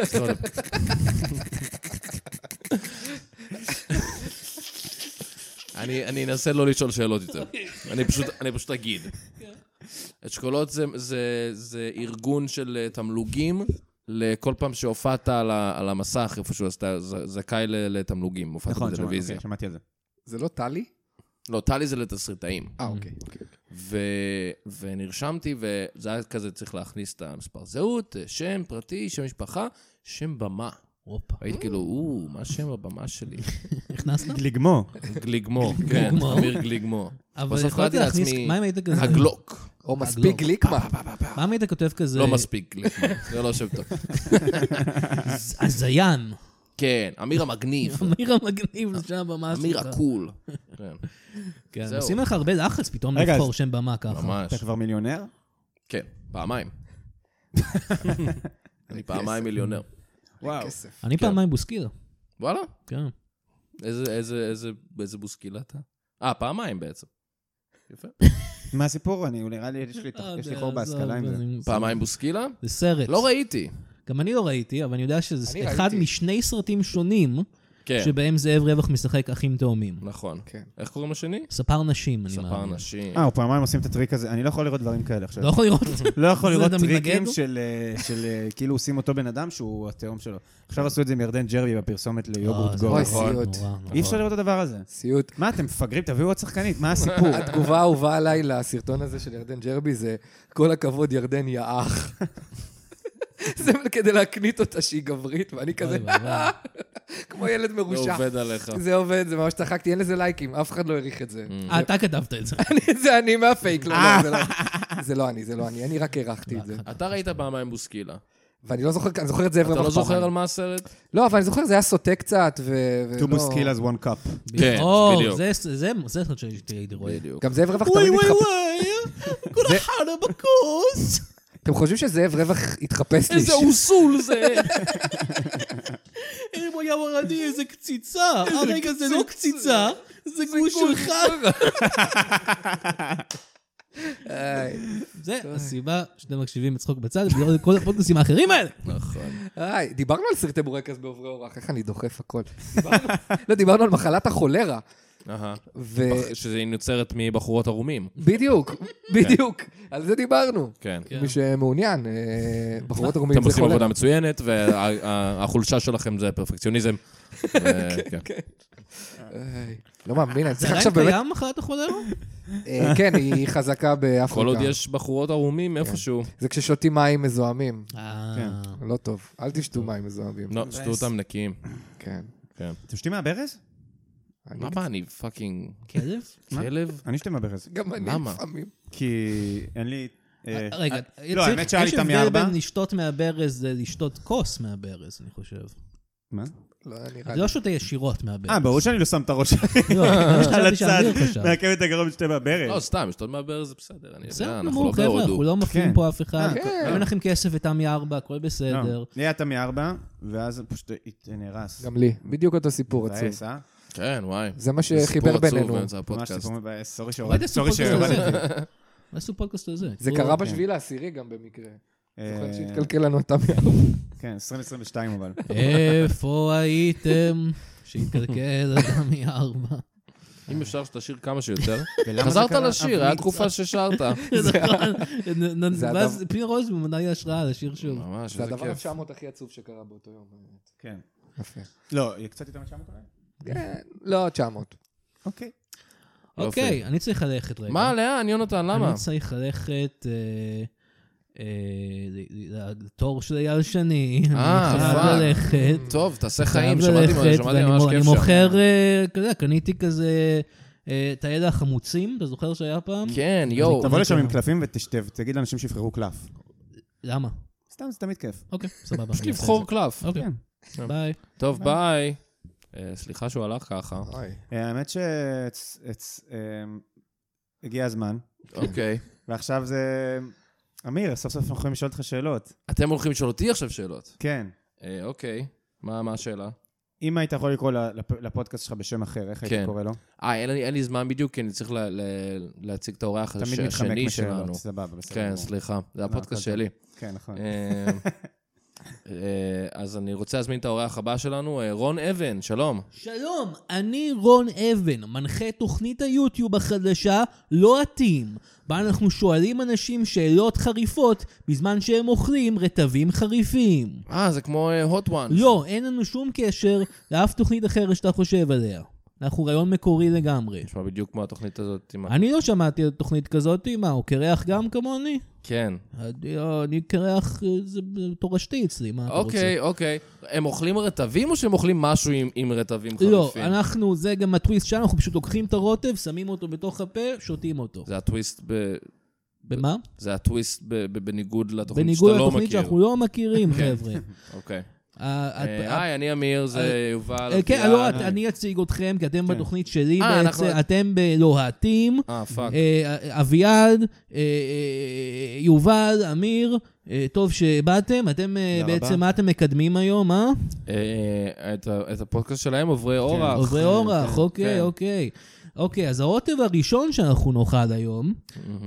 [SPEAKER 2] תסתום את הפה. אני אני אנסה לא לשאול שאלות יותר. אני פשוט אני פשוט אגיד. אשכולות זה- זה- זה ארגון של אה, תמלוגים לכל פעם שהופעת על ה- על המסך איפשהו, אז אתה ז- זכאי ל- לתמלוגים, הופעת
[SPEAKER 4] נכון, שמעתי,
[SPEAKER 2] בטלוויזיה.
[SPEAKER 4] אוקיי, שמעתי על זה.
[SPEAKER 5] זה לא טלי?
[SPEAKER 2] לא, טלי זה לתסריטאים.
[SPEAKER 3] Mm.
[SPEAKER 5] אה, אוקיי.
[SPEAKER 2] ו... ונרשמתי, וזה היה כזה צריך להכניס את המספר זהות, שם פרטי, שם משפחה, שם במה.
[SPEAKER 3] הופה.
[SPEAKER 2] היית כאילו, או, מה שם הבמה שלי?
[SPEAKER 3] נכנסת?
[SPEAKER 4] גליגמו.
[SPEAKER 2] גליגמו, כן, אמיר גליגמו.
[SPEAKER 3] אבל
[SPEAKER 2] בסוף
[SPEAKER 3] יכולת
[SPEAKER 2] קראתי
[SPEAKER 3] להכניס...
[SPEAKER 2] לעצמי,
[SPEAKER 3] מה אם היית כזה...
[SPEAKER 2] הגלוק.
[SPEAKER 5] או
[SPEAKER 3] אה,
[SPEAKER 5] מספיק
[SPEAKER 3] לא.
[SPEAKER 4] אה,
[SPEAKER 5] גליקמן.
[SPEAKER 3] מה אם היית כותב כזה...
[SPEAKER 2] לא מספיק גליגמו, זה לא שם טוב.
[SPEAKER 3] "ז- הזיין.
[SPEAKER 2] כן, אמיר המגניב,
[SPEAKER 3] אמיר המגניב זה שם הבמה שלך.
[SPEAKER 2] אמיר הקול. כן,
[SPEAKER 3] כן,
[SPEAKER 2] זהו.
[SPEAKER 3] עושים לך הרבה לחץ פתאום
[SPEAKER 4] רגע,
[SPEAKER 3] לבחור
[SPEAKER 4] אז-
[SPEAKER 3] שם במה ככה.
[SPEAKER 2] ממש.
[SPEAKER 4] אתה כבר מיליונר?
[SPEAKER 2] כן, פעמיים. אני פעמיים מיליונר.
[SPEAKER 4] וואו.
[SPEAKER 5] כסף.
[SPEAKER 2] כן.
[SPEAKER 3] אני פעמיים בוסקיר.
[SPEAKER 2] וואלה,
[SPEAKER 3] כן.
[SPEAKER 2] איזה- איזה- איזה- איזה בוסקילה אתה? אה, פעמיים בעצם. יפה.
[SPEAKER 3] כן.
[SPEAKER 4] מה הסיפור? אני, נראה לי, יש לי-
[SPEAKER 3] אה,
[SPEAKER 4] יש לי חור בהשכלה עם זה.
[SPEAKER 2] פעמיים בוסקילה?
[SPEAKER 3] זה סרט.
[SPEAKER 2] לא ראיתי.
[SPEAKER 3] גם אני לא ראיתי, אבל אני יודע שזה
[SPEAKER 5] אני
[SPEAKER 3] אחד
[SPEAKER 5] ראיתי.
[SPEAKER 3] משני סרטים שונים,
[SPEAKER 2] כן,
[SPEAKER 3] שבהם זאב רווח משחק אחים תאומים.
[SPEAKER 2] נכון.
[SPEAKER 5] כן.
[SPEAKER 2] איך קוראים לשני?
[SPEAKER 3] ספר נשים, אני מאמין.
[SPEAKER 2] ספר נשים.
[SPEAKER 4] אה, הוא פעמיים עושים את הטריק הזה. אני לא יכול לראות דברים כאלה עכשיו.
[SPEAKER 3] לא יכול לראות את זה.
[SPEAKER 4] לא יכול
[SPEAKER 3] זה
[SPEAKER 4] לראות
[SPEAKER 3] אתה מתנגד?
[SPEAKER 4] טריקים של, אה, של אה, כאילו עושים אותו בן אדם שהוא התהום שלו. עכשיו עשו את זה עם ירדן ג'רבי בפרסומת
[SPEAKER 3] אה,
[SPEAKER 4] ליוגורט
[SPEAKER 3] זה
[SPEAKER 4] גורן.
[SPEAKER 5] אוי,
[SPEAKER 3] נכון,
[SPEAKER 5] סיוט.
[SPEAKER 3] נורא, נורא.
[SPEAKER 4] אי אפשר לראות את הדבר הזה.
[SPEAKER 5] סיוט.
[SPEAKER 4] מה, אתם מפגרים? תביאו עוד שחקנית, מה הסיפור?
[SPEAKER 5] התגובה האהובה עליי לסרטון הזה של ירדן ג'רבי זה, כל הכבוד, ירדן, יא אח. זה כדי להקנית אותה שהיא גברית, ואני כזה,
[SPEAKER 3] אוי ואבוי.
[SPEAKER 5] כמו ילד
[SPEAKER 2] זה
[SPEAKER 5] מרושע.
[SPEAKER 2] לא עובד עליך.
[SPEAKER 5] זה עובד, זה ממש צחקתי, אין לזה לייקים, אף אחד לא העריך את זה.
[SPEAKER 2] Mm.
[SPEAKER 3] אה, אתה כתבת את זה.
[SPEAKER 5] זה אני מהפייק, לא,
[SPEAKER 2] אה.
[SPEAKER 5] לא, זה לא אני. זה לא אני, זה לא אני, אני רק הערכתי את זה.
[SPEAKER 2] אתה ראית פעמיים בוסקילה.
[SPEAKER 5] ואני לא זוכר, אני זוכר את זה
[SPEAKER 2] אתה לא זוכר על מה הסרט?
[SPEAKER 5] לא, אבל אני זוכר, זה היה סוטה קצת, ו... ולא-
[SPEAKER 4] טובוס
[SPEAKER 3] לא-
[SPEAKER 4] קיל אז וואן קאפ.
[SPEAKER 2] כן,
[SPEAKER 3] או,
[SPEAKER 2] בדיוק.
[SPEAKER 3] זה- זה זה סרט שהייתי רואה.
[SPEAKER 2] בדיוק.
[SPEAKER 5] גם זאב רווח
[SPEAKER 3] וואי
[SPEAKER 5] תמיד
[SPEAKER 3] וואי
[SPEAKER 5] התחפש...
[SPEAKER 3] וואי, כל אחד בכוס.
[SPEAKER 5] אתם חושבים שזאב רווח התחפש לי?
[SPEAKER 2] איזה אוסול זה!
[SPEAKER 3] אם הוא היה ורדי, איזה קציצה. הרגע זה לא קציצה, זה גוש שלך.
[SPEAKER 5] איי,
[SPEAKER 3] זה הסיבה שאתם מקשיבים לצחוק בצד, בגלל כל הפודקאסים האחרים האלה.
[SPEAKER 2] נכון.
[SPEAKER 5] איי, דיברנו על סרטי בורקס בעוברי אורח, איך אני דוחף הכל. דיברנו- לא, דיברנו על מחלת החולרה.
[SPEAKER 2] אהה.
[SPEAKER 5] ו...
[SPEAKER 2] שזה נוצרת מבחורות ערומים.
[SPEAKER 5] בדיוק, בדיוק, על זה דיברנו.
[SPEAKER 2] כן.
[SPEAKER 5] מי שמעוניין, אה, בחורות ערומים
[SPEAKER 2] אתם
[SPEAKER 5] זה
[SPEAKER 2] עושים
[SPEAKER 5] חולרה.
[SPEAKER 2] עבודה מצוינת, והחולשה שלכם זה פרפקציוניזם. ו- כן.
[SPEAKER 5] איי, לא מאמין, אני
[SPEAKER 3] זה
[SPEAKER 5] צריך עכשיו
[SPEAKER 3] עדיין
[SPEAKER 5] באמת...
[SPEAKER 3] קיים אחרת החולר?
[SPEAKER 5] אה, כן, היא חזקה באפריקה.
[SPEAKER 2] כל עוד יש בחורות ערומים איפשהו.
[SPEAKER 5] זה כששותים מים מזוהמים.
[SPEAKER 3] אה,
[SPEAKER 5] לא טוב, אל תשתו מים מזוהמים.
[SPEAKER 2] לא, שתו אותם נקיים.
[SPEAKER 5] כן.
[SPEAKER 2] כן.
[SPEAKER 4] אתם שותים מהברז?
[SPEAKER 5] אני-
[SPEAKER 2] מה בא, אני פאקינג
[SPEAKER 3] כלב?
[SPEAKER 2] כלב?
[SPEAKER 4] אני שותה מהברז.
[SPEAKER 5] גם אני
[SPEAKER 2] למה?
[SPEAKER 5] לפעמים.
[SPEAKER 4] כי אין לי... אה,
[SPEAKER 3] רגע,
[SPEAKER 4] לא,
[SPEAKER 3] צריך-
[SPEAKER 4] האמת שהיה לי
[SPEAKER 3] יש
[SPEAKER 4] את
[SPEAKER 3] הבדל
[SPEAKER 4] המארבע.
[SPEAKER 3] בין לשתות מהברז ללשתות כוס מהברז, אני חושב.
[SPEAKER 4] מה?
[SPEAKER 5] לא, נראה
[SPEAKER 3] אני
[SPEAKER 5] לי.
[SPEAKER 3] לא שותה ישירות מהברז.
[SPEAKER 4] אה, ברור שאני לא שם את הראש שלי
[SPEAKER 3] לא, זה מה
[SPEAKER 4] על
[SPEAKER 3] שחשבתי
[SPEAKER 4] הצד.
[SPEAKER 3] שאמיר חשב.
[SPEAKER 4] מעכב את הגרון שותה
[SPEAKER 2] לא,
[SPEAKER 5] כן.
[SPEAKER 4] מהברז.
[SPEAKER 2] סתם, לשתות מהברז זה בסדר. אני יודע,
[SPEAKER 3] בסדר
[SPEAKER 2] אנחנו לא
[SPEAKER 3] גמור, חבר'ה,
[SPEAKER 2] בהודו.
[SPEAKER 3] אנחנו לא מפלים
[SPEAKER 4] כן.
[SPEAKER 3] פה אף אחד.
[SPEAKER 5] כן.
[SPEAKER 3] אין לכם כסף ותמי ארבע, הכל
[SPEAKER 4] לא.
[SPEAKER 3] בסדר.
[SPEAKER 4] לי היה תמי ארבע, ואז פשוט הת- נהרס.
[SPEAKER 5] גם לי, בדיוק אותו סיפור
[SPEAKER 4] מבאס,
[SPEAKER 5] עצוב.
[SPEAKER 4] אה?
[SPEAKER 2] כן, וואי.
[SPEAKER 5] זה מה
[SPEAKER 2] זה
[SPEAKER 5] שחיבר
[SPEAKER 2] סיפור עצוב
[SPEAKER 5] בינינו.
[SPEAKER 2] באמצע
[SPEAKER 4] ממש
[SPEAKER 2] הפודקאסט.
[SPEAKER 4] סיפור מבאס. סורי
[SPEAKER 3] אולי
[SPEAKER 4] שהורדתי.
[SPEAKER 3] תעשו
[SPEAKER 4] סורי
[SPEAKER 3] פודקאסט על
[SPEAKER 4] שהורדתי.
[SPEAKER 3] זה. אולי תעשו פודקאסט על זה.
[SPEAKER 5] זה
[SPEAKER 3] כאילו,
[SPEAKER 5] קרה בשביעי לעשירי גם במקרה. זוכר
[SPEAKER 4] אה,
[SPEAKER 5] שהתקלקל לנו אותם יום.
[SPEAKER 4] כן, 2022 אבל.
[SPEAKER 3] איפה הייתם שהתקלקל תמי ארבע?
[SPEAKER 2] אם אפשר שתשיר כמה שיותר.
[SPEAKER 4] ולמה זה
[SPEAKER 2] חזרת
[SPEAKER 4] קרה? אה,
[SPEAKER 2] לשיר, היה תקופה ששרת.
[SPEAKER 3] נ- נ-
[SPEAKER 5] זה
[SPEAKER 3] ואז
[SPEAKER 5] הדבר-
[SPEAKER 3] פיר רוז נתן לי השראה לשיר שוב.
[SPEAKER 2] ממש,
[SPEAKER 5] זה
[SPEAKER 2] איזה
[SPEAKER 5] הדבר
[SPEAKER 2] כיף.
[SPEAKER 5] 900 הכי עצוב שקרה באותו יום. באמת.
[SPEAKER 4] כן.
[SPEAKER 5] יפה.
[SPEAKER 4] לא, קצת יותר משם אתה
[SPEAKER 5] כן, לא 900.
[SPEAKER 4] אוקיי.
[SPEAKER 3] אוקיי, אני צריך ללכת רגע.
[SPEAKER 2] מה, לאן, יונתן, למה?
[SPEAKER 3] אני צריך ללכת אה, אה, ל- ל- לתור של אייל שני.
[SPEAKER 2] אה,
[SPEAKER 3] אני חייב
[SPEAKER 2] פאק.
[SPEAKER 3] ללכת.
[SPEAKER 2] טוב, תעשה
[SPEAKER 3] חייב
[SPEAKER 2] חיים, שמעתי
[SPEAKER 3] ללכת,
[SPEAKER 2] שמעתי
[SPEAKER 3] ואני
[SPEAKER 2] ממש
[SPEAKER 3] מור- אני
[SPEAKER 2] כיף
[SPEAKER 3] מוכר, אה, אתה יודע, קניתי כזה אה, את הידע החמוצים, אתה זוכר שהיה פעם?
[SPEAKER 2] כן, יואו.
[SPEAKER 4] תבוא לשם עם קלפים ותשתב, תגיד לאנשים שיבחרו קלף.
[SPEAKER 3] למה?
[SPEAKER 4] סתם, זה תמיד כיף. כן.
[SPEAKER 3] אוקיי, סבבה. אני
[SPEAKER 2] פשוט
[SPEAKER 3] אעשה
[SPEAKER 2] לבחור כן,
[SPEAKER 3] את
[SPEAKER 2] קלף.
[SPEAKER 3] זה. אוקיי, ביי.
[SPEAKER 2] טוב, ביי. אה, סליחה שהוא הלך ככה.
[SPEAKER 5] אוי.
[SPEAKER 4] אה, האמת שהגיע הזמן,
[SPEAKER 2] אוקיי.
[SPEAKER 4] ועכשיו זה... אמיר, סוף סוף אנחנו יכולים לשאול אותך שאלות.
[SPEAKER 2] אתם הולכים לשאול אותי עכשיו שאלות.
[SPEAKER 4] כן.
[SPEAKER 2] אה, אוקיי. מה מה השאלה?
[SPEAKER 4] אם היית יכול לקרוא ל- לפ- לפודקאסט שלך בשם אחר, איך
[SPEAKER 2] כן.
[SPEAKER 4] היית קורא לו?
[SPEAKER 2] אה, אין לי- אין לי זמן בדיוק, כי אני צריך ל- ל- להציג את האורח הש-
[SPEAKER 4] תמיד מתחמק
[SPEAKER 2] השני שלנו.
[SPEAKER 4] משאלות, סבבה, בסדר.
[SPEAKER 2] כן,
[SPEAKER 4] גמור. לא,
[SPEAKER 2] סליחה. זה הפודקאסט
[SPEAKER 4] הכל טוב.
[SPEAKER 2] שלי.
[SPEAKER 4] כן, נכון.
[SPEAKER 2] אה, אה, אז אני רוצה להזמין את האורח הבא שלנו, אה, רון אבן, שלום.
[SPEAKER 3] שלום, אני רון אבן, מנחה תוכנית היוטיוב החדשה לא עטים, בה אנחנו שואלים אנשים שאלות חריפות בזמן שהם אוכלים רטבים חריפים.
[SPEAKER 2] אה, זה כמו הוט וואן.
[SPEAKER 3] לא, אין לנו שום קשר לאף תוכנית אחרת שאתה חושב עליה. אנחנו רעיון מקורי לגמרי.
[SPEAKER 2] נשמע בדיוק כמו התוכנית הזאת. עם ה-
[SPEAKER 3] אני לא שמעתי על תוכנית כזאת, מה, הוא קרח גם כמוני?
[SPEAKER 2] כן.
[SPEAKER 3] אני- אני קרח, אה, זה תורשתי אצלי, מה אתה רוצה?
[SPEAKER 2] אוקיי, אוקיי. הם אוכלים רטבים או שהם אוכלים משהו עם- עם רטבים חריפים?
[SPEAKER 3] לא, אנחנו, זה גם הטוויסט שלנו, אנחנו פשוט לוקחים את הרוטב, שמים אותו בתוך הפה, שותים אותו.
[SPEAKER 2] זה הטוויסט ב-
[SPEAKER 3] במה?
[SPEAKER 2] זה הטוויסט ב- ב- בניגוד לתוכנית שאתה
[SPEAKER 3] בניגוד
[SPEAKER 2] לא
[SPEAKER 3] לתוכנית
[SPEAKER 2] מכיר.
[SPEAKER 3] שאנחנו לא מכירים, חבר'ה.
[SPEAKER 2] אוקיי.
[SPEAKER 3] ה-
[SPEAKER 2] אה,
[SPEAKER 3] ה-
[SPEAKER 2] היי, אני אמיר, זה יובל.
[SPEAKER 3] אה, כן,
[SPEAKER 2] אביעד.
[SPEAKER 3] לא, את- אני אציג אתכם, כי אתם בתוכנית שלי
[SPEAKER 2] אה, אנחנו-
[SPEAKER 3] בעצם, אתם בלוהטים.
[SPEAKER 2] אה, פאק.
[SPEAKER 3] אה, אביעד, אה, אה, יובל, אמיר, אה, טוב שבאתם. אתם אה,
[SPEAKER 4] תודה רבה.
[SPEAKER 3] בעצם, מה אתם מקדמים היום, אה?
[SPEAKER 2] אה, את ה- את הפודקאסט שלהם עוברי אורח.
[SPEAKER 3] כן. עוברי אורח, אוקיי,
[SPEAKER 2] כן.
[SPEAKER 3] אוקיי. אוקיי, אז הרוטב הראשון שאנחנו נאכל היום,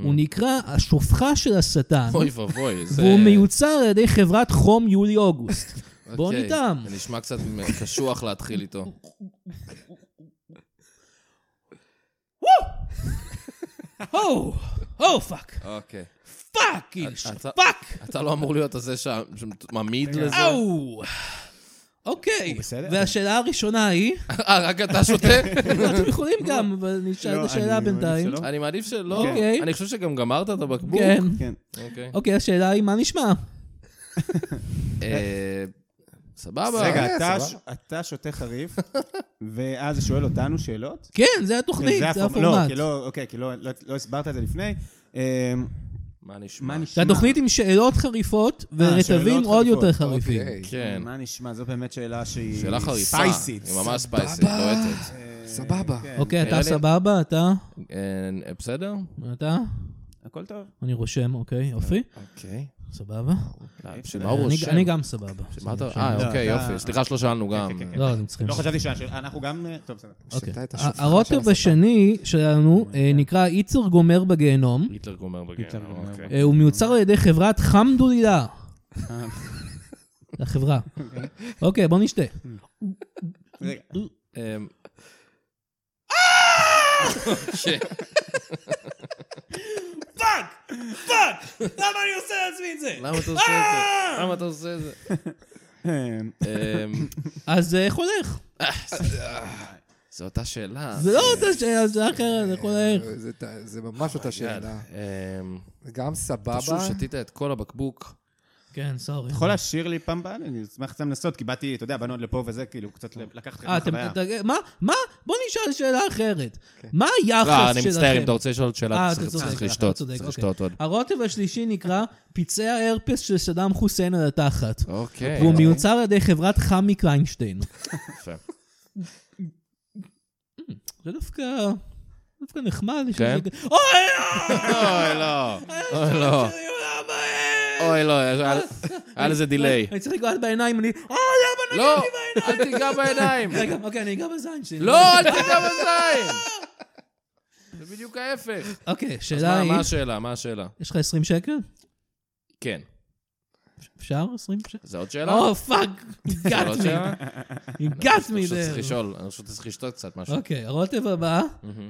[SPEAKER 3] הוא נקרא השופחה של השטן,
[SPEAKER 2] אוי ואבוי, זה...
[SPEAKER 3] והוא מיוצר על ידי חברת חום יולי-אוגוסט. בוא
[SPEAKER 2] אוקיי,
[SPEAKER 3] נטעם.
[SPEAKER 2] זה נשמע קצת קשוח להתחיל איתו.
[SPEAKER 3] או, או פאק,
[SPEAKER 2] אוקיי.
[SPEAKER 3] פאק, איש,
[SPEAKER 2] אתה-
[SPEAKER 3] פאק,
[SPEAKER 2] אתה לא אמור להיות הזה שה- שמעמיד לזה?
[SPEAKER 3] או. אוקיי,
[SPEAKER 4] הוא בסדר?
[SPEAKER 3] והשאלה הראשונה היא,
[SPEAKER 2] אה, רק אתה שותה?
[SPEAKER 3] אתם יכולים גם, אבל אני אשאל
[SPEAKER 4] לא,
[SPEAKER 3] את השאלה
[SPEAKER 4] אני- אני
[SPEAKER 3] בינתיים.
[SPEAKER 4] שלא.
[SPEAKER 2] אני מעדיף שלא.
[SPEAKER 3] אוקיי.
[SPEAKER 2] אני חושב שגם גמרת את הבקבוק.
[SPEAKER 3] כן.
[SPEAKER 4] כן.
[SPEAKER 2] אוקיי.
[SPEAKER 3] אוקיי, השאלה היא, מה נשמע? אוקיי.
[SPEAKER 2] אה, סבבה.
[SPEAKER 4] רגע,
[SPEAKER 5] אה,
[SPEAKER 4] אתה
[SPEAKER 5] סבבה.
[SPEAKER 4] ש- אתה שותה חריף, ואז שואל אותנו שאלות?
[SPEAKER 3] כן, זה התוכנית, זה
[SPEAKER 4] הפורמ- לא,
[SPEAKER 3] הפורמט.
[SPEAKER 4] כי לא, אוקיי, כי לא- לא לא הסברת את זה לפני. אה,
[SPEAKER 2] מה נשמע?
[SPEAKER 4] מה
[SPEAKER 3] זה
[SPEAKER 4] נשמע?
[SPEAKER 3] התוכנית עם שאלות חריפות ורטבים
[SPEAKER 4] שאלות
[SPEAKER 3] עוד יותר
[SPEAKER 4] חריפות,
[SPEAKER 3] חריפים.
[SPEAKER 5] אוקיי.
[SPEAKER 2] כן.
[SPEAKER 4] מה נשמע? זו באמת שאלה שהיא...
[SPEAKER 2] שאלה חריפה.
[SPEAKER 4] ספייסית.
[SPEAKER 2] היא ממש ספייסית,
[SPEAKER 5] סבבה.
[SPEAKER 2] לוהטת.
[SPEAKER 4] אה,
[SPEAKER 5] סבבה.
[SPEAKER 4] כן.
[SPEAKER 3] אוקיי,
[SPEAKER 2] נראה
[SPEAKER 3] אתה
[SPEAKER 2] לי-
[SPEAKER 3] סבבה? אתה?
[SPEAKER 2] אה, בסדר?
[SPEAKER 3] אתה?
[SPEAKER 4] הכל טוב.
[SPEAKER 3] אני רושם, אוקיי, יופי.
[SPEAKER 2] אוקיי.
[SPEAKER 3] סבבה?
[SPEAKER 2] שמה הוא
[SPEAKER 3] אני-
[SPEAKER 2] רושם?
[SPEAKER 3] אני גם סבבה.
[SPEAKER 2] מה אתה...
[SPEAKER 3] אני
[SPEAKER 2] אה,
[SPEAKER 4] לא,
[SPEAKER 2] אוקיי,
[SPEAKER 4] אתה-
[SPEAKER 2] יופי. סליחה שלא שאלנו גם.
[SPEAKER 4] כן, כן,
[SPEAKER 3] לא, אתם צריכים...
[SPEAKER 4] לא חשבתי שאנחנו גם... אה, טוב, בסדר.
[SPEAKER 3] אוקיי.
[SPEAKER 5] שתה את השופחה של
[SPEAKER 3] הרוטב
[SPEAKER 5] השטן.
[SPEAKER 3] השני שלנו אה, נקרא איצר גומר בגיהנום.
[SPEAKER 2] היטלר גומר
[SPEAKER 4] היטלר
[SPEAKER 2] בגיהנום.
[SPEAKER 4] גומר
[SPEAKER 2] אוקיי.
[SPEAKER 3] אה, הוא מיוצר על ידי חברת חמדולילה. החברה. אוקיי, בוא נשתה.
[SPEAKER 4] רגע.
[SPEAKER 2] אמ, אוקיי.
[SPEAKER 3] למה אני עושה לעצמי את זה?
[SPEAKER 2] למה אתה עושה את זה? למה אתה עושה את זה?
[SPEAKER 4] אה,
[SPEAKER 2] אמ,
[SPEAKER 3] אז אה, איך הולך?
[SPEAKER 2] זו אותה שאלה.
[SPEAKER 3] זה לא אותה שאלה, זה אחרת, איך הולך?
[SPEAKER 4] כן.
[SPEAKER 5] זה ת- זה ממש אותה שאלה.
[SPEAKER 2] כן. אמ,
[SPEAKER 5] גם
[SPEAKER 2] פשוט
[SPEAKER 5] סבבה.
[SPEAKER 2] שתית את כל הבקבוק.
[SPEAKER 3] כן, סורי.
[SPEAKER 4] אתה יכול לשיר לי פעם הבאה? אני אשמח קצת לנסות, כי באתי, אתה יודע, באנו עד לפה וזה, כאילו, קצת לקחת לך
[SPEAKER 3] אה, אתם...
[SPEAKER 4] מהחוויה.
[SPEAKER 3] אתה- מה? מה? בוא נשאל שאלה אחרת. מה
[SPEAKER 2] לא,
[SPEAKER 3] היחס
[SPEAKER 2] אני
[SPEAKER 3] שלכם?
[SPEAKER 2] מצטער, אם אתה רוצה לשאול עוד
[SPEAKER 3] אה,
[SPEAKER 2] שאלה,
[SPEAKER 3] אתה
[SPEAKER 2] צריך-
[SPEAKER 3] צודק,
[SPEAKER 2] צריך
[SPEAKER 3] אתה
[SPEAKER 2] לשתות.
[SPEAKER 3] צודק,
[SPEAKER 2] צריך
[SPEAKER 3] אוקיי.
[SPEAKER 2] לשתות עוד.
[SPEAKER 3] הרוטב השלישי נקרא פצעי ההרפס של סדאם חוסיין על התחת.
[SPEAKER 2] אוקיי.
[SPEAKER 3] והוא מיוצר על ידי חברת חמי קליינשטיין.
[SPEAKER 2] יפה.
[SPEAKER 3] זה דווקא... דווקא נחמד. יש
[SPEAKER 2] כן?
[SPEAKER 3] לזה- אוי,
[SPEAKER 2] אוי, לא. אוי, לא.
[SPEAKER 3] למה
[SPEAKER 2] אוי, לא. היה- היה לזה דיליי.
[SPEAKER 3] אני צריך לגעת בעיניים, אני... אוי, למה
[SPEAKER 2] לא,
[SPEAKER 3] נגעתי בעיניים?
[SPEAKER 2] אל תיגע בעיניים.
[SPEAKER 3] רגע, אוקיי, אני אגע בזין שלי.
[SPEAKER 2] לא, אל תיגע בזין. זה בדיוק ההפך.
[SPEAKER 3] אוקיי,
[SPEAKER 2] אז
[SPEAKER 3] שאלה
[SPEAKER 2] מה-
[SPEAKER 3] היא...
[SPEAKER 2] מה השאלה? מה השאלה?
[SPEAKER 3] יש לך 20 שקל?
[SPEAKER 2] כן.
[SPEAKER 3] אפשר 20 שקל?
[SPEAKER 2] זה עוד שאלה?
[SPEAKER 3] או, פאק,
[SPEAKER 2] זה
[SPEAKER 3] got
[SPEAKER 2] עוד
[SPEAKER 3] me,
[SPEAKER 2] שאלה?
[SPEAKER 3] you got
[SPEAKER 2] אני
[SPEAKER 3] me
[SPEAKER 2] פשוט צריך
[SPEAKER 3] there.
[SPEAKER 2] לשאול, אני פשוט צריך לשתות קצת משהו.
[SPEAKER 3] אוקיי, הרוטב הבא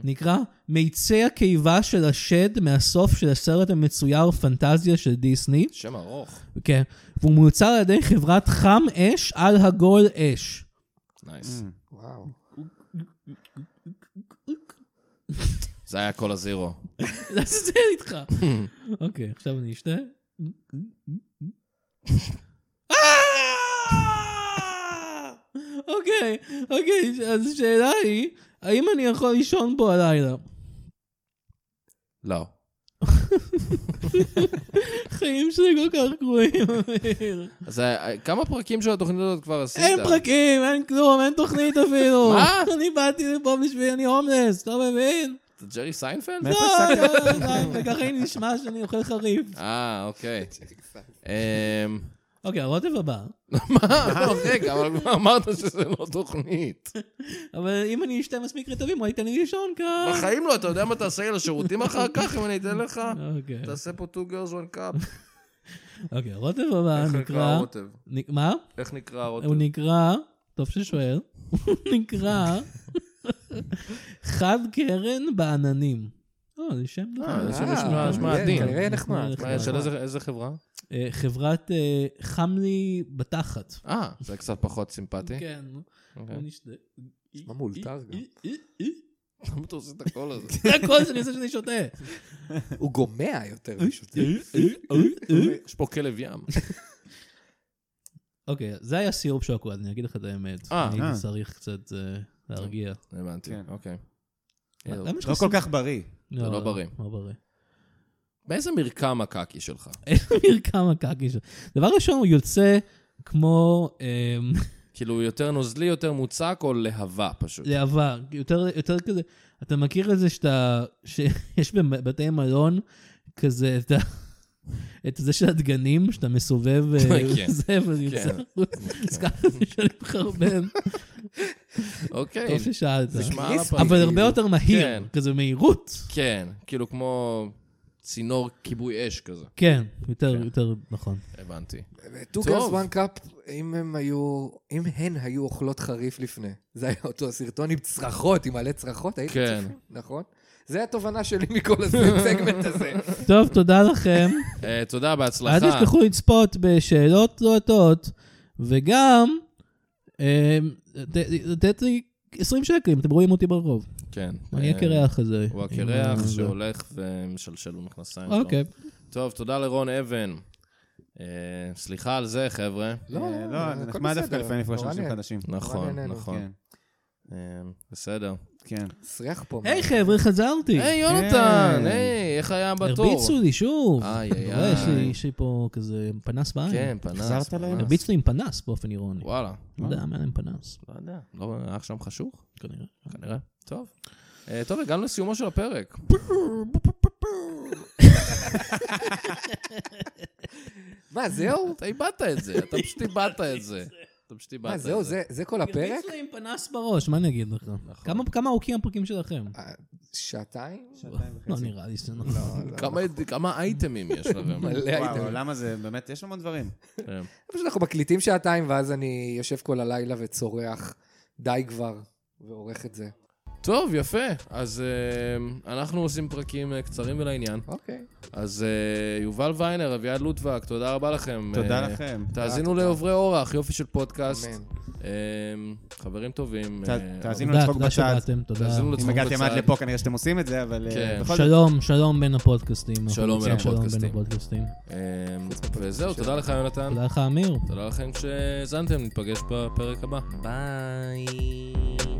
[SPEAKER 3] נקרא מיצי הקיבה של השד מהסוף של הסרט המצויר פנטזיה של דיסני.
[SPEAKER 2] שם ארוך.
[SPEAKER 3] כן. והוא מיוצר על ידי חברת חם אש על הגול אש.
[SPEAKER 2] נייס.
[SPEAKER 5] וואו.
[SPEAKER 2] זה היה כל הזירו.
[SPEAKER 3] לעזאזל איתך. אוקיי, עכשיו אני אשתה. אה! אוקיי, אוקיי, אז השאלה היא, האם אני יכול לישון פה הלילה?
[SPEAKER 2] לא.
[SPEAKER 3] החיים שלי כל כך גרועים, אמיר.
[SPEAKER 2] אז אה, כמה פרקים של התוכנית הזאת כבר עשית?
[SPEAKER 3] אין פרקים, אין כלום, אין תוכנית אפילו.
[SPEAKER 2] מה?
[SPEAKER 3] אני באתי לפה בשביל, אני הומלס, אתה מבין?
[SPEAKER 2] אתה ג'רי סיינפלד?
[SPEAKER 4] מאיפה
[SPEAKER 3] לא,
[SPEAKER 4] הפסקת?
[SPEAKER 3] לא, לא, וככה אני נשמע שאני אוכל חריף.
[SPEAKER 2] אה, אוקיי. אמ,
[SPEAKER 3] אוקיי, הרוטב הבא.
[SPEAKER 2] מה? לא, רגע, אבל כבר אמרת שזה לא תוכנית.
[SPEAKER 3] אבל אם אני אשתה מספיק רטבים, הוא ייתן לי לישון כאן.
[SPEAKER 2] בחיים לא, אתה יודע מה תעשה לי לשירותים אחר כך, אם אני אתן לך?
[SPEAKER 3] אוקיי,
[SPEAKER 2] תעשה פה 2 girls one cup.
[SPEAKER 3] אוקיי, הרוטב הבא
[SPEAKER 2] איך נקרא
[SPEAKER 3] נקרא...
[SPEAKER 2] הרוטב?
[SPEAKER 3] נק- מה?
[SPEAKER 2] איך נקרא
[SPEAKER 3] הוא
[SPEAKER 2] הרוטב?
[SPEAKER 3] נקרא, טוב ששואל, הוא נקרא חד קרן בעננים. לא, זה שם
[SPEAKER 2] אה,
[SPEAKER 3] דבר.
[SPEAKER 2] זה
[SPEAKER 5] אה,
[SPEAKER 2] נשמע- נשמע
[SPEAKER 5] מעניין,
[SPEAKER 2] עדין.
[SPEAKER 5] כנראה נחמד.
[SPEAKER 2] מה, של איזה- איזה חברה?
[SPEAKER 3] אה, חברת אה, חמלי בתחת.
[SPEAKER 2] אה, זה קצת פחות סימפטי.
[SPEAKER 3] כן,
[SPEAKER 2] אוקיי.
[SPEAKER 3] בוא נשתה.
[SPEAKER 5] נשמע מאולתר גם.
[SPEAKER 2] למה אתה עושה את הקול הזה?
[SPEAKER 3] זה הקול שאני עושה שאני שותה.
[SPEAKER 5] הוא גומע יותר
[SPEAKER 4] אה?
[SPEAKER 5] משוטה.
[SPEAKER 2] יש פה כלב ים.
[SPEAKER 3] אוקיי, זה היה סיורפ שוקולד, אני אגיד לך את האמת.
[SPEAKER 2] אה,
[SPEAKER 3] אני
[SPEAKER 4] אה.
[SPEAKER 3] צריך קצת אה, להרגיע.
[SPEAKER 2] הבנתי,
[SPEAKER 4] כן.
[SPEAKER 2] אוקיי.
[SPEAKER 3] למה יש לך
[SPEAKER 4] לא כל
[SPEAKER 3] סיורפ?
[SPEAKER 4] כך בריא.
[SPEAKER 2] זה לא בריא.
[SPEAKER 3] לא בריא.
[SPEAKER 2] באיזה מרקם הקקי שלך?
[SPEAKER 3] מרקם הקקי שלו. דבר ראשון, הוא יוצא כמו אמ,
[SPEAKER 2] כאילו, יותר נוזלי, יותר מוצק, או להבה פשוט?
[SPEAKER 3] להבה, יותר יותר כזה, אתה מכיר את זה שאתה, שיש בבתי מלון כזה את ה... את זה של הדגנים, שאתה מסובב, אה,
[SPEAKER 2] כן.
[SPEAKER 3] זה, וזה יוצא
[SPEAKER 2] כן.
[SPEAKER 3] החוצה. אז ככה זה שאני מחרבן.
[SPEAKER 2] אוקיי,
[SPEAKER 3] טוב ששאלת.
[SPEAKER 2] נשמע על
[SPEAKER 5] קריספי.
[SPEAKER 2] הפנים.
[SPEAKER 3] אבל הרבה יותר
[SPEAKER 2] כן.
[SPEAKER 3] מהיר, כזה מהירות.
[SPEAKER 2] כן, כאילו כמו צינור כיבוי אש כזה.
[SPEAKER 3] כן, יותר, יותר נכון.
[SPEAKER 2] הבנתי.
[SPEAKER 5] Two
[SPEAKER 2] טוב.
[SPEAKER 5] Girls One Cup, אם הם היו, אם הן היו אוכלות חריף לפני, זה היה אותו הסרטון עם צרחות, עם מלא צרחות, הייתם
[SPEAKER 2] כן.
[SPEAKER 5] צופים, נכון? זה התובנה שלי מכל הסגמנט הזה.
[SPEAKER 4] אה,
[SPEAKER 3] טוב, תודה לכם.
[SPEAKER 2] אה, תודה, בהצלחה.
[SPEAKER 3] אל תשכחו לצפות בשאלות לוהטות, וגם אה, ת- לתת לי 20 שקל אם אתם רואים אותי ברחוב.
[SPEAKER 2] כן.
[SPEAKER 3] אני
[SPEAKER 2] אה,
[SPEAKER 3] הקרח הזה.
[SPEAKER 2] הוא
[SPEAKER 3] עם ה-
[SPEAKER 2] הקרח
[SPEAKER 3] זה.
[SPEAKER 2] שהולך ומשלשל במכנסיים שלו.
[SPEAKER 3] אוקיי.
[SPEAKER 2] טוב, תודה לרון אבן. אה, סליחה על זה, חבר'ה.
[SPEAKER 4] אה, לא,
[SPEAKER 5] הכל
[SPEAKER 4] נחמד דווקא
[SPEAKER 5] בסדר. לא
[SPEAKER 4] לפעמים לפגוש
[SPEAKER 5] נורא
[SPEAKER 4] אנשים
[SPEAKER 5] נהנה.
[SPEAKER 4] חדשים.
[SPEAKER 2] נכון,
[SPEAKER 5] נהנינו.
[SPEAKER 2] נכון.
[SPEAKER 4] כן,
[SPEAKER 2] אה, בסדר.
[SPEAKER 4] כן.
[SPEAKER 5] סריח פה.
[SPEAKER 3] היי
[SPEAKER 5] מה?
[SPEAKER 3] חבר'ה, חזרתי.
[SPEAKER 2] היי, יונתן,
[SPEAKER 4] כן.
[SPEAKER 2] היי, איך היה בתור?
[SPEAKER 3] אה, הרביצו לי שוב.
[SPEAKER 2] איי,
[SPEAKER 3] אתה
[SPEAKER 2] איי,
[SPEAKER 3] רואה, יש לי-
[SPEAKER 2] איי.
[SPEAKER 3] יש לי פה כזה פנס בעין.
[SPEAKER 2] כן, פנס.
[SPEAKER 4] חזרת להם?
[SPEAKER 2] פנס.
[SPEAKER 3] אה, הרביצו לי עם פנס באופן אירוני.
[SPEAKER 2] וואלה,
[SPEAKER 3] לא יודע מה להם פנס,
[SPEAKER 2] לא יודע. לא, היה שם חשוך?
[SPEAKER 3] כנראה.
[SPEAKER 2] כנראה. טוב. אה, טוב, הגענו לסיומו של הפרק.
[SPEAKER 5] מה, זהו?
[SPEAKER 2] אתה איבדת את זה, אתה פשוט איבדת את זה. אתה פשוט איבדת
[SPEAKER 5] מה,
[SPEAKER 2] את
[SPEAKER 5] זהו? זה זה כל הפרק?
[SPEAKER 3] הרביצו לי עם פנס בראש, מה אני אגיד לך?
[SPEAKER 2] נכון.
[SPEAKER 3] כמה- כמה ארוכים הפרקים שלכם?
[SPEAKER 5] אה, שעתיים?
[SPEAKER 3] לא נראה לי שזה נכון.
[SPEAKER 5] לא, לא.
[SPEAKER 2] כמה- כמה אייטמים יש לכם?
[SPEAKER 5] מלא אה, הייתם.
[SPEAKER 4] וואו, למה זה, באמת, יש המון דברים.
[SPEAKER 2] כן.
[SPEAKER 5] פשוט אנחנו מקליטים שעתיים, ואז אני יושב כל הלילה וצורח, די כבר, ועורך את זה.
[SPEAKER 2] טוב, יפה. אז אה, אנחנו עושים פרקים אה, קצרים ולעניין.
[SPEAKER 5] אוקיי.
[SPEAKER 2] אז אה, יובל ויינר, אביעד לוטבק, תודה רבה לכם.
[SPEAKER 4] תודה
[SPEAKER 2] אה,
[SPEAKER 4] לכם.
[SPEAKER 2] תאזינו לעוברי אורח, יופי של פודקאסט.
[SPEAKER 5] אמן.
[SPEAKER 2] אה, חברים טובים.
[SPEAKER 4] ת-
[SPEAKER 2] אה,
[SPEAKER 4] תאזינו
[SPEAKER 3] תודה,
[SPEAKER 4] לצחוק
[SPEAKER 3] תודה
[SPEAKER 4] בצד.
[SPEAKER 3] שבאתם, תודה.
[SPEAKER 2] תאזינו
[SPEAKER 4] אם
[SPEAKER 2] לצחוק
[SPEAKER 4] הגעתם עד
[SPEAKER 2] בצד.
[SPEAKER 4] לפה, כנראה שאתם עושים את זה, אבל אה,
[SPEAKER 2] כן.
[SPEAKER 4] בכל זאת,
[SPEAKER 3] שלום, שלום בין הפודקאסטים.
[SPEAKER 2] שלום בין
[SPEAKER 3] אנחנו רוצים
[SPEAKER 2] הפודקאסטים. כן.
[SPEAKER 3] שלום בין הפודקאסטים.
[SPEAKER 2] אה, וזהו, תודה לך, יונתן.
[SPEAKER 3] תודה לך, אמיר.
[SPEAKER 2] תודה לכם שהאזנתם, ניפגש בפרק הבא. ביי.